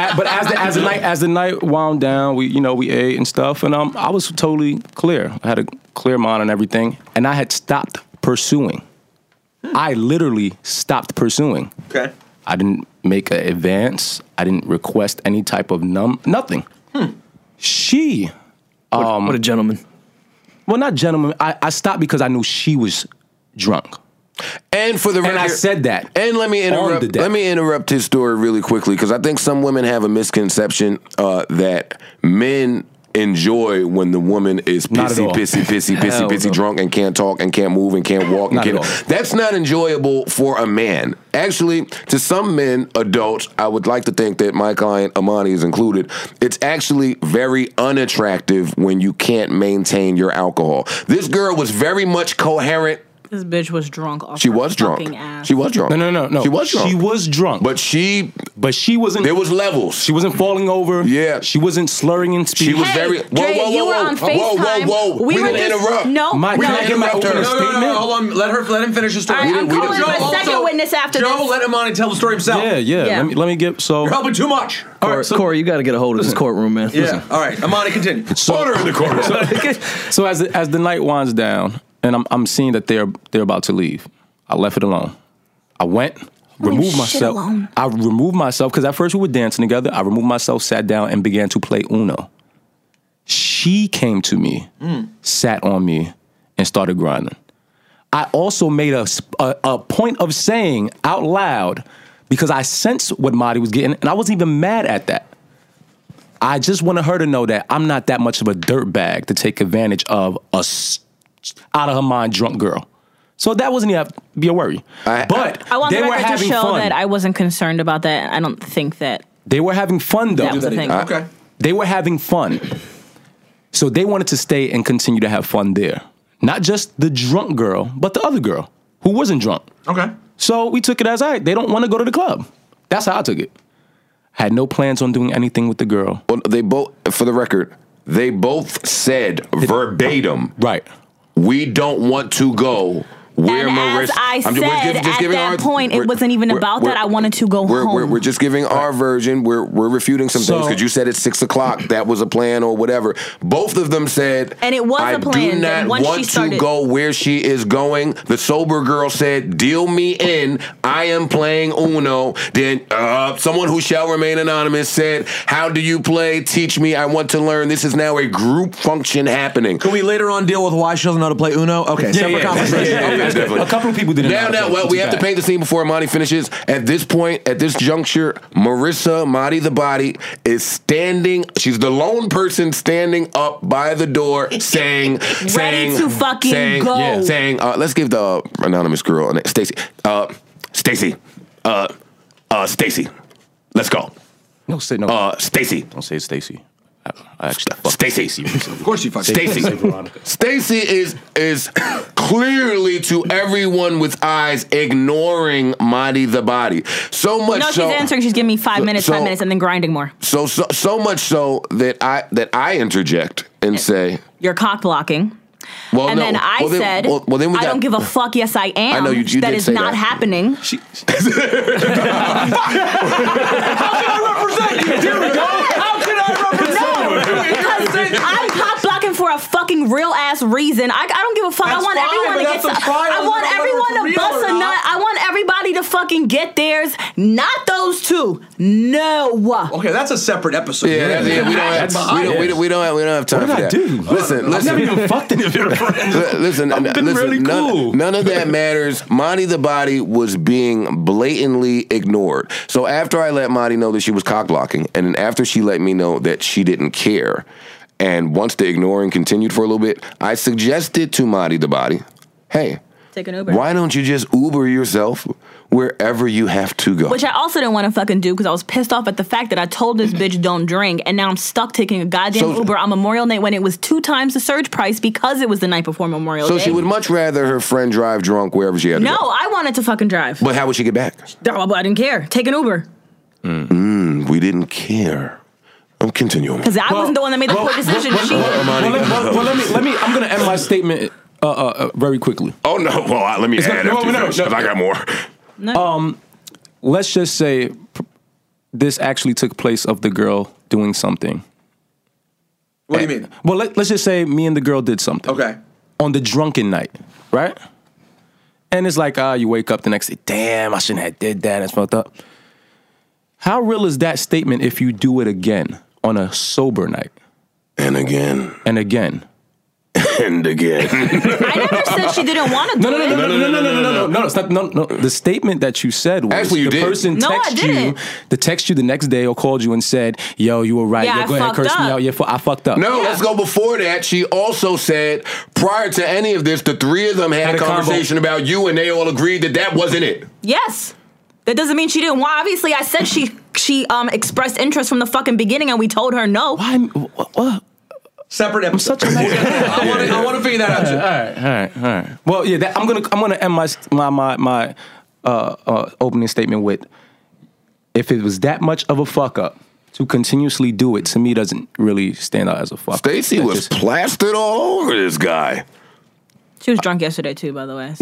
Speaker 4: at- but as the as the night as the night wound down, we you know we ate and stuff, and um I was totally clear. I had a clear mind and everything, and I had stopped pursuing. I literally stopped pursuing.
Speaker 7: Okay.
Speaker 4: I didn't make an advance. I didn't request any type of num nothing. She
Speaker 3: What, what a gentleman.
Speaker 4: Well, not gentlemen. I, I stopped because I knew she was drunk.
Speaker 1: And for the
Speaker 4: And I
Speaker 1: record-
Speaker 4: said that.
Speaker 1: And let me
Speaker 4: On the
Speaker 1: interrupt.
Speaker 4: day.
Speaker 1: Let me interrupt his story really quickly because I think some women have a misconception uh, that men enjoy when the woman is
Speaker 4: Not at
Speaker 1: pissy,
Speaker 4: all.
Speaker 1: pissy, pissy, pissy,
Speaker 3: Hell
Speaker 1: pissy,
Speaker 3: no.
Speaker 1: drunk and can't talk and can't move and can't walk. And
Speaker 4: Not at
Speaker 1: can't,
Speaker 4: all.
Speaker 1: That's not enjoyable for a man. Actually, to some men, adults, I would like to think that my client Amani is included. It's actually very unattractive when you can't maintain your alcohol. This girl was very much coherent.
Speaker 2: This bitch was drunk. Off
Speaker 1: She
Speaker 2: her
Speaker 1: was drunk.
Speaker 2: fucking Ass.
Speaker 1: She was drunk.
Speaker 4: No, no, no, no.
Speaker 1: She was drunk.
Speaker 4: She was drunk.
Speaker 1: But she,
Speaker 4: but she wasn't.
Speaker 1: there was levels.
Speaker 4: she wasn't falling over.
Speaker 1: Yeah.
Speaker 4: She wasn't slurring and speech.
Speaker 1: She was
Speaker 2: Hey,
Speaker 1: very. Whoa,
Speaker 2: Dre,
Speaker 1: whoa, whoa,
Speaker 2: you were
Speaker 1: whoa,
Speaker 2: on
Speaker 1: whoa, whoa,
Speaker 2: FaceTime.
Speaker 1: whoa!
Speaker 2: We were
Speaker 1: didn't
Speaker 2: just-
Speaker 1: interrupt.
Speaker 2: no,
Speaker 4: Mike,
Speaker 1: we
Speaker 4: can
Speaker 2: no.
Speaker 1: didn't
Speaker 4: I get my
Speaker 1: interrupt her.
Speaker 4: opening
Speaker 7: No, no, no, no.
Speaker 4: statement?
Speaker 7: Hold on. Let her. Let him finish his story.
Speaker 2: All right, I'm calling
Speaker 7: Joe
Speaker 2: my second
Speaker 7: also-
Speaker 2: witness after
Speaker 7: Joe,
Speaker 2: this.
Speaker 7: let Amani tell the story himself.
Speaker 4: Yeah, yeah.
Speaker 2: Yeah.
Speaker 4: Let me let me get so.
Speaker 7: You're helping too much.
Speaker 4: All
Speaker 3: Corey,
Speaker 4: right, so-
Speaker 3: Corey, you got to get a hold of this courtroom, man.
Speaker 7: Yeah. All right. Amani, continue.
Speaker 1: Order in the courtroom.
Speaker 4: so as the, as the night winds down, and I'm I'm seeing that they're they're about to leave. I left it alone. I went, removed
Speaker 2: shit
Speaker 4: myself.
Speaker 2: alone.
Speaker 4: I removed myself because at first we were dancing together. I removed myself, sat down, and began to play Uno. She came to me, sat on me, and started grinding. I also made a, sp- a, a point of saying out loud because I sensed what Marty was getting, and I wasn't even mad at that. I just wanted her to know that I'm not that much of a dirtbag to take advantage of a s- out of her mind drunk girl. So that wasn't even be a worry.
Speaker 1: I-
Speaker 4: but
Speaker 2: I want
Speaker 4: they
Speaker 2: the
Speaker 4: were
Speaker 2: record to
Speaker 4: having
Speaker 2: show
Speaker 4: fun.
Speaker 2: that I wasn't concerned about that. I don't think that
Speaker 4: they were having fun though.
Speaker 2: that was a thing.
Speaker 1: Uh,
Speaker 7: Okay.
Speaker 4: They were having fun. So they wanted to stay and continue to have fun there. Not just the drunk girl, but the other girl who wasn't drunk.
Speaker 7: Okay.
Speaker 4: So we took it as all right. They don't want to go to the club. That's how I took it. Had no plans on doing anything with the girl.
Speaker 1: Well, they both, for the record, they both said verbatim,
Speaker 4: Right.
Speaker 1: "We don't want to go." Where
Speaker 2: and
Speaker 1: Marissa,
Speaker 2: as I
Speaker 1: I'm
Speaker 2: said,
Speaker 1: we're gi-
Speaker 2: at that
Speaker 1: our-
Speaker 2: point, it
Speaker 1: we're-
Speaker 2: wasn't even
Speaker 1: we're-
Speaker 2: about
Speaker 1: we're-
Speaker 2: that. I wanted to go
Speaker 1: we're,
Speaker 2: home.
Speaker 1: We're, we're just giving our version. We're we're refuting some things
Speaker 4: So-
Speaker 1: because you said at six o'clock that was a plan or whatever. Both of them said,
Speaker 2: And it was
Speaker 1: I
Speaker 2: a plan,
Speaker 1: Do
Speaker 2: but
Speaker 1: not
Speaker 2: once she
Speaker 1: want to
Speaker 2: started-
Speaker 1: go where she is going. The sober girl said, "Deal me in. I am playing Uno." Then uh, someone who shall remain anonymous said, "How do you play? Teach me. I want to learn." This is now a group function happening.
Speaker 7: Can we later on deal with why she doesn't know how to play Uno? Okay, separate conversation.
Speaker 1: yeah, yeah, definitely.
Speaker 4: A couple of people didn't.
Speaker 1: Now, now,
Speaker 4: know that,
Speaker 1: well,
Speaker 4: which
Speaker 1: we
Speaker 4: is
Speaker 1: have to
Speaker 4: bad.
Speaker 1: paint the scene before Amani finishes. At this point, at this juncture, Marissa, Madi the body, is standing. She's the lone person standing up by the door, saying,
Speaker 2: Ready
Speaker 1: saying,
Speaker 2: to fucking
Speaker 1: saying,
Speaker 2: go. Yeah.
Speaker 1: saying. Uh, let's give the uh, anonymous girl, a name. Stacy, uh, Stacy, uh, uh, Stacy. Let's go,
Speaker 4: No, say no.
Speaker 1: uh, Stacy.
Speaker 4: don't say Stacy. I, I actually fucked
Speaker 1: Stacy.
Speaker 4: Stacy recently.
Speaker 7: Of course you fucking
Speaker 1: Stacy. Stacy is is clearly to everyone with eyes ignoring Marty the body. So much
Speaker 2: no, she's
Speaker 1: so
Speaker 2: answering. She's giving me five minutes,
Speaker 1: so-
Speaker 2: five minutes, and then grinding more.
Speaker 1: so, so so much so that I that I interject and say,
Speaker 2: You're cock blocking.
Speaker 1: well,
Speaker 2: and
Speaker 1: no.
Speaker 2: then I
Speaker 1: well,
Speaker 2: said,
Speaker 1: well, well, then we
Speaker 2: I
Speaker 1: got-
Speaker 2: don't give a fuck. Yes, I am.
Speaker 1: I know you- you
Speaker 2: That
Speaker 1: did
Speaker 2: is
Speaker 1: say
Speaker 2: not
Speaker 1: that.
Speaker 2: happening.
Speaker 4: She,
Speaker 2: I'm cock blocking for a fucking real ass reason. I, I don't give a fuck. I
Speaker 7: That's
Speaker 2: want
Speaker 7: fine, but
Speaker 2: everyone to get.
Speaker 7: that's a
Speaker 2: some-
Speaker 7: trial.
Speaker 2: I
Speaker 7: You
Speaker 2: want
Speaker 7: don't know whether
Speaker 2: everyone to
Speaker 7: it's real
Speaker 2: bust
Speaker 7: or
Speaker 2: a
Speaker 7: not.
Speaker 2: nut. I want everybody to fucking get theirs. Not those two. No.
Speaker 7: Okay, that's a separate episode.
Speaker 1: yeah, that's- yeah, we don't have, we don't, we don't, we don't have, we don't have time
Speaker 4: what did
Speaker 1: for
Speaker 4: I
Speaker 1: that.
Speaker 4: do?
Speaker 1: Listen,
Speaker 4: I've
Speaker 1: listen.
Speaker 4: never even fucked any of your friends.
Speaker 1: L- listen,
Speaker 4: I've
Speaker 1: n-
Speaker 4: been
Speaker 1: listen,
Speaker 4: really
Speaker 1: none,
Speaker 4: cool.
Speaker 1: none of that matters. Monty the body was being blatantly ignored. So after I let Monty know that she was cock blocking, and then after she let me know that she didn't care, and once the ignoring continued for a little bit, I suggested to Monty the body, hey,
Speaker 2: Take an Uber.
Speaker 1: why don't you just Uber yourself wherever you have to go?
Speaker 2: Which I also didn't want to fucking do because I was pissed off at the fact that I told this bitch don't drink, and now I'm stuck taking a goddamn
Speaker 1: So-
Speaker 2: Uber on Memorial Night when it was two times the surge price because it was the night before Memorial
Speaker 1: so
Speaker 2: Day.
Speaker 1: she would much rather her friend drive drunk wherever she had to
Speaker 2: no,
Speaker 1: go.
Speaker 2: I wanted to fucking drive.
Speaker 1: But how would she get back?
Speaker 2: Oh, but I didn't care. Take an Uber
Speaker 1: We didn't care. I'm continuing.
Speaker 2: because I wasn't the one that made the poor decision. she did.
Speaker 4: Well, let, well, well, let me. Let me. I'm gonna end my statement uh, uh, uh, very quickly.
Speaker 1: Oh no! Well, I- let me
Speaker 4: It's
Speaker 1: add
Speaker 4: not- no,
Speaker 1: after you
Speaker 4: no,
Speaker 1: finish,
Speaker 4: no.
Speaker 1: if I got more.
Speaker 4: let's just say pr- this actually took place of the girl doing something.
Speaker 7: What do you mean?
Speaker 4: Well, let, let's just say me and the girl did something.
Speaker 7: Okay.
Speaker 4: On the drunken night, right? And it's like, ah, you wake up the next day, damn, I shouldn't have did that. It's fucked up. How real is that statement if you do it again on a sober night
Speaker 1: And again,
Speaker 4: and again?
Speaker 1: and again.
Speaker 2: I never said she didn't want to do
Speaker 4: No, no, no,
Speaker 2: it.
Speaker 4: no, no, no, no, no, no, no, no, no, it's not- no, no. The statement that you said was
Speaker 1: Actually, you
Speaker 4: the
Speaker 1: did.
Speaker 4: person
Speaker 2: No, I
Speaker 4: texted you,
Speaker 2: didn't.
Speaker 4: the text you the next day or called you and said, "Yo, you were right.
Speaker 2: Yeah,
Speaker 4: Yo,
Speaker 2: I
Speaker 4: go ahead,
Speaker 2: fucked
Speaker 4: curse me
Speaker 2: up.
Speaker 4: out. Yeah, fu- I fucked up."
Speaker 1: no, let's go before that. She also said prior to any of this, the three of them had,
Speaker 4: Had
Speaker 1: a
Speaker 4: a combo.
Speaker 1: conversation about you, and they all agreed that that wasn't it.
Speaker 2: Yes. That doesn't mean she didn't want. Obviously, I said she she um expressed interest from the fucking beginning, and we told her no.
Speaker 4: Why? am- wh- wh-
Speaker 7: Separate episode.
Speaker 4: such a nice
Speaker 7: I want to. I want to figure that out. too.
Speaker 4: All right, all right. Well, yeah, that, I'm gonna I'm gonna end my my my my uh, uh, opening statement with if it was that much of a fuck up to continuously do it to me doesn't really stand out as a fuck. up.
Speaker 1: Stacy
Speaker 4: That's
Speaker 1: was
Speaker 4: just-
Speaker 1: plastered all over this guy.
Speaker 2: She was drunk yesterday too, by the way.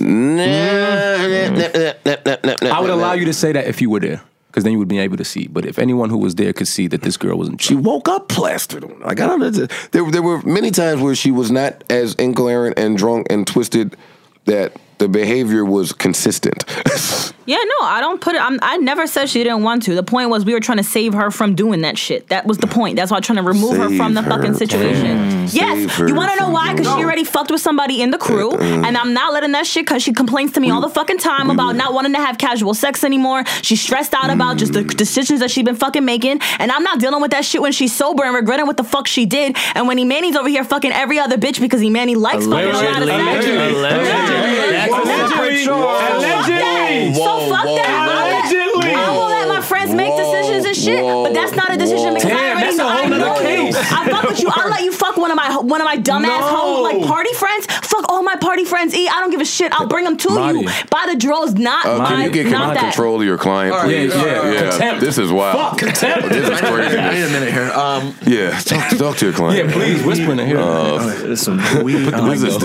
Speaker 4: I
Speaker 1: I
Speaker 4: would allow you to say that if you were there, because then you would be able to see. But if anyone who was there could see that this girl wasn't,
Speaker 1: She woke up plastered on. Like I don't know. There, there were many times where she was not as incoherent and drunk and twisted that the behavior was consistent.
Speaker 2: Yeah, no, I don't put it. I'm, I never said she didn't want to. The point was we were trying to save her from doing that shit. That was the point. That's why I'm trying to remove her
Speaker 1: Save
Speaker 2: from the
Speaker 1: her
Speaker 2: fucking
Speaker 1: from-
Speaker 2: situation.
Speaker 1: Save
Speaker 2: Yes,
Speaker 1: her
Speaker 2: you want to know
Speaker 1: from
Speaker 2: why? Because she
Speaker 1: doing- Uh,
Speaker 2: already fucked with somebody in the crew, and I'm not letting that shit. Because she complains to me all the fucking time about not wanting to have casual sex anymore. She's stressed out about just
Speaker 1: Mm.
Speaker 2: the decisions that she's been fucking making, and I'm not dealing with that shit when she's sober and regretting what the fuck she did. And when Manny's over here fucking every other bitch because Manny likes fucking a lot of
Speaker 3: Allegedly.
Speaker 2: sex.
Speaker 3: Allegedly.
Speaker 2: Yeah.
Speaker 3: That's a separate
Speaker 2: Allegedly. So
Speaker 7: Whoa,
Speaker 2: fuck
Speaker 7: whoa,
Speaker 2: that. Allegedly. I will let my friends make decisions and shit, but that's not a decision because I
Speaker 3: Damn,
Speaker 2: already
Speaker 3: that's
Speaker 2: know
Speaker 3: a
Speaker 2: I
Speaker 3: whole nother
Speaker 2: know
Speaker 3: case.
Speaker 2: you. I fuck with you. I'll let you fuck one of my one of my dumbass whole like party friends. Fuck all my party friends. E, I don't give a shit. I'll bring them to
Speaker 4: Marty.
Speaker 2: you. By the drills, not
Speaker 1: Uh, can
Speaker 2: by
Speaker 1: you get
Speaker 2: not
Speaker 1: command
Speaker 2: that.
Speaker 1: control of your client,
Speaker 7: All right,
Speaker 1: please?
Speaker 7: yeah, yeah,
Speaker 1: yeah.
Speaker 4: contempt.
Speaker 1: This is wild.
Speaker 4: Fuck, contempt.
Speaker 1: This is
Speaker 7: I
Speaker 1: crazy.
Speaker 7: need a minute here. Um,
Speaker 1: Yeah, talk, talk to your client.
Speaker 4: Yeah, please whispering it here.
Speaker 3: Uh, This one.
Speaker 7: we,
Speaker 1: This is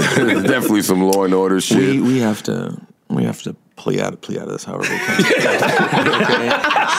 Speaker 1: definitely some law and order shit.
Speaker 7: we we have to we have to play out play out of this however we can. okay?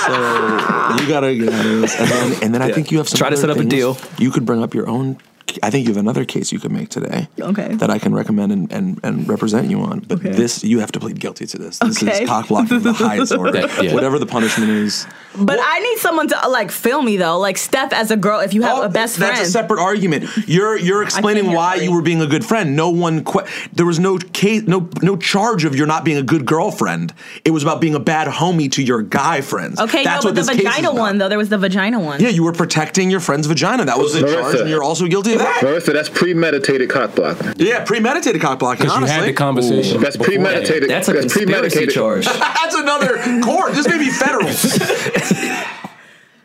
Speaker 7: So you gotta get out of this, and then and then I think you have some
Speaker 3: Try to
Speaker 7: other
Speaker 3: set up a
Speaker 7: things.
Speaker 3: deal.
Speaker 7: You could bring up your own. I think you have another case you could make today.
Speaker 2: Okay.
Speaker 7: That I can recommend and, and, and represent you on. But
Speaker 2: Okay.
Speaker 7: this you have to plead guilty to this. This
Speaker 2: Okay.
Speaker 7: is cock blocking of the highest order.
Speaker 4: That- yeah.
Speaker 7: Whatever the punishment is.
Speaker 2: But I need someone to uh, like film me though. Like Steph as a girl, if you have a best friend.
Speaker 7: Oh, That's a separate argument. You're you're explaining
Speaker 2: hear
Speaker 7: why
Speaker 2: Ari.
Speaker 7: you were being a good friend. No one que- there was no case no no charge of you're not being a good girlfriend. It was about being a bad homie to your guy friends.
Speaker 2: okay,
Speaker 7: that's
Speaker 2: no,
Speaker 7: what
Speaker 2: but the
Speaker 7: this case is
Speaker 2: vagina
Speaker 7: about.
Speaker 2: one though. There was the vagina one.
Speaker 7: Yeah, you were protecting your friend's vagina. That was the
Speaker 6: Marissa.
Speaker 7: charge, and you're also guilty of that.
Speaker 6: Marissa, that's premeditated cock block.
Speaker 7: Yeah, premeditated cock blocking.
Speaker 4: Because you
Speaker 7: Honestly,
Speaker 4: had the conversation.
Speaker 6: That's
Speaker 4: before.
Speaker 6: premeditated.
Speaker 3: That's a conspiracy
Speaker 6: premeditated.
Speaker 3: charge.
Speaker 7: that's another court. This may be federal.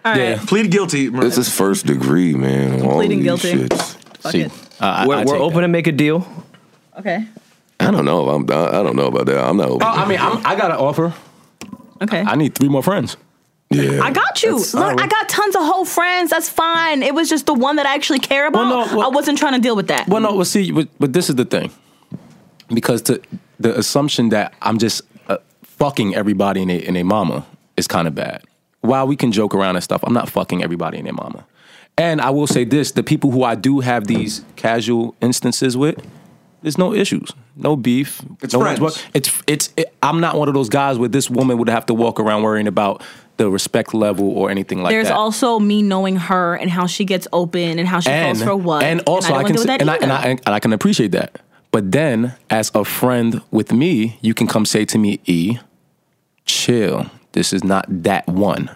Speaker 2: All right.
Speaker 4: Yeah.
Speaker 7: Plead guilty. Mariah.
Speaker 1: This is first degree, man. All
Speaker 2: pleading
Speaker 1: these
Speaker 2: guilty.
Speaker 1: shits.
Speaker 2: Fuck
Speaker 4: See,
Speaker 2: it.
Speaker 4: I- I- I
Speaker 3: We're,
Speaker 4: take
Speaker 3: we're
Speaker 4: that.
Speaker 3: open to make a deal.
Speaker 2: Okay.
Speaker 1: I don't know. If I'm. I I don't know about that. I'm not. Open
Speaker 4: Oh, I mean, I'm, I got an offer.
Speaker 2: Okay.
Speaker 4: I need three more friends.
Speaker 1: yeah.
Speaker 2: I got you. Look,
Speaker 4: uh,
Speaker 2: I got tons of whole friends. That's fine. It was just the one that I actually care about.
Speaker 4: Well, no, well-
Speaker 2: I wasn't trying to deal with that.
Speaker 4: Well, no, well, see, but, but this is the thing, because to, the assumption that I'm just uh, fucking everybody in their in their mama is kind of bad. While we can joke around and stuff, I'm not fucking everybody in their mama. And I will say this: the people who I do have these casual instances with, there's no issues, no beef.
Speaker 7: It's
Speaker 4: no
Speaker 7: friends.
Speaker 4: one's wor- It's it's. It, I'm not one of those guys where this woman would have to walk around worrying about the respect level or anything like
Speaker 2: There's
Speaker 4: that.
Speaker 2: also me knowing her and how she gets open and how she
Speaker 4: and
Speaker 2: falls for what.
Speaker 4: and also
Speaker 2: I,
Speaker 4: I,
Speaker 2: don't wanna
Speaker 4: can s-
Speaker 2: deal with that
Speaker 4: and I, and I
Speaker 2: either.
Speaker 4: and I can appreciate that. But then, as a friend with me, you can come say to me, "E, chill. This is not that one."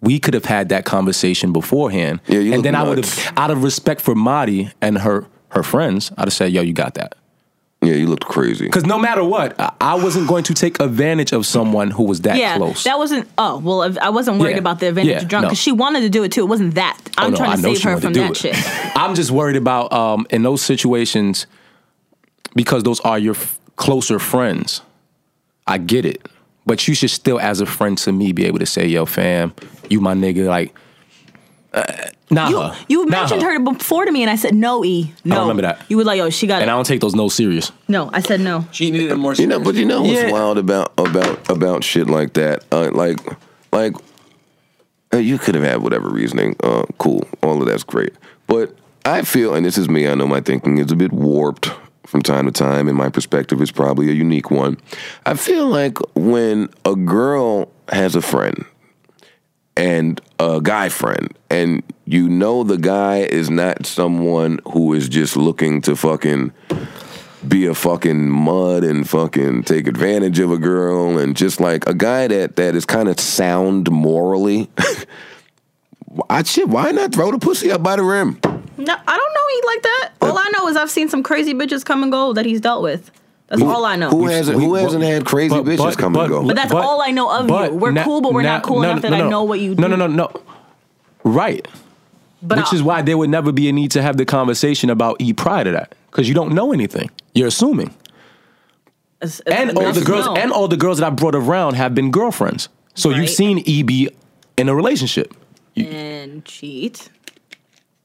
Speaker 4: We could have had that conversation beforehand,
Speaker 1: Yeah, you
Speaker 4: and
Speaker 1: look
Speaker 4: then I would
Speaker 1: nuts.
Speaker 4: have, out of respect for Madi and her her friends, I'd have said, "Yo, you got that."
Speaker 1: yeah, you looked crazy.
Speaker 4: Because no matter what, I, I wasn't going to take advantage of someone who was that
Speaker 2: yeah,
Speaker 4: close.
Speaker 2: that wasn't. Oh well, if- I wasn't worried
Speaker 4: Yeah.
Speaker 2: about the advantage
Speaker 4: Yeah,
Speaker 2: of drunk
Speaker 4: no. Oh,
Speaker 2: because she wanted to do it too. It wasn't that. I'm
Speaker 4: no,
Speaker 2: trying to
Speaker 4: I know
Speaker 2: save
Speaker 4: she
Speaker 2: her
Speaker 4: wanted
Speaker 2: from
Speaker 4: to do
Speaker 2: that
Speaker 4: it.
Speaker 2: shit.
Speaker 4: I'm just worried about um, in those situations because those are your f- closer friends. I get it, but you should still, as a friend to me, be able to say, "Yo, fam, you my nigga." Like, uh, nah,
Speaker 2: You,
Speaker 4: her.
Speaker 2: you
Speaker 4: Nah
Speaker 2: mentioned her before to me, and I said no, E. No,
Speaker 4: remember that.
Speaker 2: You were like, oh, she got
Speaker 4: and I
Speaker 2: it.
Speaker 4: don't take those no serious.
Speaker 2: No, I said no.
Speaker 7: she needed a more.
Speaker 1: You know, but you know what's
Speaker 4: Yeah.
Speaker 1: wild about about about shit like that? Uh, like, like uh, you could have had whatever reasoning. Uh, cool, all of that's great. But I feel, and this is me. I know my thinking is a bit warped from time to time, and my perspective is probably a unique one. I feel like when a girl has a friend and a guy friend, and you know the guy is not someone who is just looking to fucking be a fucking mud and fucking take advantage of a girl and just like a guy that that is kind of sound morally. I shit, why not throw the pussy up by the rim?
Speaker 2: No, I don't know E like that. All I know is I've seen some crazy bitches come and go that he's dealt with. That's all I know.
Speaker 1: Who hasn't who hasn't had crazy bitches come and go?
Speaker 2: But that's all I know of you. We're cool, but we're not cool enough that I know what you
Speaker 4: No,
Speaker 2: do.
Speaker 4: no, no, no. Right.
Speaker 2: But
Speaker 4: Which
Speaker 2: I-
Speaker 4: is why there would never be a need to have the conversation about E prior to that. Because you don't know anything. You're assuming.
Speaker 2: it's- it's-
Speaker 4: And all
Speaker 2: that's
Speaker 4: the girls
Speaker 2: no.
Speaker 4: and all the girls that I brought around have been girlfriends. So
Speaker 2: Right.
Speaker 4: you've seen E be in a relationship.
Speaker 2: and cheat.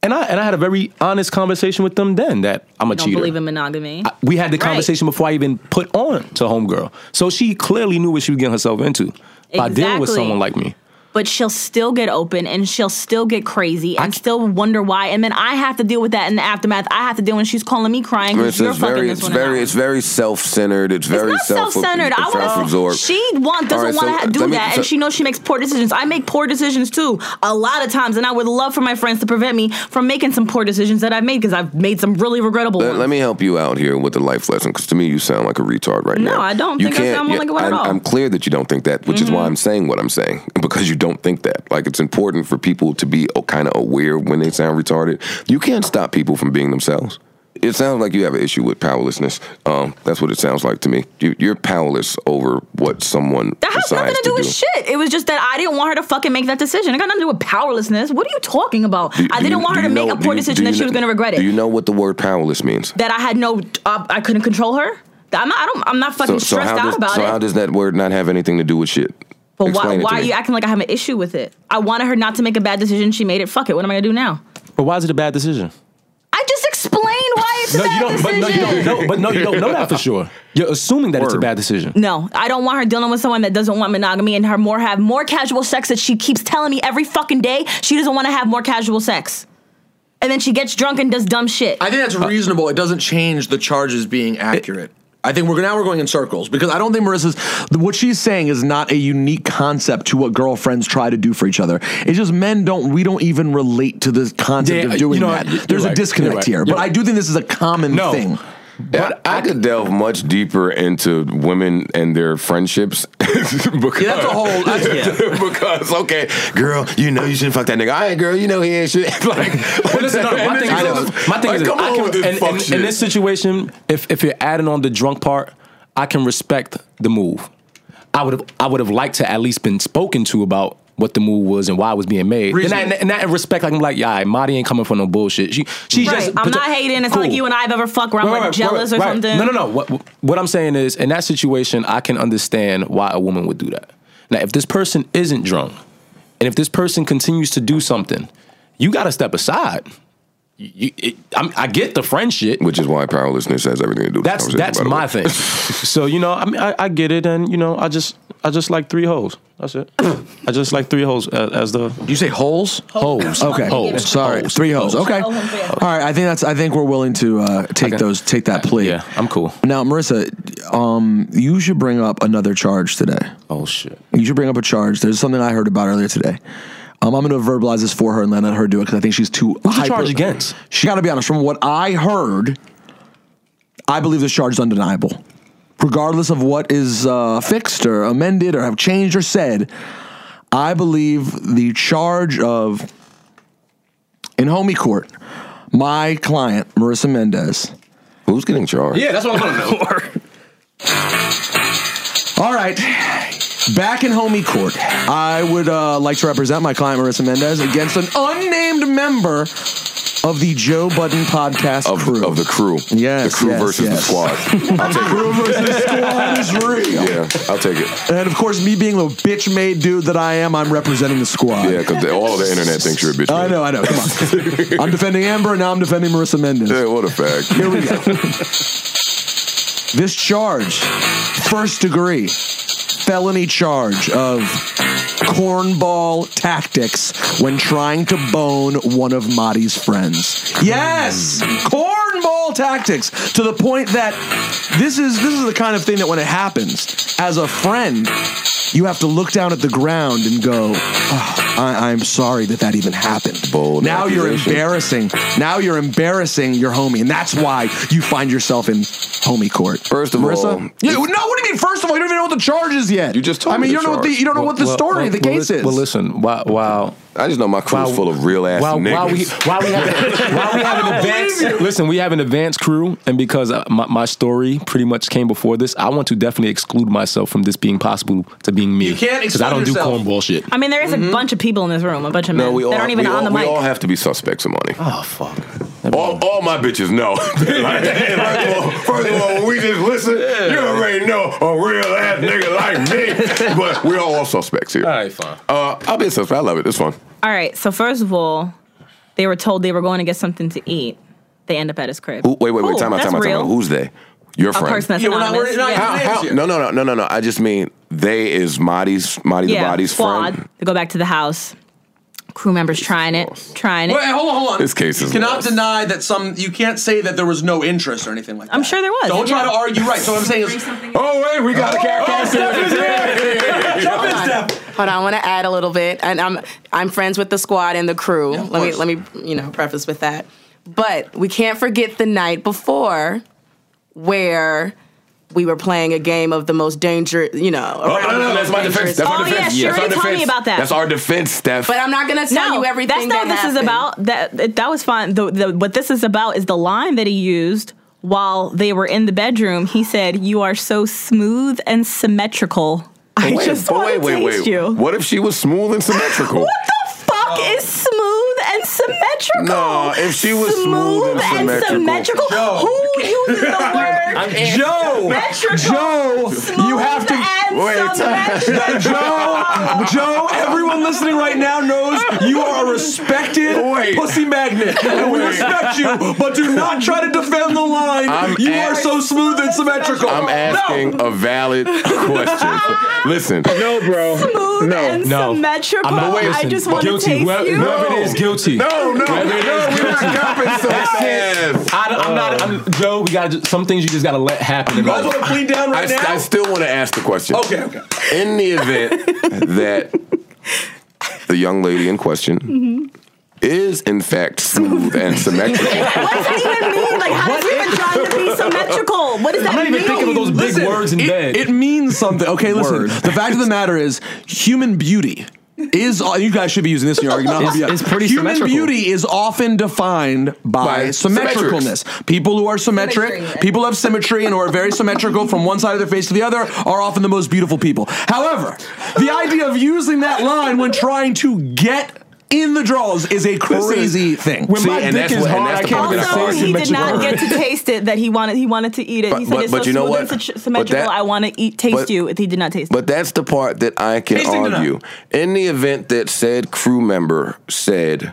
Speaker 4: And I and I had a very honest conversation with them then that I'm a
Speaker 2: Don't
Speaker 4: cheater.
Speaker 2: believe in monogamy.
Speaker 4: we had the
Speaker 2: Right.
Speaker 4: conversation before I even put on to homegirl. So she clearly knew what she was getting herself into by dealing with
Speaker 2: Exactly.
Speaker 4: someone like me.
Speaker 2: but she'll still get open and she'll still get crazy and still wonder why. And then I have to deal with that in the aftermath. I have to deal when she's calling me crying because
Speaker 1: It's,
Speaker 2: you're
Speaker 1: it's very,
Speaker 2: fucking
Speaker 1: it's
Speaker 2: this one. and
Speaker 1: very,
Speaker 2: that
Speaker 1: it's
Speaker 2: one.
Speaker 1: very self-centered. It's
Speaker 2: It's
Speaker 1: very
Speaker 2: not self-centered. I want to.
Speaker 1: self-absorbed.
Speaker 2: She want doesn't
Speaker 1: All right, so
Speaker 2: want to do
Speaker 1: let me-
Speaker 2: that,
Speaker 1: so-
Speaker 2: and she knows she makes poor decisions. I make poor decisions too, a lot of times, and I would love for my friends to prevent me from making some poor decisions that I've made because I've made some really regrettable
Speaker 1: Let,
Speaker 2: ones.
Speaker 1: let me help you out here with the life lesson, because to me you sound like a retard right
Speaker 2: No,
Speaker 1: now.
Speaker 2: I don't
Speaker 1: You
Speaker 2: think I
Speaker 1: can't-
Speaker 2: sound like one at
Speaker 1: I'm,
Speaker 2: all. Mm-hmm.
Speaker 1: I'm clear that you don't think that, which is why I'm saying what I'm saying, because you don't think that. Like it's important for people to be kind of aware when they sound retarded. You can't stop people from being themselves. It sounds like you have an issue with powerlessness. Um, that's what it sounds like to me. You, you're powerless over what someone
Speaker 2: That has
Speaker 1: decides
Speaker 2: nothing to do with
Speaker 1: do.
Speaker 2: shit. It was just that I didn't want her to fucking make that decision. It got nothing to do with powerlessness. What are you talking about?
Speaker 1: Do-
Speaker 2: I
Speaker 1: do you-
Speaker 2: didn't want her
Speaker 1: do
Speaker 2: to
Speaker 1: you
Speaker 2: make
Speaker 1: know-
Speaker 2: a
Speaker 1: do
Speaker 2: poor
Speaker 1: you- do
Speaker 2: decision that
Speaker 1: you
Speaker 2: she was
Speaker 1: kn-
Speaker 2: going to regret it.
Speaker 1: Do you know what the word powerless means?
Speaker 2: that I had no, uh, I couldn't control her. That I'm not, I don't, I'm not fucking stressed
Speaker 1: how
Speaker 2: out
Speaker 1: does,
Speaker 2: about
Speaker 1: so
Speaker 2: it.
Speaker 1: how does that word not have anything to do with shit?
Speaker 2: but why,
Speaker 1: Explain it to
Speaker 2: why are
Speaker 1: me.
Speaker 2: you acting like I have an issue with it? I wanted her not to make a bad decision. She made it. Fuck it. What am I gonna do now?
Speaker 4: But why is it a bad decision?
Speaker 2: I just explained why it's a bad decision.
Speaker 4: But no, you don't know. But no, you don't know that for sure. You're assuming that it's a
Speaker 3: Word.
Speaker 4: bad decision.
Speaker 2: No, I don't want her dealing with someone that doesn't want monogamy and her more have more casual sex that she keeps telling me every fucking day she doesn't want to have more casual sex. And then she gets drunk and does dumb shit.
Speaker 7: I think that's
Speaker 4: Uh,
Speaker 7: reasonable. It doesn't change the charges being accurate. I think we're now we're going in circles because I don't think Marissa's what she's saying is not a unique concept to what girlfriends try to do for each other. It's just men don't we don't even relate to this concept
Speaker 4: Yeah, uh,
Speaker 7: of doing
Speaker 4: you know, you're
Speaker 7: that. There's a
Speaker 4: right,
Speaker 7: disconnect
Speaker 4: you're right,
Speaker 7: here,
Speaker 4: you're
Speaker 7: but I
Speaker 4: right.
Speaker 7: do think this is a common
Speaker 4: No.
Speaker 7: thing.
Speaker 1: But I, could delve much deeper into women and their friendships because
Speaker 7: Yeah, that's a whole. That's,
Speaker 1: because okay, girl, you know you shouldn't fuck that nigga. All right, girl, you know he ain't shit. like,
Speaker 4: But listen, no, my thing is, this. my thing
Speaker 1: like,
Speaker 4: is, this.
Speaker 1: come
Speaker 4: I
Speaker 1: on
Speaker 4: can,
Speaker 1: with this
Speaker 4: in,
Speaker 1: fuck
Speaker 4: in-
Speaker 1: shit.
Speaker 4: in this situation, if if you're adding on the drunk part, I can respect the move. I would have, I would have liked to at least been spoken to about what the move was and why it was being made. And I,
Speaker 7: Reasonable.
Speaker 4: and I respect, like I'm like, yeah, all right, Marty ain't coming for no bullshit. She, she's
Speaker 2: right.
Speaker 4: just,
Speaker 2: I'm not hating. It's not like you and I have ever fucked where I'm
Speaker 4: Right,
Speaker 2: like
Speaker 4: right,
Speaker 2: jealous
Speaker 4: right,
Speaker 2: or
Speaker 4: right.
Speaker 2: something.
Speaker 4: No, no, no. What what I'm saying is, in that situation, I can understand why a woman would do that. Now, if this person isn't drunk, and if this person continues to do something, you got to step aside. You, you- it, I'm, I get the friend shit.
Speaker 1: which is why powerlessness has everything to do. with the
Speaker 4: That's
Speaker 1: conversation,
Speaker 4: that's
Speaker 1: by the
Speaker 4: my
Speaker 1: way.
Speaker 4: thing. so you know, I mean, I, I get it, and you know, I just I just like three hoes. That's it. I just like three hoes as, as the
Speaker 7: you say holes?
Speaker 4: hoes.
Speaker 7: Okay,
Speaker 4: hoes.
Speaker 7: sorry,
Speaker 4: Hoes.
Speaker 7: three holes. Okay, all
Speaker 2: Holes and three holes.
Speaker 7: right. I think that's. I think we're willing to uh, take those. Take that plea.
Speaker 4: Yeah, I'm cool.
Speaker 7: Now, Marissa, um, you should bring up another charge today.
Speaker 4: Oh shit.
Speaker 7: You should bring up a charge. There's something I heard about earlier today. Um, I'm going to verbalize this for her and then let her do it because I think she's too.
Speaker 4: Who's the
Speaker 7: hyper-
Speaker 4: charge against?
Speaker 7: She got to be honest. From what I heard, I believe this charge is undeniable, regardless of what is uh, fixed or amended or have changed or said. I believe the charge of in homie court, my client Marissa Mendez.
Speaker 1: Who's getting charged?
Speaker 4: that's what I'm gonna know.
Speaker 7: All right. Back in homie court, I would uh, like to represent my client Marissa Mendez against an unnamed member of the Joe Budden podcast
Speaker 1: Of,
Speaker 7: crew.
Speaker 1: of the crew.
Speaker 7: Yes,
Speaker 1: The crew
Speaker 7: yes,
Speaker 1: versus
Speaker 7: yes.
Speaker 1: the squad. I'll take
Speaker 7: crew versus squad is real.
Speaker 1: it. Yeah, I'll take it.
Speaker 7: And of course, me being the bitch made dude that I am, I'm representing the squad.
Speaker 1: Yeah, because all the internet thinks you're a bitch.
Speaker 7: I know, I know. Come on. I'm defending Amber, and now I'm defending Marissa Mendez.
Speaker 1: Yeah, what a fact.
Speaker 7: Here we go. this charge, first degree, felony charge of cornball tactics when trying to bone one of Marty's friends. Yes, cornball tactics to the point that this is this is the kind of thing that when it happens as a friend, you have to look down at the ground and go, "Oh, I, I'm sorry that that even happened.
Speaker 1: Bold
Speaker 7: now you're
Speaker 1: accusation.
Speaker 7: embarrassing. Now you're embarrassing your homie, and that's why you find yourself in homie court.
Speaker 1: First of
Speaker 7: Marissa?
Speaker 1: all-
Speaker 7: You- no. What do you mean? First of all, you don't even know what the charge is yet.
Speaker 1: You just told
Speaker 7: I mean,
Speaker 1: me
Speaker 7: you
Speaker 1: the
Speaker 7: don't know what the
Speaker 1: charge.
Speaker 7: you don't know what the story, of the
Speaker 4: well,
Speaker 7: case
Speaker 4: li-
Speaker 7: is.
Speaker 4: Well, listen, wow, wow.
Speaker 1: I just know my crew's full of real ass
Speaker 4: while,
Speaker 1: niggas.
Speaker 4: while we while we have, while we have an advanced listen, we have an advanced crew, and because uh, my, my story pretty much came before this, I want to definitely exclude myself from this being possible to being me. You
Speaker 7: can't
Speaker 4: because I
Speaker 7: exclude
Speaker 4: don't
Speaker 7: yourself.
Speaker 4: do cornball shit.
Speaker 2: I mean, there is a bunch of people in this room, a bunch of men
Speaker 1: Mm-hmm. no, we all,
Speaker 2: that aren't even
Speaker 1: we,
Speaker 2: on
Speaker 1: all,
Speaker 2: the
Speaker 1: we
Speaker 2: mic.
Speaker 1: all have to be suspects of money.
Speaker 4: Oh fuck!
Speaker 1: All, all my bitches know. Like, first, of all, first of all, when we just listen, you already know a real ass nigga like me. But we're all suspects here.
Speaker 4: fine.
Speaker 1: Uh, I'll be a suspect. I love it. It's fun.
Speaker 2: all right. So first of all, they were told they were going to get something to eat. They end up at his crib.
Speaker 1: Who, wait, wait, wait.
Speaker 2: Cool,
Speaker 1: Time out,
Speaker 2: that's
Speaker 1: time out, time
Speaker 2: real.
Speaker 1: out. Who's they? Your
Speaker 2: a
Speaker 1: friend.
Speaker 2: person that's
Speaker 8: Yeah, we're not-
Speaker 2: anonymous.
Speaker 8: we're not-
Speaker 2: yeah.
Speaker 1: How- how- no, no, no, no, no, no. I just mean they is Marty's, Marty
Speaker 2: yeah.
Speaker 1: the body's
Speaker 2: squad.
Speaker 1: friend.
Speaker 2: They go back to the house. Crew members trying it, trying it.
Speaker 8: Wait, hold on, hold on.
Speaker 1: This case
Speaker 8: you
Speaker 1: is
Speaker 8: cannot
Speaker 1: lost.
Speaker 8: deny that some. You can't say that there was no interest or anything like that.
Speaker 2: I'm sure there was,
Speaker 8: Don't try
Speaker 2: yeah.
Speaker 8: to argue. Right. So what I'm saying is,
Speaker 1: Oh wait, we got a
Speaker 5: Hold on, I want to add a little bit, and I'm I'm friends with the squad and the crew.
Speaker 8: of
Speaker 5: let me
Speaker 8: course.
Speaker 5: let me you know preface with that, but we can't forget the night before where we were playing a game of the most dangerous, you know.
Speaker 1: Oh,
Speaker 5: around
Speaker 1: no,
Speaker 5: the
Speaker 1: no, no, that's my
Speaker 5: most
Speaker 1: defense.
Speaker 5: dangerous-
Speaker 1: That's my
Speaker 2: Oh, yeah,
Speaker 1: defense.
Speaker 2: Sheree
Speaker 1: that's our
Speaker 2: told me
Speaker 1: defense.
Speaker 2: about that.
Speaker 1: That's our defense, Steph.
Speaker 5: But I'm not gonna tell you everything.
Speaker 2: That's not what this
Speaker 5: that
Speaker 2: is about.
Speaker 5: happened.
Speaker 2: That, that that was fine. The, the, what this is about is the line that he used while they were in the bedroom. He said, "You are so smooth and symmetrical. I
Speaker 1: wait,
Speaker 2: just
Speaker 1: but
Speaker 2: want
Speaker 1: wait,
Speaker 2: to
Speaker 1: wait,
Speaker 2: taste
Speaker 1: wait.
Speaker 2: you."
Speaker 1: What if she was smooth and symmetrical?
Speaker 2: What the fuck is smooth and symmetrical?
Speaker 1: No, if she was smooth and symmetrical-
Speaker 8: Joe.
Speaker 2: Who uses the word
Speaker 7: Joe,
Speaker 2: symmetrical?
Speaker 7: Joe, you have to.
Speaker 2: And
Speaker 1: Wait, time-
Speaker 2: symmetrical?
Speaker 7: Joe, Joe, everyone listening right now knows you are a respected
Speaker 1: Wait.
Speaker 7: pussy magnet. And we respect you, but do not try to defend the line.
Speaker 1: I'm
Speaker 7: you
Speaker 1: at-
Speaker 7: are so smooth and symmetrical.
Speaker 1: I'm asking a valid question. Listen,
Speaker 6: No, bro.
Speaker 2: Smooth and
Speaker 4: no.
Speaker 2: symmetrical.
Speaker 4: I'm not-
Speaker 2: I
Speaker 4: listen,
Speaker 2: just want to
Speaker 4: guilty.
Speaker 2: taste
Speaker 4: Whoever-
Speaker 2: you.
Speaker 4: whoever it is guilty.
Speaker 1: No, no, no,
Speaker 4: Whether it is
Speaker 1: we're not copping so yes.
Speaker 4: I, am not. I'm, Joe, we got to some things you just got to let happen.
Speaker 8: you guys want to clean down
Speaker 1: I,
Speaker 8: right now?
Speaker 1: I still want to ask the question.
Speaker 8: okay. Okay.
Speaker 1: in the event that the young lady in question
Speaker 2: Mm-hmm.
Speaker 1: is in fact smooth and symmetrical.
Speaker 2: What does that even mean? Like, how does he even trying to be symmetrical? What does that
Speaker 4: I'm not
Speaker 2: mean?
Speaker 4: even thinking of those big words in
Speaker 7: it,
Speaker 4: bed.
Speaker 7: It means something. Okay, listen.
Speaker 4: Word.
Speaker 7: The fact of the matter is, human beauty is. You guys should be using this in your argument. not
Speaker 3: It's-
Speaker 7: yeah.
Speaker 3: it's pretty
Speaker 7: Human
Speaker 3: symmetrical.
Speaker 7: beauty is often defined by,
Speaker 1: By
Speaker 7: symmetricalness. People who are symmetric,
Speaker 5: Symmetry.
Speaker 7: people who have symmetry and who are very symmetrical from one side of their face to the other, are often the most beautiful people. However, the idea of using that line when trying to get in the draws is a crazy thing.
Speaker 4: When
Speaker 1: See,
Speaker 4: my
Speaker 1: and
Speaker 4: dick
Speaker 1: that's
Speaker 4: is
Speaker 1: what- and
Speaker 4: hard,
Speaker 1: that's
Speaker 4: I
Speaker 1: the
Speaker 4: can't
Speaker 1: part
Speaker 4: even
Speaker 1: that
Speaker 2: Also,
Speaker 1: hard.
Speaker 4: say
Speaker 2: he did
Speaker 4: symmetrical.
Speaker 2: not get to taste it that he wanted. He wanted to eat it. he
Speaker 1: But-
Speaker 2: said
Speaker 1: but-
Speaker 2: it's
Speaker 1: but
Speaker 2: so
Speaker 1: you know
Speaker 2: smooth
Speaker 1: what?
Speaker 2: and sy-
Speaker 1: But
Speaker 2: symmetrical.
Speaker 1: that-
Speaker 2: I want to eat, taste
Speaker 1: but-
Speaker 2: you. If he did not taste it,
Speaker 1: But that's the part that I can
Speaker 8: Tasting it up.
Speaker 1: argue. In the event that said crew member said,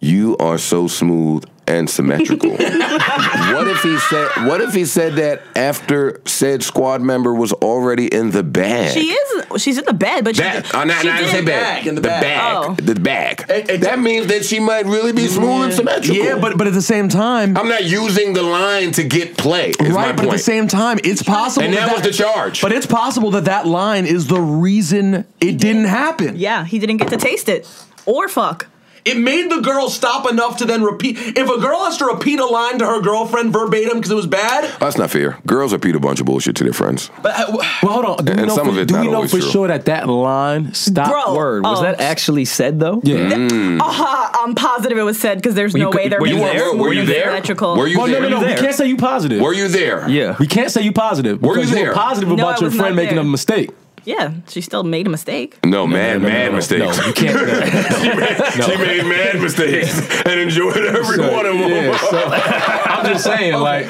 Speaker 1: "You are so smooth and symmetrical." what if he said? What if he said that after said squad member was already in the bag?
Speaker 2: she is. She's in the bed, but she,
Speaker 1: That oh, not,
Speaker 2: she
Speaker 1: not I didn't say
Speaker 2: did-
Speaker 1: bag.
Speaker 8: Bag, in the bag.
Speaker 2: Oh.
Speaker 1: the bag.
Speaker 8: It- it-
Speaker 1: that means that she might really be smooth and symmetrical.
Speaker 7: yeah, but but at the same time,
Speaker 1: I'm not using the line to get play. Is my
Speaker 7: right, but
Speaker 1: point.
Speaker 7: at the same time, it's possible.
Speaker 1: and that, was the charge.
Speaker 7: But it's possible that that line is the reason it didn't happen.
Speaker 2: Yeah, he didn't get to taste it or fuck.
Speaker 8: It made the girl stop enough to then repeat. If a girl has to repeat a line to her girlfriend verbatim because it was bad,
Speaker 1: that's not fair. Girls repeat a bunch of bullshit to their friends.
Speaker 8: but uh,
Speaker 4: Well, hold on. Do we
Speaker 1: And
Speaker 4: know
Speaker 1: some
Speaker 4: for,
Speaker 1: of it
Speaker 4: do we
Speaker 1: not
Speaker 4: know
Speaker 1: always
Speaker 4: for
Speaker 1: true.
Speaker 4: sure that that line stop
Speaker 2: Bro.
Speaker 4: word was
Speaker 2: Oh.
Speaker 4: that actually?
Speaker 3: Actually said though.
Speaker 4: Yeah.
Speaker 1: Hmm.
Speaker 2: Aha, I'm positive it was said because there's no
Speaker 3: you-
Speaker 2: way they're
Speaker 3: were
Speaker 1: You
Speaker 2: being
Speaker 1: weren't-
Speaker 2: smooth
Speaker 1: Were, were you
Speaker 2: and
Speaker 1: there?
Speaker 2: Symmetrical.
Speaker 1: Were you
Speaker 4: Well, no,
Speaker 1: there?
Speaker 4: no, no.
Speaker 3: You
Speaker 4: We
Speaker 3: there?
Speaker 4: can't say you positive.
Speaker 1: Were you there?
Speaker 3: Yeah.
Speaker 4: We can't say you positive.
Speaker 1: Were you
Speaker 4: because
Speaker 1: there?
Speaker 4: Were positive
Speaker 2: No,
Speaker 4: about
Speaker 2: I
Speaker 4: your
Speaker 2: was not
Speaker 4: friend making
Speaker 2: there.
Speaker 4: a mistake.
Speaker 2: Yeah, she still made a mistake.
Speaker 1: No, mad, mad mistakes.
Speaker 4: No, you can't. no, no.
Speaker 1: She made mad mistakes and enjoyed every one of them.
Speaker 4: Yeah, so, I'm just saying, like,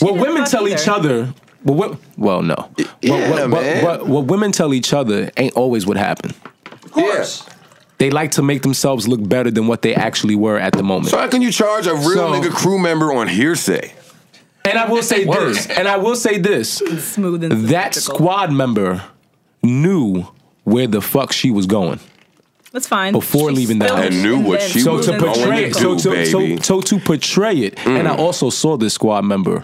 Speaker 4: what
Speaker 2: didn't
Speaker 4: women
Speaker 2: fuck
Speaker 4: tell
Speaker 2: either.
Speaker 4: each other. Well, what, well, no.
Speaker 1: yeah,
Speaker 4: what, what,
Speaker 1: man.
Speaker 4: What, what, what women tell each other ain't always what happened.
Speaker 8: of course.
Speaker 4: They like to make themselves look better than what they actually were at the moment.
Speaker 1: So how can you charge a real
Speaker 4: So-
Speaker 1: nigga crew member on hearsay?
Speaker 4: and I will say
Speaker 1: Word.
Speaker 4: this. And I will say this.
Speaker 2: Smooth and
Speaker 4: That
Speaker 2: symmetrical.
Speaker 4: squad member knew where the fuck she was going.
Speaker 2: That's fine.
Speaker 4: Before leaving the
Speaker 2: still
Speaker 4: house.
Speaker 1: And knew what
Speaker 2: convinced.
Speaker 1: she
Speaker 4: So
Speaker 1: was
Speaker 4: to
Speaker 1: going
Speaker 4: portray
Speaker 1: to
Speaker 4: it, so
Speaker 1: do,
Speaker 4: to, so,
Speaker 1: baby.
Speaker 4: so to portray it, and I also saw this squad member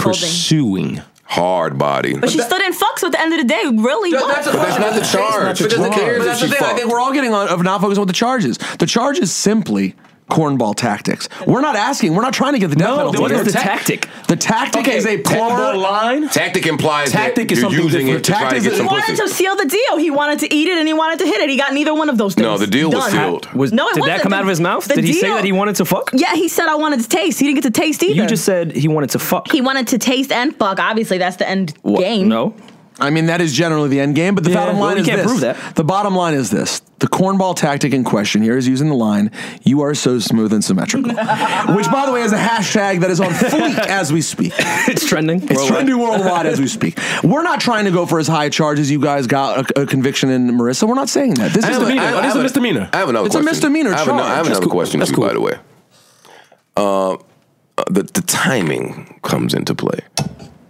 Speaker 2: Holding.
Speaker 4: pursuing.
Speaker 1: Hard body.
Speaker 2: But she still didn't fucks at the end of the day. Really?
Speaker 8: That-
Speaker 2: what?
Speaker 8: that's a-
Speaker 1: But that's not the
Speaker 8: But
Speaker 1: charge.
Speaker 8: that's the
Speaker 1: Who
Speaker 8: thing- but
Speaker 1: cares if
Speaker 8: that's the
Speaker 1: she
Speaker 8: thing, I
Speaker 1: fucked?
Speaker 8: think
Speaker 7: We're all getting on of not focusing on what the charge is. The charge is simply cornball tactics. We're not asking. We're not trying to get the death
Speaker 4: No,
Speaker 7: penalty.
Speaker 4: there was
Speaker 7: here.
Speaker 4: no tactic.
Speaker 7: The tactic
Speaker 4: Okay,
Speaker 7: is a
Speaker 4: cornball
Speaker 7: plumber.
Speaker 4: line.
Speaker 1: Tactic implies
Speaker 4: Tactic
Speaker 1: that
Speaker 4: is
Speaker 1: you're
Speaker 4: something
Speaker 1: using
Speaker 4: different.
Speaker 1: it to try to
Speaker 7: Tactic
Speaker 1: get
Speaker 7: is-
Speaker 1: some
Speaker 2: He
Speaker 1: pussy.
Speaker 2: wanted to seal the deal. He wanted to eat it and he wanted to hit it. He got neither one of those things.
Speaker 1: No, the deal was
Speaker 2: Done.
Speaker 1: sealed.
Speaker 3: Was,
Speaker 2: No, it
Speaker 3: did
Speaker 2: wasn't.
Speaker 3: that come
Speaker 2: The-
Speaker 3: out of his mouth?
Speaker 2: the
Speaker 3: Did he say
Speaker 2: deal-
Speaker 3: that he wanted to fuck?
Speaker 2: Yeah, he said I wanted to taste. He didn't get to taste either.
Speaker 3: You just said he wanted to fuck.
Speaker 2: he wanted to taste and fuck. Obviously, that's the end
Speaker 3: What?
Speaker 2: game.
Speaker 3: No.
Speaker 7: I mean, that is generally the end game, but the
Speaker 3: Yeah,
Speaker 7: bottom
Speaker 3: well,
Speaker 7: line
Speaker 3: we
Speaker 7: is
Speaker 3: can't
Speaker 7: this.
Speaker 3: prove that.
Speaker 7: The bottom line is this. The cornball tactic in question here is using the line, you are so smooth and symmetrical. which, by the way, is a hashtag that is on fleek as we speak.
Speaker 3: It's trending.
Speaker 7: It's trending worldwide as we speak. We're not trying to go for as high a charge as you guys got a, a conviction in Marissa. We're not saying that. This is
Speaker 4: have a
Speaker 7: the,
Speaker 4: meeting. It is a misdemeanor.
Speaker 1: I have another
Speaker 7: It's a
Speaker 1: question.
Speaker 7: misdemeanor
Speaker 1: I have, ano- I have
Speaker 7: charge.
Speaker 1: another
Speaker 4: That's cool.
Speaker 1: question
Speaker 4: That's
Speaker 1: too,
Speaker 4: cool.
Speaker 1: by the way. Uh, uh, the, the timing comes into play.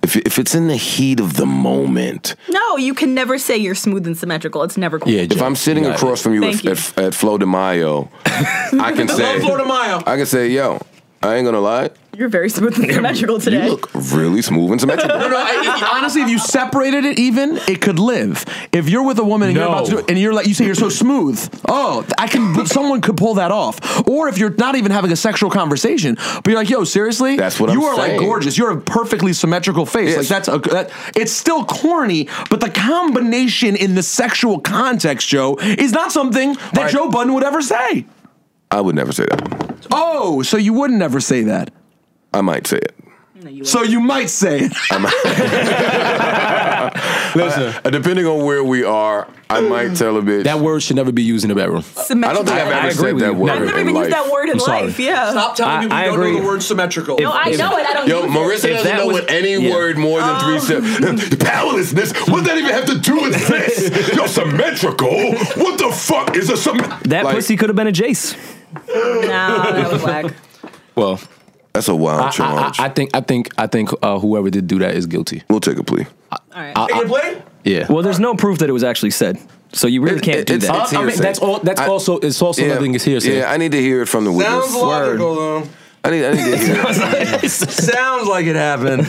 Speaker 1: If if it's in the heat of the moment,
Speaker 2: No, you can never say you're smooth and symmetrical. It's never cool.
Speaker 4: Yeah,
Speaker 1: if I'm sitting across from you
Speaker 2: Thank
Speaker 1: at,
Speaker 2: you.
Speaker 1: at, at Flo de Mayo, I can say
Speaker 8: Love Florida Mile.
Speaker 1: I can say, yo, I ain't gonna lie,
Speaker 2: You're very smooth and symmetrical today.
Speaker 1: you look really smooth and symmetrical.
Speaker 7: No, no. I, I- honestly, if you separated it, even it could live. If you're with a woman and you're
Speaker 4: No.
Speaker 7: about to do it, and you're like, you say you're so smooth. Oh, I can. someone could pull that off. Or if you're not even having a sexual conversation, but you're like, yo, seriously,
Speaker 1: That's what
Speaker 7: you
Speaker 1: I'm
Speaker 7: are
Speaker 1: saying.
Speaker 7: like gorgeous. You're a perfectly symmetrical face.
Speaker 1: Yes.
Speaker 7: Like that's a. That, it's still corny, but the combination in the sexual context, Joe, is not something that
Speaker 1: right.
Speaker 7: Joe Budden would ever say.
Speaker 1: I would never say that.
Speaker 7: Oh, so you wouldn't ever say that.
Speaker 1: I might say it.
Speaker 7: So you might say it.
Speaker 1: Listen, Uh, depending on where we are, I might tell a bitch.
Speaker 4: Uh, That word should never be used in the bedroom.
Speaker 1: I don't
Speaker 2: Symmetrical.
Speaker 1: think I've ever
Speaker 3: I agree
Speaker 1: said
Speaker 3: with
Speaker 1: that
Speaker 3: you.
Speaker 1: word.
Speaker 2: I've never
Speaker 1: in
Speaker 2: even used
Speaker 1: life.
Speaker 2: that word in
Speaker 4: I'm sorry.
Speaker 2: life. Yeah.
Speaker 8: Stop
Speaker 3: I-
Speaker 8: telling people
Speaker 3: I
Speaker 8: you don't
Speaker 3: agree.
Speaker 8: know the word symmetrical.
Speaker 2: No, I know it. I don't.
Speaker 1: Yo,
Speaker 2: use
Speaker 1: Marissa
Speaker 2: It.
Speaker 1: doesn't
Speaker 3: that
Speaker 1: know
Speaker 3: was-
Speaker 1: what any
Speaker 3: yeah.
Speaker 1: word more than three steps. Powerlessness? What does that even have to do with this? Yo, symmetrical? What the fuck is a symmetrical?
Speaker 3: That pussy could have been a Jace.
Speaker 2: No, that was whack.
Speaker 4: Well,
Speaker 1: That's a
Speaker 4: I,
Speaker 1: wild
Speaker 4: I,
Speaker 1: charge.
Speaker 4: I, I think I think I think uh, whoever did do that is guilty.
Speaker 1: we'll take a plea.
Speaker 2: All right.
Speaker 8: Can you play?
Speaker 4: Yeah.
Speaker 3: Well, there's no proof that it was actually said, so you really
Speaker 1: It-
Speaker 3: can't
Speaker 1: it-
Speaker 3: do
Speaker 1: it's-
Speaker 3: that.
Speaker 1: it's
Speaker 4: I mean,
Speaker 1: hearsay.
Speaker 4: that's all. That's
Speaker 1: I-
Speaker 4: also. It's also another thing is hearsay.
Speaker 1: Yeah, I need to hear it from the witness.
Speaker 8: Sounds logical though.
Speaker 1: I need, I need to hear. it.
Speaker 8: Sounds like it happened.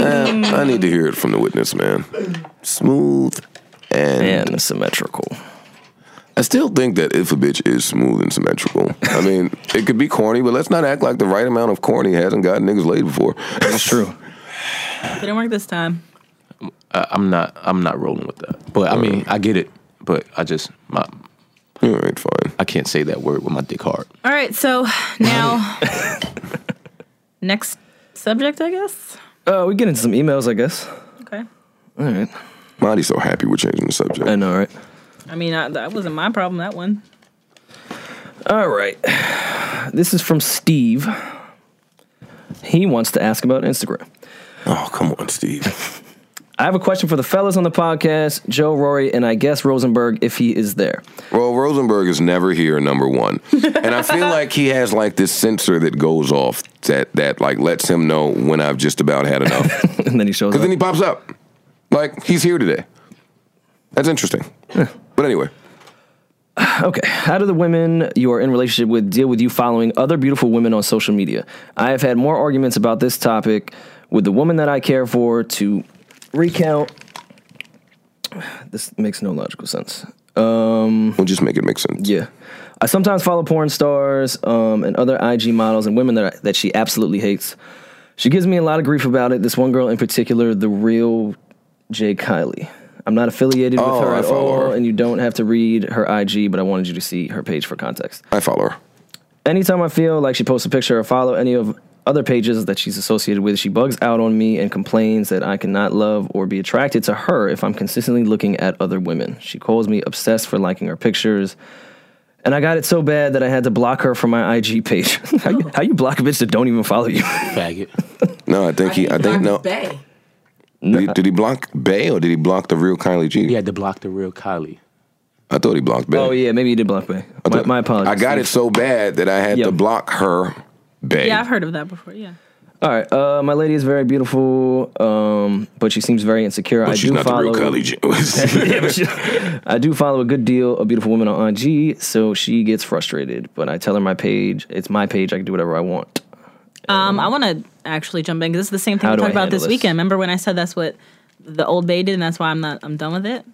Speaker 1: Um, I need to hear it from the witness, man. Smooth and,
Speaker 3: and symmetrical.
Speaker 1: I still think that if a bitch is smooth and symmetrical, I mean, it could be corny, but let's not act like the right amount of corny hasn't gotten niggas laid before.
Speaker 3: That's true.
Speaker 2: Didn't work this time.
Speaker 4: I, I'm not. I'm not rolling with that. But I mean, I get it. But I just. My,
Speaker 1: All right, fine.
Speaker 4: I can't say that word with my dick hard.
Speaker 2: All right. So now, next subject, I guess.
Speaker 3: Uh, we get into some emails, I guess.
Speaker 2: Okay.
Speaker 3: All right.
Speaker 1: Marty's so happy we're changing the subject.
Speaker 3: I know, right?
Speaker 2: I mean, I, that wasn't my problem. That one.
Speaker 3: All right. This is from Steve. He wants to ask about Instagram.
Speaker 1: Oh, come on, Steve.
Speaker 3: I have a question for the fellas on the podcast, Joe, Rory, and I guess Rosenberg, if he is there.
Speaker 1: Well, Rosenberg is never here, number one, and I feel like he has like this sensor that goes off that that like lets him know when I've just about had enough. Because
Speaker 3: And then he shows up.
Speaker 1: then he pops up, like he's here today. That's interesting. But anyway,
Speaker 3: Okay. How do the women you are in relationship with deal with you following other beautiful women on social media? I have had more arguments about this topic with the woman that I care for to recount. This makes no logical sense.
Speaker 1: we'll just make it make sense.
Speaker 3: Yeah. I sometimes follow porn stars um, and other IG models and women that, I, that she absolutely hates. She gives me a lot of grief about it. This one girl in particular, the real Jay Kylie. I'm not affiliated
Speaker 1: Oh,
Speaker 3: with her
Speaker 1: I
Speaker 3: at
Speaker 1: follow
Speaker 3: all,
Speaker 1: her.
Speaker 3: and you don't have to read her IG, but I wanted you to see her page for context.
Speaker 1: I follow her.
Speaker 3: Anytime I feel like she posts a picture or follow any of other pages that she's associated with, she bugs out on me and complains that I cannot love or be attracted to her if I'm consistently looking at other women. She calls me obsessed for liking her pictures. And I got it so bad that I had to block her from my IG page. how, you, how you block a bitch that don't even follow you?
Speaker 4: Faggot.
Speaker 1: No, I think he. I think no. Did he, did he block Bay or did he block the real Kylie G?
Speaker 4: He had to block the real Kylie.
Speaker 1: I thought he blocked Bay.
Speaker 3: oh yeah, maybe you did block me. My, my apologies.
Speaker 1: I got it so bad that I had
Speaker 3: Yeah.
Speaker 1: to block her. Bay.
Speaker 2: Yeah, I've heard of that before. Yeah.
Speaker 3: All right, uh, my lady is very beautiful, um, but she seems very insecure. I
Speaker 1: But she's
Speaker 3: do
Speaker 1: not
Speaker 3: follow
Speaker 1: the real Kylie G.
Speaker 3: Yeah, but she- I do follow a good deal of beautiful women on IG, so she gets frustrated. But I tell her my page, it's my page. I can do whatever I want.
Speaker 2: Um, I want to actually jump in because this is the same thing
Speaker 3: Mm-hmm. How
Speaker 2: we
Speaker 3: do
Speaker 2: talked
Speaker 3: I
Speaker 2: about this
Speaker 3: handle this?
Speaker 2: weekend. Remember when I said that's what the old bay did, and that's why I'm not. I'm done with it.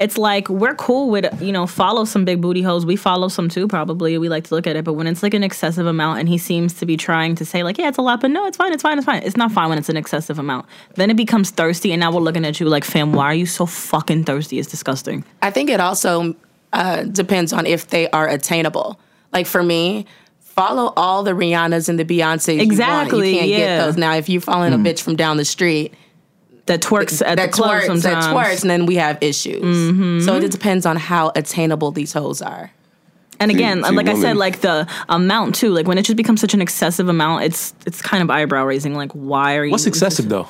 Speaker 2: It's like we're cool with you know follow some big booty hoes. We follow some too, probably. We like to look at it, but when it's like an excessive amount, and he seems to be trying to say like, yeah, it's a lot, but no, it's fine, it's fine, it's fine. It's not fine when it's an excessive amount. Then it becomes thirsty, and now we're looking at you like, fam, why are you so fucking thirsty? It's disgusting.
Speaker 5: I think it also uh, depends on if they are attainable. Like for me, follow all the Rihannas and the Beyonces. You, want.
Speaker 2: Exactly,
Speaker 5: you can't
Speaker 2: yeah.
Speaker 5: get those now. If you're following a bitch from down the street,
Speaker 2: That twerks at
Speaker 5: that
Speaker 2: the club
Speaker 5: twerks,
Speaker 2: sometimes. Mm-hmm.
Speaker 5: that twerks, and then we have issues. So it depends on how attainable these hoes are.
Speaker 2: And again,
Speaker 1: see,
Speaker 2: like I
Speaker 1: women-
Speaker 2: said, like the amount too. Like when it just becomes such an excessive amount, it's it's kind of eyebrow raising. Like why are you?
Speaker 4: What's excessive though?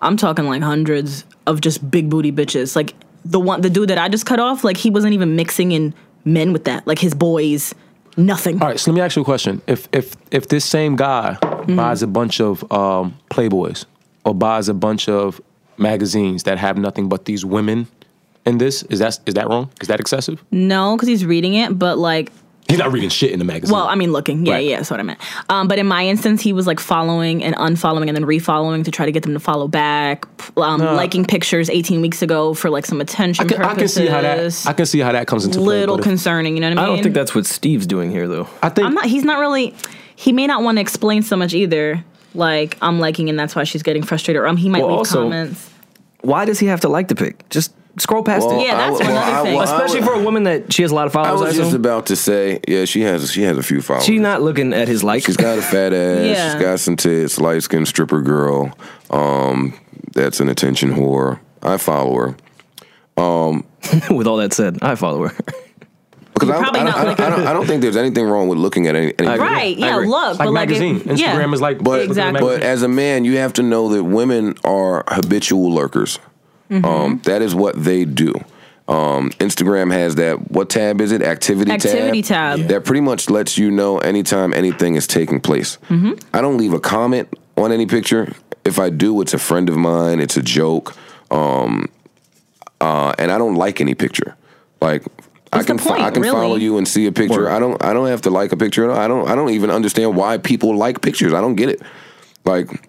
Speaker 2: I'm talking like hundreds of just big booty bitches. Like the one, the dude that I just cut off, like he wasn't even mixing in men with that. Like his boys, nothing.
Speaker 4: All right, so let me Hmm. ask you a question. If if if this same guy buys a bunch of um, playboys, or buys a bunch of magazines that have nothing but these women in this, is that is that wrong? Is that excessive?
Speaker 2: No, because he's reading it, but like
Speaker 4: He's not reading shit in the magazine.
Speaker 2: Well, I mean, looking. Yeah,
Speaker 4: Right.
Speaker 2: yeah, that's what I meant. Um, but in my instance, he was like following and unfollowing and then refollowing to try to get them to follow back, p- um, liking pictures 18 weeks ago for like some attention
Speaker 4: I can, I can
Speaker 2: purposes.
Speaker 4: see how that I can see how that comes into play,
Speaker 2: little
Speaker 4: but if-
Speaker 2: concerning, you know what I
Speaker 3: I
Speaker 2: mean?
Speaker 3: don't think that's what Steve's doing here, though.
Speaker 4: I think
Speaker 2: I'm not, he's not really, he may not want to explain so much either. Like, I'm liking and that's why she's getting frustrated. Or um, he might
Speaker 3: Well,
Speaker 2: leave
Speaker 3: also-
Speaker 2: comments.
Speaker 3: Why does he have to like the pic? Just scroll past
Speaker 1: Well,
Speaker 3: it.
Speaker 2: Yeah, that's
Speaker 1: I, well,
Speaker 2: another
Speaker 1: I-
Speaker 2: thing.
Speaker 1: well, I
Speaker 3: Especially
Speaker 1: would-
Speaker 3: for a woman that she has a lot of
Speaker 1: I
Speaker 3: followers. I
Speaker 1: was just
Speaker 3: assume.
Speaker 1: about to say, yeah, she has she has a few followers.
Speaker 3: She's not looking at his likes.
Speaker 1: She's got a fat ass.
Speaker 2: Yeah.
Speaker 1: She's got some tits. Light skinned stripper girl. Um, that's an attention whore. I follow her
Speaker 3: With all that said, I follow her.
Speaker 1: because I,
Speaker 2: probably
Speaker 1: I,
Speaker 2: not
Speaker 1: I, I,
Speaker 2: looking.
Speaker 1: don't, I don't think there's anything wrong with looking at any. any
Speaker 2: Right,
Speaker 3: I
Speaker 2: yeah,
Speaker 3: agree.
Speaker 2: look.
Speaker 4: like
Speaker 2: but like,
Speaker 4: magazine.
Speaker 2: if- yeah.
Speaker 4: Instagram is like
Speaker 1: But
Speaker 2: Exactly.
Speaker 1: but as a man, you have to know that women are habitual lurkers.
Speaker 2: Mm-hmm.
Speaker 1: Um, that is what they do. Um, Instagram has that. What tab is it? Activity,
Speaker 2: Activity tab. Yeah.
Speaker 1: That pretty much lets you know anytime anything is taking place.
Speaker 2: Mm-hmm.
Speaker 1: I don't leave a comment on any picture. If I do, it's a friend of mine. It's a joke. Um, uh, and I don't like any picture. Like I
Speaker 2: What's the
Speaker 1: can fo-
Speaker 2: point,
Speaker 1: I can
Speaker 2: really?
Speaker 1: follow you and see a picture. I don't I don't have to like a picture. I don't I don't even understand why people like pictures. I don't get it. Like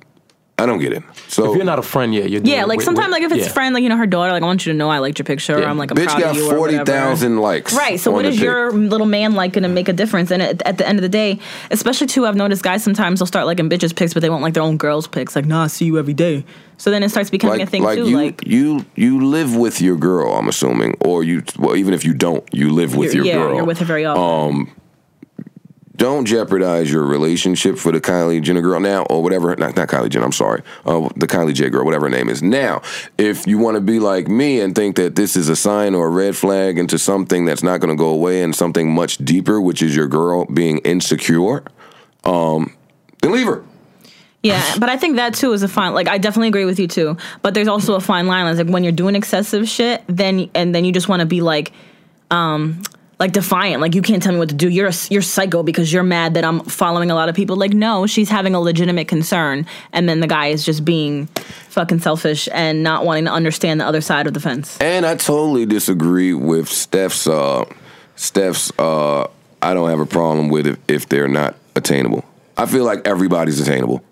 Speaker 1: I don't get it. So
Speaker 4: if you're not a friend yet, you're doing
Speaker 2: yeah,
Speaker 4: it
Speaker 2: like
Speaker 4: with-
Speaker 2: sometimes,
Speaker 4: with-
Speaker 2: like if it's
Speaker 4: yeah.
Speaker 2: friend, like you know, her daughter, like I want you to know I liked your picture, or
Speaker 4: Yeah.
Speaker 2: I'm like, I'm
Speaker 1: bitch
Speaker 2: proud
Speaker 1: got
Speaker 2: of you, or
Speaker 1: forty
Speaker 2: whatever.
Speaker 1: thousand likes.
Speaker 2: Right. So
Speaker 1: on
Speaker 2: what
Speaker 1: the
Speaker 2: is
Speaker 1: pic.
Speaker 2: your little man like going to make a difference? And at, at the end of the day, especially too, I've noticed guys sometimes they'll start liking bitches pics, but they won't like their own girls pics. Like, nah, I see you every day. So then it starts becoming a
Speaker 1: like,
Speaker 2: thing
Speaker 1: like
Speaker 2: too.
Speaker 1: you,
Speaker 2: like,
Speaker 1: you you live with your girl, I'm assuming, or you well even if you don't, you live with your
Speaker 2: you're, yeah,
Speaker 1: girl.
Speaker 2: you're with her very often.
Speaker 1: don't jeopardize your relationship for the Kylie Jenner girl now or whatever. Not, not Kylie Jenner, I'm sorry. Uh, the Kylie J girl, whatever her name is. Now, if you want to be like me and think that this is a sign or a red flag into something that's not going to go away and something much deeper, which is your girl being insecure, um, then leave her.
Speaker 2: Yeah, but I think that too is a fine. Like, I definitely agree with you too. But there's also a fine line. It's like when you're doing excessive shit, then and then you just want to be like, um, like defiant. Like you can't tell me what to do. You're a, you're psycho because you're mad that I'm following a lot of people. Like, no, she's having a legitimate concern, and then the guy is just being fucking selfish and not wanting to understand the other side of the fence.
Speaker 1: And I totally disagree with Steph's. Uh, Steph's. Uh, I don't have a problem with it if they're not attainable. I feel like everybody's attainable.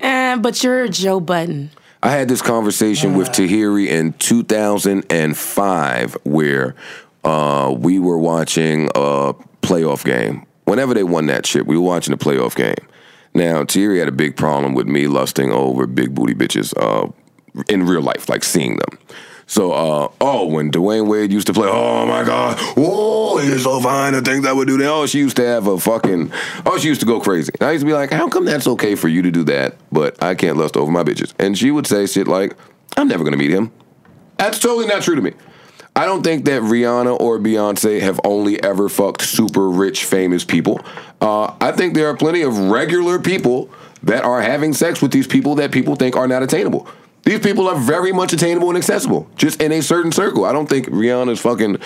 Speaker 5: Eh, but you're Joe Button.
Speaker 1: I had this conversation with Tahiri in 2005 where uh, we were watching a playoff game. Whenever they won that shit, we were watching a playoff game. Now, Tahiri had a big problem with me lusting over big booty bitches uh, in real life, like seeing them. So, uh, oh, when Dwayne Wade used to play, oh my God, whoa, it's so fine, the things I would do there. Oh, she used to have a fucking, oh, she used to go crazy. And I used to be like, how come that's okay for you to do that, but I can't lust over my bitches? And she would say shit like, I'm never gonna meet him. That's totally not true to me. I don't think that Rihanna or Beyonce have only ever fucked super rich, famous people. Uh, I think there are plenty of regular people that are having sex with these people that people think are not attainable. These people are very much attainable and accessible, just in a certain circle. I don't think Rihanna's fucking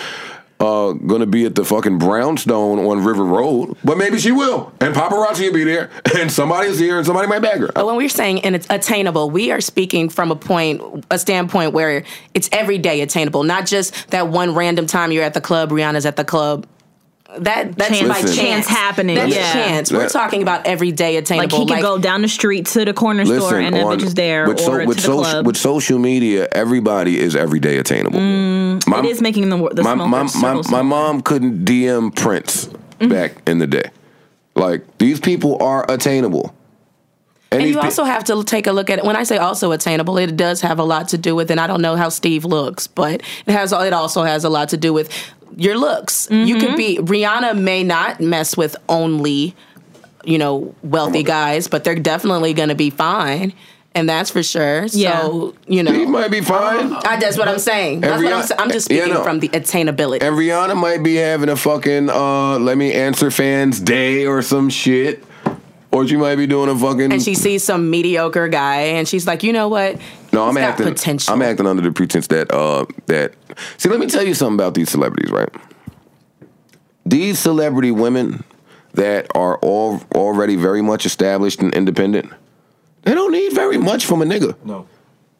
Speaker 1: uh, gonna be at the fucking brownstone on River Road, but maybe she will, and paparazzi will be there, and somebody's here, and somebody might bag her.
Speaker 5: But when we're saying and it's attainable, we are speaking from a point, a standpoint where it's everyday attainable, not just that one random time you're at the club, Rihanna's at the club. That that's
Speaker 2: Chance-
Speaker 5: by
Speaker 1: Listen.
Speaker 5: chance
Speaker 2: Chance happening,
Speaker 5: That's
Speaker 2: yeah.
Speaker 5: chance. We're
Speaker 1: That-
Speaker 5: talking about everyday
Speaker 2: Like
Speaker 5: attainable.
Speaker 2: he could go down the street to the corner store and that
Speaker 1: on-
Speaker 2: bitch is there, or
Speaker 1: with so-
Speaker 2: to
Speaker 1: with
Speaker 2: the
Speaker 1: soc-
Speaker 2: club.
Speaker 1: with social media, everybody is everyday attainable. my,
Speaker 2: Mm, it is making the, wor- the
Speaker 1: my,
Speaker 2: smaller
Speaker 1: my, my,
Speaker 2: circles
Speaker 1: my
Speaker 2: smaller.
Speaker 1: mom couldn't DM Prince
Speaker 2: Mm-hmm.
Speaker 1: back in the day. Like these people are attainable.
Speaker 5: And
Speaker 1: these
Speaker 5: you
Speaker 1: pe-
Speaker 5: also have to take a look at it. When I say also attainable, it does have a lot to do with, and I don't know how Steve looks, but it has it also has a lot to do with your looks. You could be
Speaker 1: Mm-hmm.
Speaker 5: Rihanna may not mess with only, you know, wealthy guys, but they're definitely going to be fine, and that's for sure. So you
Speaker 1: he
Speaker 5: know,
Speaker 1: might be fine.
Speaker 5: I, that's what I'm saying. That's
Speaker 1: And
Speaker 5: what I'm,
Speaker 1: Rihanna-
Speaker 5: sa- I'm just
Speaker 1: yeah,
Speaker 5: speaking
Speaker 1: no.
Speaker 5: from the attainability.
Speaker 1: And Rihanna might be having a fucking uh, let me answer fans day or some shit. Or she might be doing a fucking
Speaker 5: and she sees some mediocre guy, and she's like, you know what?
Speaker 1: No, I'm
Speaker 5: He's got
Speaker 1: acting.
Speaker 5: Potential.
Speaker 1: I'm acting under the pretense that uh that. See, let me tell you something about these celebrities, right? These celebrity women that are all already very much established and independent, They don't need very much from a nigga.
Speaker 8: No.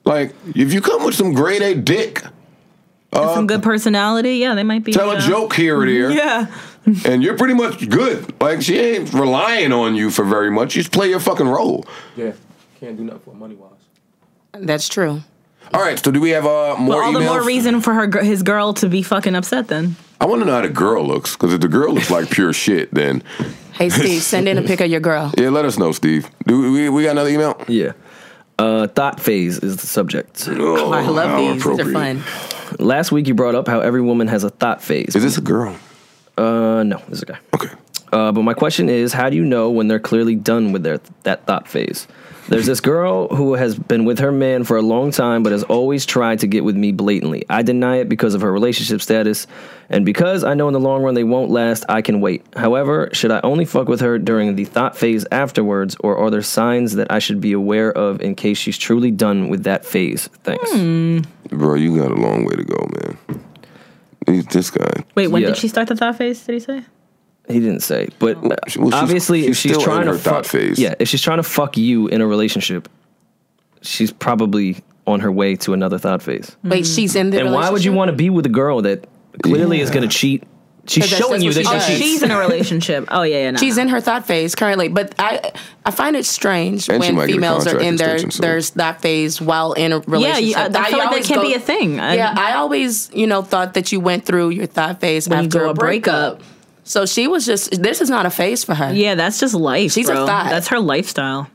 Speaker 1: Like, if you come with some grade A dick,
Speaker 2: Some good personality. Yeah, they might be.
Speaker 1: tell
Speaker 2: uh,
Speaker 1: a joke here or there,
Speaker 2: Yeah.
Speaker 1: and you're pretty much good. Like, she ain't relying on you for very much. You just play your fucking role.
Speaker 4: Yeah, can't do nothing for money wise.
Speaker 5: That's true.
Speaker 1: All right, so do we have uh,
Speaker 2: But
Speaker 1: more
Speaker 2: all
Speaker 1: emails?
Speaker 2: the more reason for her, gir- his girl to be fucking upset then.
Speaker 1: I want to know how the girl looks, because if the girl looks like pure shit, then
Speaker 5: Hey Steve, send in a pic of your girl.
Speaker 1: yeah, let us know, Steve. Do we, we got another email?
Speaker 4: Oh,
Speaker 3: Yeah. Uh, thought phase is the subject.
Speaker 1: Oh,
Speaker 5: I love
Speaker 1: how
Speaker 5: these. These are
Speaker 1: appropriate.
Speaker 5: fun.
Speaker 3: Last week you brought up how every woman has a thought phase.
Speaker 1: Is this a girl?
Speaker 3: Uh, no, this is a guy.
Speaker 1: Okay.
Speaker 3: Uh, but my question is, how do you know when they're clearly done with their that thought phase? There's this girl who has been with her man for a long time, but has always tried to get with me blatantly. I deny it because of her relationship status, and because I know in the long run they won't last. I can wait. However, should I only fuck with her during the thought phase afterwards, or are there signs that I should be aware of in case she's truly done with that phase? Thanks.
Speaker 1: Bro, you got a long way to go, man. He's this guy.
Speaker 2: Wait, when
Speaker 3: Yeah.
Speaker 2: did she start the thought phase? Did he say?
Speaker 3: He didn't say, but uh,
Speaker 1: she's- well, she's-
Speaker 3: obviously,
Speaker 1: she's
Speaker 3: if she's
Speaker 1: still in
Speaker 3: trying
Speaker 1: her
Speaker 3: to
Speaker 1: thought
Speaker 3: fuck,
Speaker 1: phase.
Speaker 3: yeah, if she's trying to fuck you in a relationship, she's probably on her way to another thought phase.
Speaker 5: Wait,
Speaker 2: Mm.
Speaker 5: she's in the.
Speaker 3: And why would you want to be with a girl that clearly is going to cheat? She's
Speaker 5: 'Cause that's
Speaker 3: showing
Speaker 5: just
Speaker 3: you
Speaker 5: what
Speaker 3: that
Speaker 5: she
Speaker 3: she
Speaker 5: does.
Speaker 3: cheats.
Speaker 2: She's in a relationship. Oh yeah, yeah. Nah.
Speaker 5: She's in her thought phase currently, but I I find it strange
Speaker 1: And she might
Speaker 5: when
Speaker 1: get a
Speaker 5: females are
Speaker 1: contract
Speaker 5: in their
Speaker 1: extension soon.
Speaker 5: their thought phase while in a
Speaker 2: yeah,
Speaker 5: relationship.
Speaker 2: you, uh, I, I feel like that
Speaker 5: always
Speaker 2: can't
Speaker 5: go-
Speaker 2: be a thing. I-
Speaker 5: yeah, I always you know thought that you went through your thought phase
Speaker 2: When you
Speaker 5: after
Speaker 2: do
Speaker 5: a
Speaker 2: a breakup.
Speaker 5: breakup. So she was just this is not a phase for her.
Speaker 2: yeah, that's just life.
Speaker 5: She's a
Speaker 2: bro.
Speaker 5: thought.
Speaker 2: That's her lifestyle.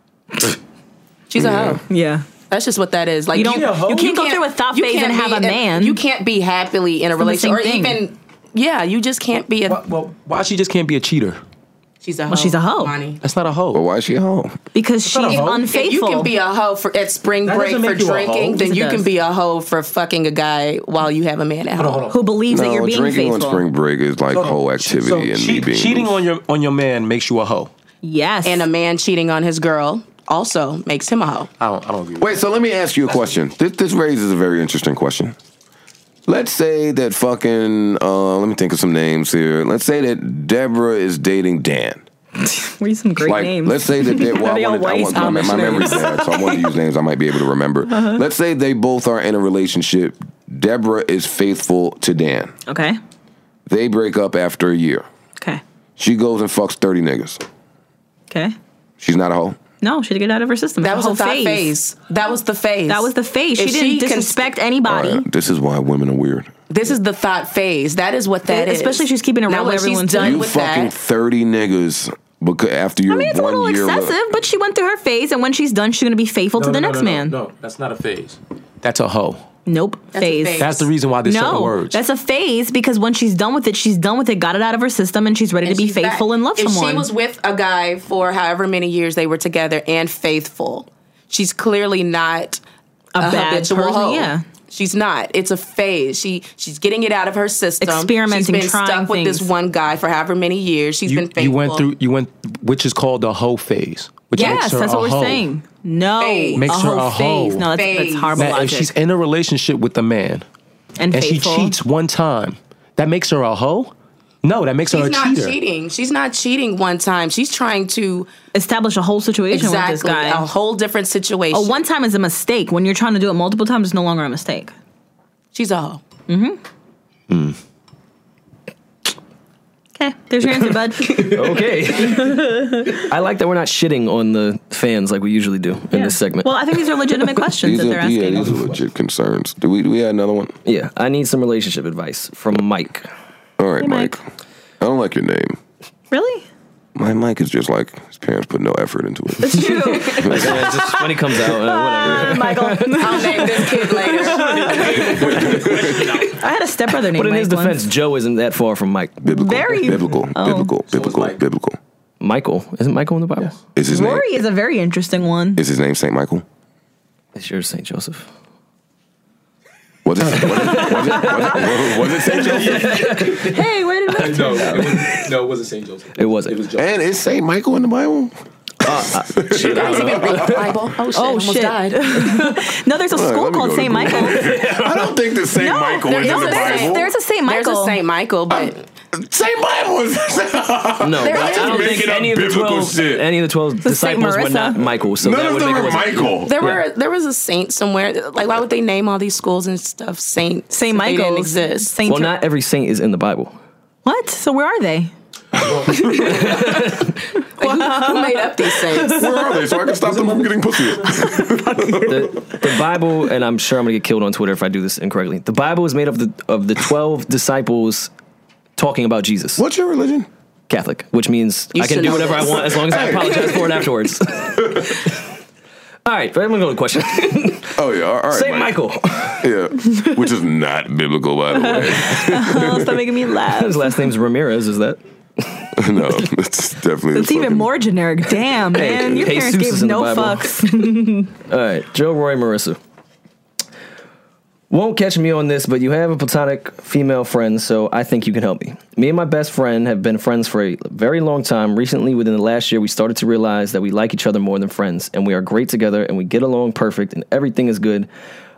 Speaker 5: she's a hoe.
Speaker 2: Yeah.
Speaker 5: That's just what that is. Like
Speaker 2: You don't- She's a hoe? you can't go through a thought
Speaker 5: you
Speaker 2: phase
Speaker 5: can't
Speaker 2: and
Speaker 5: be
Speaker 2: have a
Speaker 5: in-
Speaker 2: man.
Speaker 5: You can't be happily in a
Speaker 2: It's the
Speaker 5: relationship or
Speaker 2: same thing.
Speaker 5: even yeah. You just can't be a.
Speaker 4: Well, well, why she just can't be a cheater?
Speaker 5: She's a hoe.
Speaker 2: she's a hoe.
Speaker 5: Monty.
Speaker 4: That's not a hoe.
Speaker 1: But why is she home?
Speaker 2: Because she's
Speaker 4: hoe.
Speaker 5: If
Speaker 2: unfaithful.
Speaker 5: you can be a hoe for at spring
Speaker 4: That
Speaker 5: break
Speaker 4: doesn't
Speaker 5: for
Speaker 4: make you a hoe.
Speaker 5: drinking, then
Speaker 2: Yes, it
Speaker 5: you can
Speaker 2: does.
Speaker 5: be a hoe for fucking a guy while you have a man at home.
Speaker 2: who believes that
Speaker 1: no,
Speaker 2: you're being
Speaker 1: drinking
Speaker 2: faithful.
Speaker 1: on spring break is like
Speaker 4: Oh,
Speaker 1: whole activity
Speaker 4: So
Speaker 1: and
Speaker 4: che-
Speaker 1: me being
Speaker 4: cheating
Speaker 1: loose.
Speaker 4: on your on your man makes you a hoe.
Speaker 2: Yes.
Speaker 5: And a man cheating on his girl also makes him a hoe.
Speaker 2: Oh.
Speaker 4: I don't I don't agree. With
Speaker 1: Wait, so let me ask you a question. This, this raises a very interesting question. Let's say that fucking uh, let me think of some names here. Let's say that Deborah is dating Dan.
Speaker 2: Read some great
Speaker 1: like,
Speaker 2: names.
Speaker 1: let's say that they, well,
Speaker 2: Are
Speaker 1: I
Speaker 2: they all
Speaker 1: wanted, I
Speaker 2: white?
Speaker 1: want, my, my memory's bad, so I want to use names I might be able to remember.
Speaker 2: Uh-huh.
Speaker 1: Let's say they both are in a relationship. Deborah is faithful to Dan.
Speaker 2: okay.
Speaker 1: They break up after a year.
Speaker 2: Okay.
Speaker 1: She goes and fucks thirty niggas.
Speaker 2: Okay.
Speaker 1: She's not a hoe.
Speaker 2: No, she had to get out of her system.
Speaker 5: That was
Speaker 2: the
Speaker 5: a
Speaker 2: whole
Speaker 5: thought phase. That was the phase.
Speaker 2: That was the phase.
Speaker 5: If
Speaker 2: she didn't
Speaker 5: cons-
Speaker 2: disrespect anybody.
Speaker 1: Alright, this is why women are weird.
Speaker 5: this is the thought phase. That is what that is.
Speaker 2: Especially if she's keeping it
Speaker 5: Now
Speaker 2: real with
Speaker 5: when
Speaker 2: everyone's-
Speaker 5: she's done
Speaker 1: You
Speaker 5: with
Speaker 1: fucking
Speaker 5: that.
Speaker 1: thirty niggas because after your
Speaker 2: I mean, it's a
Speaker 1: one
Speaker 2: little
Speaker 1: year. re-
Speaker 2: excessive, but she went through her phase, and when she's done, she's going to be faithful to the next man.
Speaker 4: No, that's not a phase. That's a hoe.
Speaker 2: Nope.
Speaker 5: That's a
Speaker 2: phase.
Speaker 5: phase.
Speaker 4: That's the reason why there's
Speaker 2: No,
Speaker 4: certain words.
Speaker 2: that's a phase because when she's done with it, she's done with it, got it out of her system, and she's ready to be
Speaker 5: she's back.
Speaker 2: faithful and love
Speaker 5: if
Speaker 2: someone.
Speaker 5: she was with a guy for however many years they were together and faithful, she's clearly not
Speaker 2: a bad
Speaker 5: habitual
Speaker 2: person,
Speaker 5: hoe.
Speaker 2: yeah.
Speaker 5: She's not. It's a phase. She she's getting it out of her system.
Speaker 2: Experimenting,
Speaker 5: She's been
Speaker 2: trying
Speaker 5: stuck with this
Speaker 2: things.
Speaker 5: one guy for however many years. She's
Speaker 4: you,
Speaker 5: been faithful.
Speaker 4: you went through you went which is called the hoe phase. Which
Speaker 2: Yes,
Speaker 4: makes her
Speaker 2: that's
Speaker 4: a
Speaker 2: what we're
Speaker 4: hoe.
Speaker 2: saying. No,
Speaker 5: Phase.
Speaker 4: Makes
Speaker 2: a
Speaker 4: her
Speaker 2: whole
Speaker 4: a hoe.
Speaker 2: phase. No, that's,
Speaker 5: Phase.
Speaker 2: that's horrible
Speaker 4: Now, if
Speaker 2: logic.
Speaker 4: she's in a relationship with a man
Speaker 2: and
Speaker 4: and
Speaker 2: faithful.
Speaker 4: she cheats one time, that makes her a hoe? No, that makes her
Speaker 5: She's
Speaker 4: a
Speaker 5: not
Speaker 4: cheater.
Speaker 5: cheating. She's not cheating one time. She's trying to
Speaker 2: establish a whole situation
Speaker 5: exactly
Speaker 2: with this guy.
Speaker 5: a whole different situation.
Speaker 2: A one time is a mistake. When you're trying to do it multiple times, it's no longer a mistake.
Speaker 5: she's a hoe.
Speaker 2: Okay, there's your answer, bud.
Speaker 3: Okay. I like that we're not shitting on the fans like we usually do in this segment.
Speaker 2: Well, I think these are legitimate questions
Speaker 1: These
Speaker 2: that
Speaker 1: are,
Speaker 2: they're
Speaker 1: yeah,
Speaker 2: asking.
Speaker 1: these are legit concerns. Do we do we have another one?
Speaker 3: yeah, I need some relationship advice from Mike.
Speaker 1: All right,
Speaker 2: Hey,
Speaker 1: Mike.
Speaker 2: Mike.
Speaker 1: I don't like your name.
Speaker 2: really?
Speaker 1: My Mike is just like his parents put no effort into it.
Speaker 3: Yeah, just when he comes out, uh, whatever.
Speaker 2: Michael.
Speaker 5: I'll name this kid later.
Speaker 2: I had a stepbrother named
Speaker 3: But in his
Speaker 2: Mike once.
Speaker 3: defense, Joe isn't that far from Mike.
Speaker 1: Biblical,
Speaker 2: Very-
Speaker 1: biblical,
Speaker 2: Oh.
Speaker 1: biblical, biblical, biblical.
Speaker 3: Michael isn't Michael in the Bible?
Speaker 1: Is his
Speaker 2: Rory
Speaker 1: name?
Speaker 2: is a very interesting one.
Speaker 1: Is his name Saint Michael?
Speaker 3: It's yours, Saint Joseph.
Speaker 1: Was it? Was it? Was it, was it, was it Saint Joseph?
Speaker 2: Hey, where did Mike?
Speaker 4: No, it was, no, it wasn't St. Joseph.
Speaker 3: It wasn't.
Speaker 1: And is Saint Michael in the Bible?
Speaker 5: You guys even read the Bible? Oh shit!
Speaker 2: Oh,
Speaker 5: almost
Speaker 2: shit.
Speaker 5: died.
Speaker 2: No, there's a
Speaker 1: All right,
Speaker 2: school
Speaker 1: let me
Speaker 2: called
Speaker 1: go to
Speaker 2: St.
Speaker 1: Google.
Speaker 2: Michael's.
Speaker 1: I don't think the Saint
Speaker 2: No,
Speaker 1: Michael
Speaker 2: there
Speaker 1: is in
Speaker 2: is
Speaker 1: the
Speaker 2: a-
Speaker 1: Bible.
Speaker 2: there's a Saint
Speaker 5: There's
Speaker 2: Michael.
Speaker 4: Um,
Speaker 5: a Saint Michael, but
Speaker 1: St. Bible was.
Speaker 3: No,
Speaker 5: There
Speaker 3: but I
Speaker 5: is-
Speaker 3: don't
Speaker 1: Making
Speaker 3: think
Speaker 1: up
Speaker 3: any of the
Speaker 1: biblical
Speaker 3: twelve
Speaker 1: shit.
Speaker 3: any of the twelve disciples were
Speaker 2: Marissa.
Speaker 3: not Michael. So
Speaker 1: None
Speaker 3: that
Speaker 1: of
Speaker 3: would
Speaker 1: them
Speaker 3: make it
Speaker 1: were
Speaker 3: wasn't-
Speaker 1: Michael.
Speaker 5: There were there was a saint somewhere. Like why would they name all these schools and stuff Saint
Speaker 2: St.
Speaker 5: if they
Speaker 2: Michael's
Speaker 5: didn't exist?
Speaker 2: Saint
Speaker 3: Well, not every saint is in the Bible.
Speaker 2: what? So where are they?
Speaker 5: Like, who, who made up these saints?
Speaker 1: Where are they? So I can stop them from getting pussy.
Speaker 3: The, the Bible, and I'm sure I'm gonna get killed on Twitter if I do this incorrectly. The Bible is made up of the of the twelve disciples talking about Jesus.
Speaker 1: What's your religion?
Speaker 3: Catholic, which means
Speaker 5: You
Speaker 3: I can
Speaker 5: should
Speaker 3: do
Speaker 5: know
Speaker 3: whatever I
Speaker 5: this.
Speaker 3: want as long as I apologize for it afterwards. All right, but I'm gonna go to the question.
Speaker 1: Oh yeah, all right.
Speaker 3: Saint
Speaker 1: Mike.
Speaker 3: Michael.
Speaker 1: Yeah, which is not biblical, by the way.
Speaker 2: Oh, stop making me laugh.
Speaker 3: His last name's Ramirez. Is that?
Speaker 1: no, it's definitely.
Speaker 2: It's even
Speaker 1: fucking-
Speaker 2: more generic. Damn, man. Your
Speaker 3: Jesus
Speaker 2: parents
Speaker 3: is
Speaker 2: gave
Speaker 3: in the
Speaker 2: no
Speaker 3: Bible.
Speaker 2: fucks.
Speaker 3: All right, Joe Roy Marissa. Won't catch me on this, but you have a platonic female friend, so I think you can help me. Me and my best friend have been friends for a very long time. Recently, within the last year, we started to realize that we like each other more than friends, and we are great together, and we get along perfect, and everything is good.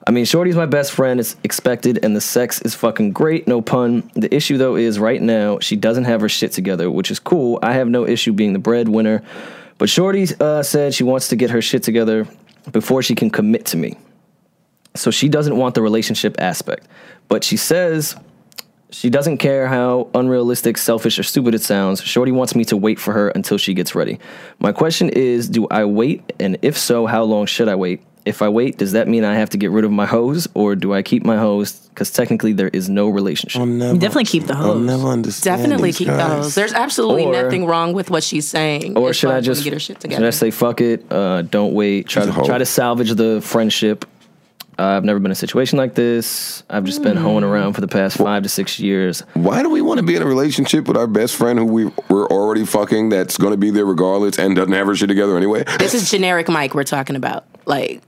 Speaker 3: I mean, Shorty's my best friend, it's expected, and the sex is fucking great, no pun. The issue, though, is right now, she doesn't have her shit together, which is cool. I have no issue being the breadwinner, but Shorty uh, said she wants to get her shit together before she can commit to me. So she doesn't want the relationship aspect. But she says she doesn't care how unrealistic, selfish, or stupid it sounds. Shorty wants me to wait for her until she gets ready. My question is do I wait? And if so, how long should I wait? If I wait, does that mean I have to get rid of my hose or do I keep my hose? Because technically there is no
Speaker 1: Um,
Speaker 3: relationship.
Speaker 2: Definitely keep the hose.
Speaker 1: understand.
Speaker 5: Definitely keep those. There's absolutely
Speaker 3: Or-
Speaker 5: nothing wrong with what she's saying.
Speaker 3: or
Speaker 5: as
Speaker 3: should
Speaker 5: far
Speaker 3: I
Speaker 5: as when
Speaker 3: just
Speaker 5: get her shit
Speaker 3: Should I
Speaker 5: together?
Speaker 3: say fuck it? Uh, don't wait. Try
Speaker 1: She's a
Speaker 3: to
Speaker 1: hoe.
Speaker 3: try to salvage the friendship. Uh, I've never been in a situation like this. I've just
Speaker 5: Hmm.
Speaker 3: been hoeing around for the past five to six years.
Speaker 1: Why do we want to be in a relationship with our best friend who we we're already fucking? That's going to be there regardless and doesn't have her shit together anyway.
Speaker 5: This is generic Mike we're talking about. Like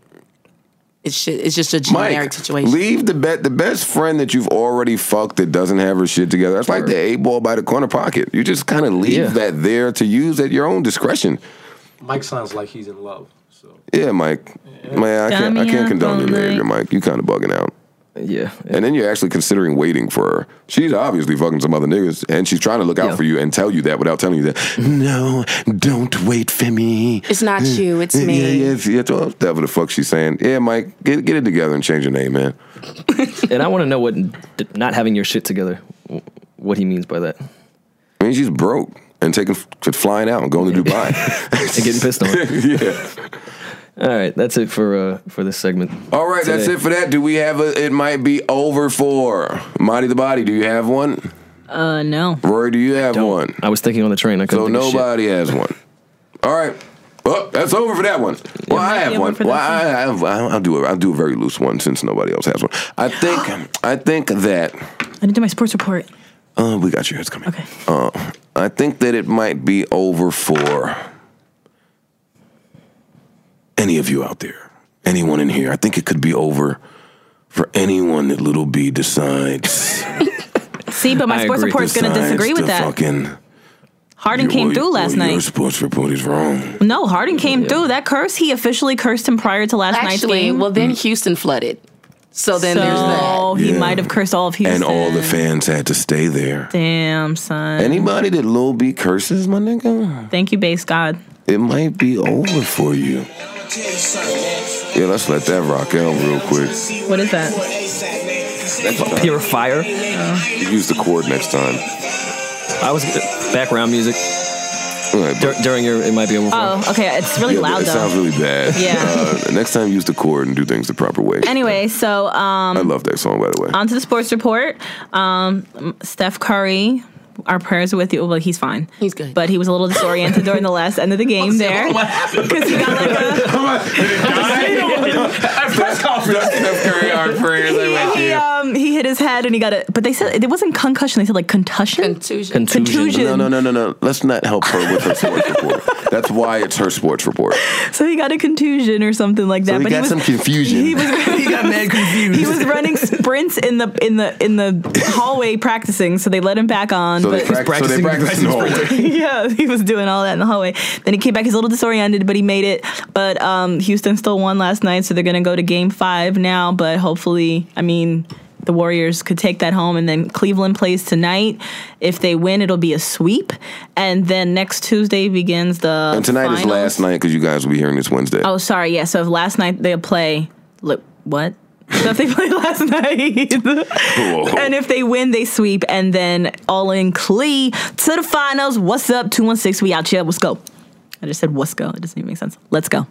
Speaker 5: it's shit, it's just a generic
Speaker 1: Mike,
Speaker 5: situation.
Speaker 1: leave the bet the best friend that you've already fucked that doesn't have her shit together. That's like the eight ball by the corner pocket. You just kind of leave
Speaker 3: Yeah.
Speaker 1: that there to use at your own discretion.
Speaker 9: Mike sounds like he's in love. So
Speaker 1: Yeah, Mike. Man, I can't I
Speaker 2: Dummy
Speaker 1: can't
Speaker 2: up
Speaker 1: condone your
Speaker 2: all
Speaker 1: behavior, Mike. You kind of bugging out.
Speaker 3: Yeah,
Speaker 1: And then you're actually considering waiting for her. She's obviously fucking some other niggas, and she's trying to look out
Speaker 3: Yeah.
Speaker 1: for you and tell you that without telling you that. No, don't wait for me. Mm.
Speaker 5: It's not you, it's
Speaker 1: Yeah,
Speaker 5: me.
Speaker 1: Yeah, yeah, yeah. well, Whatever the fuck she's saying. Yeah, Mike, get get it together and change your name, man.
Speaker 3: and I want to know what d- not having your shit together, w- what he means by that,
Speaker 1: I mean, she's broke and taking f- flying out and going to Dubai.
Speaker 3: and getting pissed on.
Speaker 1: yeah.
Speaker 3: All right, that's it for uh, for this segment.
Speaker 1: All right, that's
Speaker 3: Today.
Speaker 1: it for that. Do we have a? It might be over for Mighty the Body. Do you have one?
Speaker 2: Uh, no.
Speaker 1: Rory, do you have one?
Speaker 3: I was thinking on the train. I couldn't.
Speaker 1: So
Speaker 3: think of shit.
Speaker 1: nobody has one. All right. Oh, that's over for that one. Well, I have
Speaker 2: over
Speaker 1: one.
Speaker 2: for
Speaker 1: Well,
Speaker 2: that
Speaker 1: I, I have, I'll I'll do it. I'll do a very loose one since nobody else has one. I think. I think that.
Speaker 2: I didn't do my sports report.
Speaker 1: Uh, we got you. It's coming.
Speaker 2: Okay.
Speaker 1: Uh, I think that it might be over for any of you out there, anyone in here. I think it could be over for anyone that Little B decides.
Speaker 2: See, but my
Speaker 3: I
Speaker 2: sports
Speaker 3: agree.
Speaker 2: report's going to
Speaker 1: decides
Speaker 2: disagree
Speaker 1: to
Speaker 2: with that.
Speaker 1: Fucking,
Speaker 2: Harden came
Speaker 1: well,
Speaker 2: through
Speaker 1: well,
Speaker 2: last
Speaker 1: Your
Speaker 2: night.
Speaker 1: sports report is wrong.
Speaker 2: No, Harden came through. That curse, he officially cursed him prior to last night's
Speaker 5: Actually,
Speaker 2: game.
Speaker 5: well then Houston flooded. So then there's that.
Speaker 2: so he
Speaker 1: Yeah.
Speaker 2: might have cursed all of Houston.
Speaker 1: And all the fans had to stay there.
Speaker 2: Damn, son.
Speaker 1: Anybody that Lil B curses, my nigga,
Speaker 2: Thank you, base God.
Speaker 1: it might be over for you. Yeah, let's let that rock out real quick.
Speaker 2: What is that?
Speaker 3: Pure fire.
Speaker 1: Use the chord next time.
Speaker 3: I was uh, background music
Speaker 1: All right,
Speaker 3: dur- during your. It might be over. for.
Speaker 2: Oh, okay. It's really
Speaker 1: Yeah,
Speaker 2: loud
Speaker 1: It
Speaker 2: though.
Speaker 1: sounds really bad.
Speaker 2: Yeah.
Speaker 1: Uh, next time, use the chord and do things the proper way.
Speaker 2: anyway, so um,
Speaker 1: I love that song, by the way.
Speaker 2: on to the sports report. Um, Steph Curry. Our prayers are with you. Well, he's fine.
Speaker 5: He's good.
Speaker 2: But he was a little disoriented during the last end of the game there. Because he got like a.
Speaker 1: Steph Curry, our prayers are with
Speaker 2: He,
Speaker 1: you.
Speaker 2: um, he hit his head and he got it. But they said it wasn't concussion. They said like concussion.
Speaker 5: Contusion.
Speaker 3: Contusion.
Speaker 1: No, no, no, no, no. Let's not help her with her sports report. That's why it's her sports report.
Speaker 2: So he got a contusion or something like that.
Speaker 1: So we
Speaker 2: but
Speaker 1: got
Speaker 2: he was,
Speaker 1: some confusion.
Speaker 2: He was he got mad confused. He was running sprints in the in the in the hallway practicing, so they let him back on.
Speaker 1: so,
Speaker 2: but
Speaker 1: they practice, so they
Speaker 3: practicing-
Speaker 1: practice in the hallway.
Speaker 2: yeah, he was doing all that in the hallway. Then he came back. He's a little disoriented, but he made it. But um, Houston still won last night, so they're gonna go to Game Five now. But hopefully, I mean, The Warriors could take that home, and then Cleveland plays tonight. If they win, it'll be a sweep, and then next Tuesday begins the.
Speaker 1: And tonight is
Speaker 2: finals.
Speaker 1: last night because you guys will be hearing this Wednesday.
Speaker 2: Oh, sorry. Yeah. So if last night they play, look what. So if they play last night, and if they win, they sweep, and then all in Clee to the finals. What's up? Two one six. We out here. Let's go. I just said what's go. It doesn't even make sense. Let's go.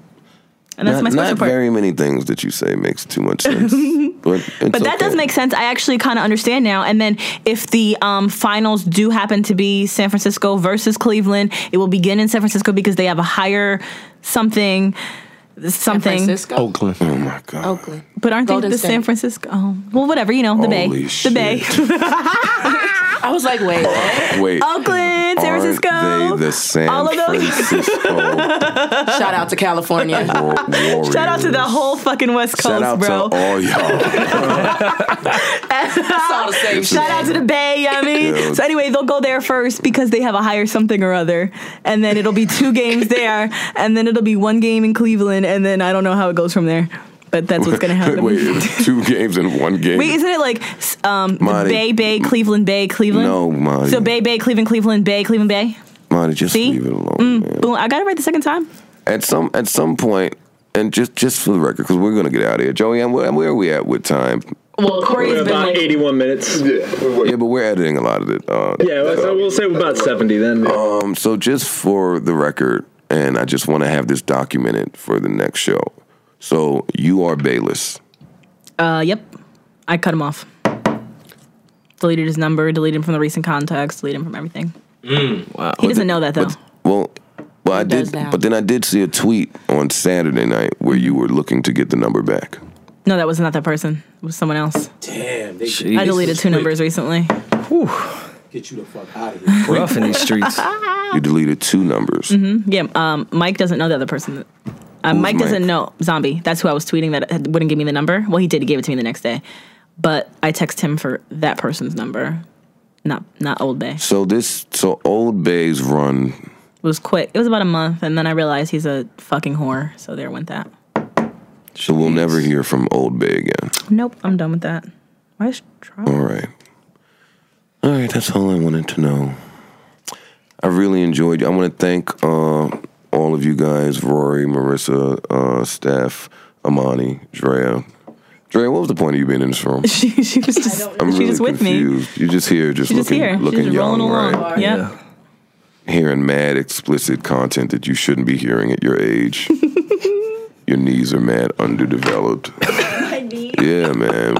Speaker 2: And that's
Speaker 1: not,
Speaker 2: my special
Speaker 1: not
Speaker 2: part.
Speaker 1: very many things that you say makes too much sense. but it's
Speaker 2: But that does
Speaker 1: okay.
Speaker 2: make sense. I actually kind of understand now. And then if the um, finals do happen to be San Francisco versus Cleveland, it will begin in San Francisco because they have a higher something, something.
Speaker 5: Francisco,
Speaker 4: Oakland.
Speaker 1: Oh my god.
Speaker 5: Oakland.
Speaker 2: But aren't
Speaker 5: Golden
Speaker 2: they the San
Speaker 5: State.
Speaker 2: Francisco? Oh, well, whatever. You know, the Bay,
Speaker 1: Holy shit.
Speaker 2: the Bay,
Speaker 5: I was like, wait,
Speaker 1: Wait.
Speaker 2: Oakland, Um, San
Speaker 1: aren't
Speaker 2: Francisco.
Speaker 1: They the San
Speaker 2: all of those.
Speaker 1: Francisco
Speaker 5: shout out to California.
Speaker 1: Wa- Warriors.
Speaker 2: Shout out to the whole fucking West Coast,
Speaker 1: Shout out
Speaker 2: bro.
Speaker 1: to all y'all.
Speaker 5: It's all the same shit.
Speaker 2: Shout out to the Bay, you know what I mean?
Speaker 1: Yeah.
Speaker 2: So anyway, they'll go there first because they have a higher something or other. And then it'll be two games there, and then it'll be one game in Cleveland, and then I don't know how it goes from there. But that's what's gonna happen.
Speaker 1: Wait,
Speaker 2: Wait,
Speaker 1: it's two games in one game.
Speaker 2: isn't it like s- um, the
Speaker 1: Monty.
Speaker 2: Bay, Bay, Cleveland, Bay, Cleveland?
Speaker 1: No, Monty.
Speaker 2: So Bay, Bay, Cleveland, Cleveland, Bay, Cleveland, Bay.
Speaker 1: Monty, just
Speaker 2: See? Mm.
Speaker 1: leave it alone, man.
Speaker 2: Boom! I got it right the second time.
Speaker 1: At some at some point, and just just for the record, because we're gonna get out of here, Joey. And where, where are we at with time?
Speaker 2: Well, Corey's
Speaker 6: We're
Speaker 2: been
Speaker 6: about
Speaker 2: like,
Speaker 6: 81 minutes.
Speaker 1: Yeah, but we're editing a lot of it. Uh,
Speaker 6: Yeah, well, so we'll say we're about 70 then.
Speaker 1: Um, so just for the record, and I just want to have this documented for the next show. So you are Bayless.
Speaker 2: uh, yep. I cut him off. Deleted his number, deleted him from the recent contacts, deleted him from everything.
Speaker 9: Mm,
Speaker 3: Wow.
Speaker 2: He doesn't know that though.
Speaker 1: Well, well, I
Speaker 5: does
Speaker 1: did,
Speaker 5: now.
Speaker 1: but then I did see a tweet on Saturday night where you were looking to get the number back.
Speaker 2: No, that was not that person. It was someone else.
Speaker 9: Damn, they
Speaker 3: Jeez.
Speaker 2: I deleted two numbers recently.
Speaker 9: get you the fuck out of here.
Speaker 3: Rough in these streets.
Speaker 1: You deleted two numbers.
Speaker 2: Yeah, um, Mike doesn't know the other person. Uh, Mike, doesn't
Speaker 1: Mike?
Speaker 2: know Zombie. That's who I was tweeting that had- wouldn't give me the number. Well, he did. He gave it to me the next day, but I text him for that person's number, not not Old Bay. It
Speaker 1: So this, so Old Bay's run.
Speaker 2: was quick. It was about a month, and then I realized he's a fucking whore. So there went that.
Speaker 1: So we'll never hear from Old Bay again.
Speaker 2: Nope, I'm done with that. Why is
Speaker 1: All
Speaker 2: trauma?
Speaker 1: right. All right, that's all I wanted to know. I really enjoyed you. I want to thank uh, all of you guys Rory, Marissa, uh, Steph, Amani, Drea. Drea, what was the point of you being in this room?
Speaker 2: she she was just
Speaker 1: I'm
Speaker 2: she
Speaker 1: really
Speaker 2: was with me.
Speaker 1: confused. You're just here, just
Speaker 2: She's just
Speaker 1: looking,
Speaker 2: here. She's
Speaker 1: looking
Speaker 2: just rolling
Speaker 1: young,
Speaker 2: along.
Speaker 1: right?
Speaker 2: Yeah.
Speaker 1: Hearing mad explicit content that you shouldn't be hearing at your age. your knees are mad underdeveloped. Yeah, man.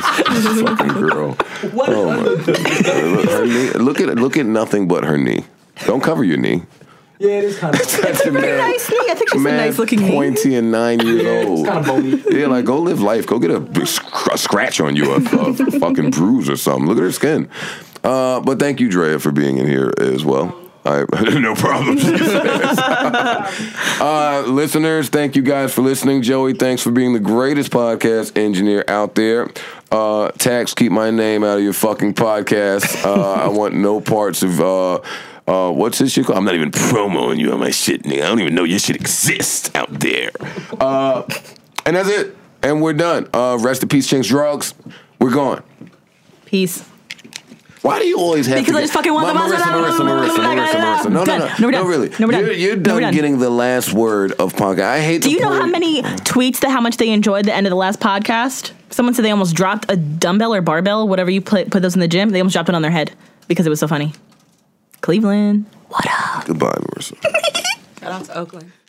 Speaker 1: fucking girl. What oh my God. Her knee- Look at look at nothing but her knee. Don't cover your knee.
Speaker 9: Yeah, it is kind of.
Speaker 1: That's a
Speaker 2: Pretty
Speaker 1: mad,
Speaker 2: nice knee. I think she's a
Speaker 1: mad
Speaker 2: nice looking knee.
Speaker 1: pointy and nine years
Speaker 9: It's
Speaker 1: old.
Speaker 9: kind of bony.
Speaker 1: Yeah, like go live life. Go get a, big sc- a scratch on you, a, a fucking bruise or something. Look at her skin. Uh, but thank you, Drea, for being in here as well. I, no problem. uh, listeners, thank you guys for listening. Joey, thanks for being the greatest podcast engineer out there. Uh, tax, keep my name out of your fucking podcast. Uh, I want no parts of. Uh, uh, what's this shit called? I'm not even promoing you on my shit, nigga. I don't even know your shit exists out there. Uh, and that's it. And we're done. Uh, rest in peace, Chinks Drugs. We're gone.
Speaker 2: Peace.
Speaker 1: Why do you always have to
Speaker 2: Because I
Speaker 1: get-
Speaker 2: just fucking want
Speaker 1: Ma-
Speaker 2: the
Speaker 1: Marissa,
Speaker 2: Mazda-
Speaker 1: Marissa, Marissa, Marissa, Marissa. No, no, no,
Speaker 2: Done. No, we're done.
Speaker 1: really.
Speaker 2: No, we're done.
Speaker 1: you're, you're
Speaker 2: No,
Speaker 1: done
Speaker 2: we're done.
Speaker 1: getting the last word of podcast. I hate.
Speaker 2: Do you know how many tweets that how much they enjoyed the end of the last podcast? Someone said they almost dropped a dumbbell or barbell, whatever you put, put those in the gym. They almost dropped it on their head because it was so funny. Cleveland.
Speaker 1: Goodbye, Marissa.
Speaker 5: Shout out to Oakland.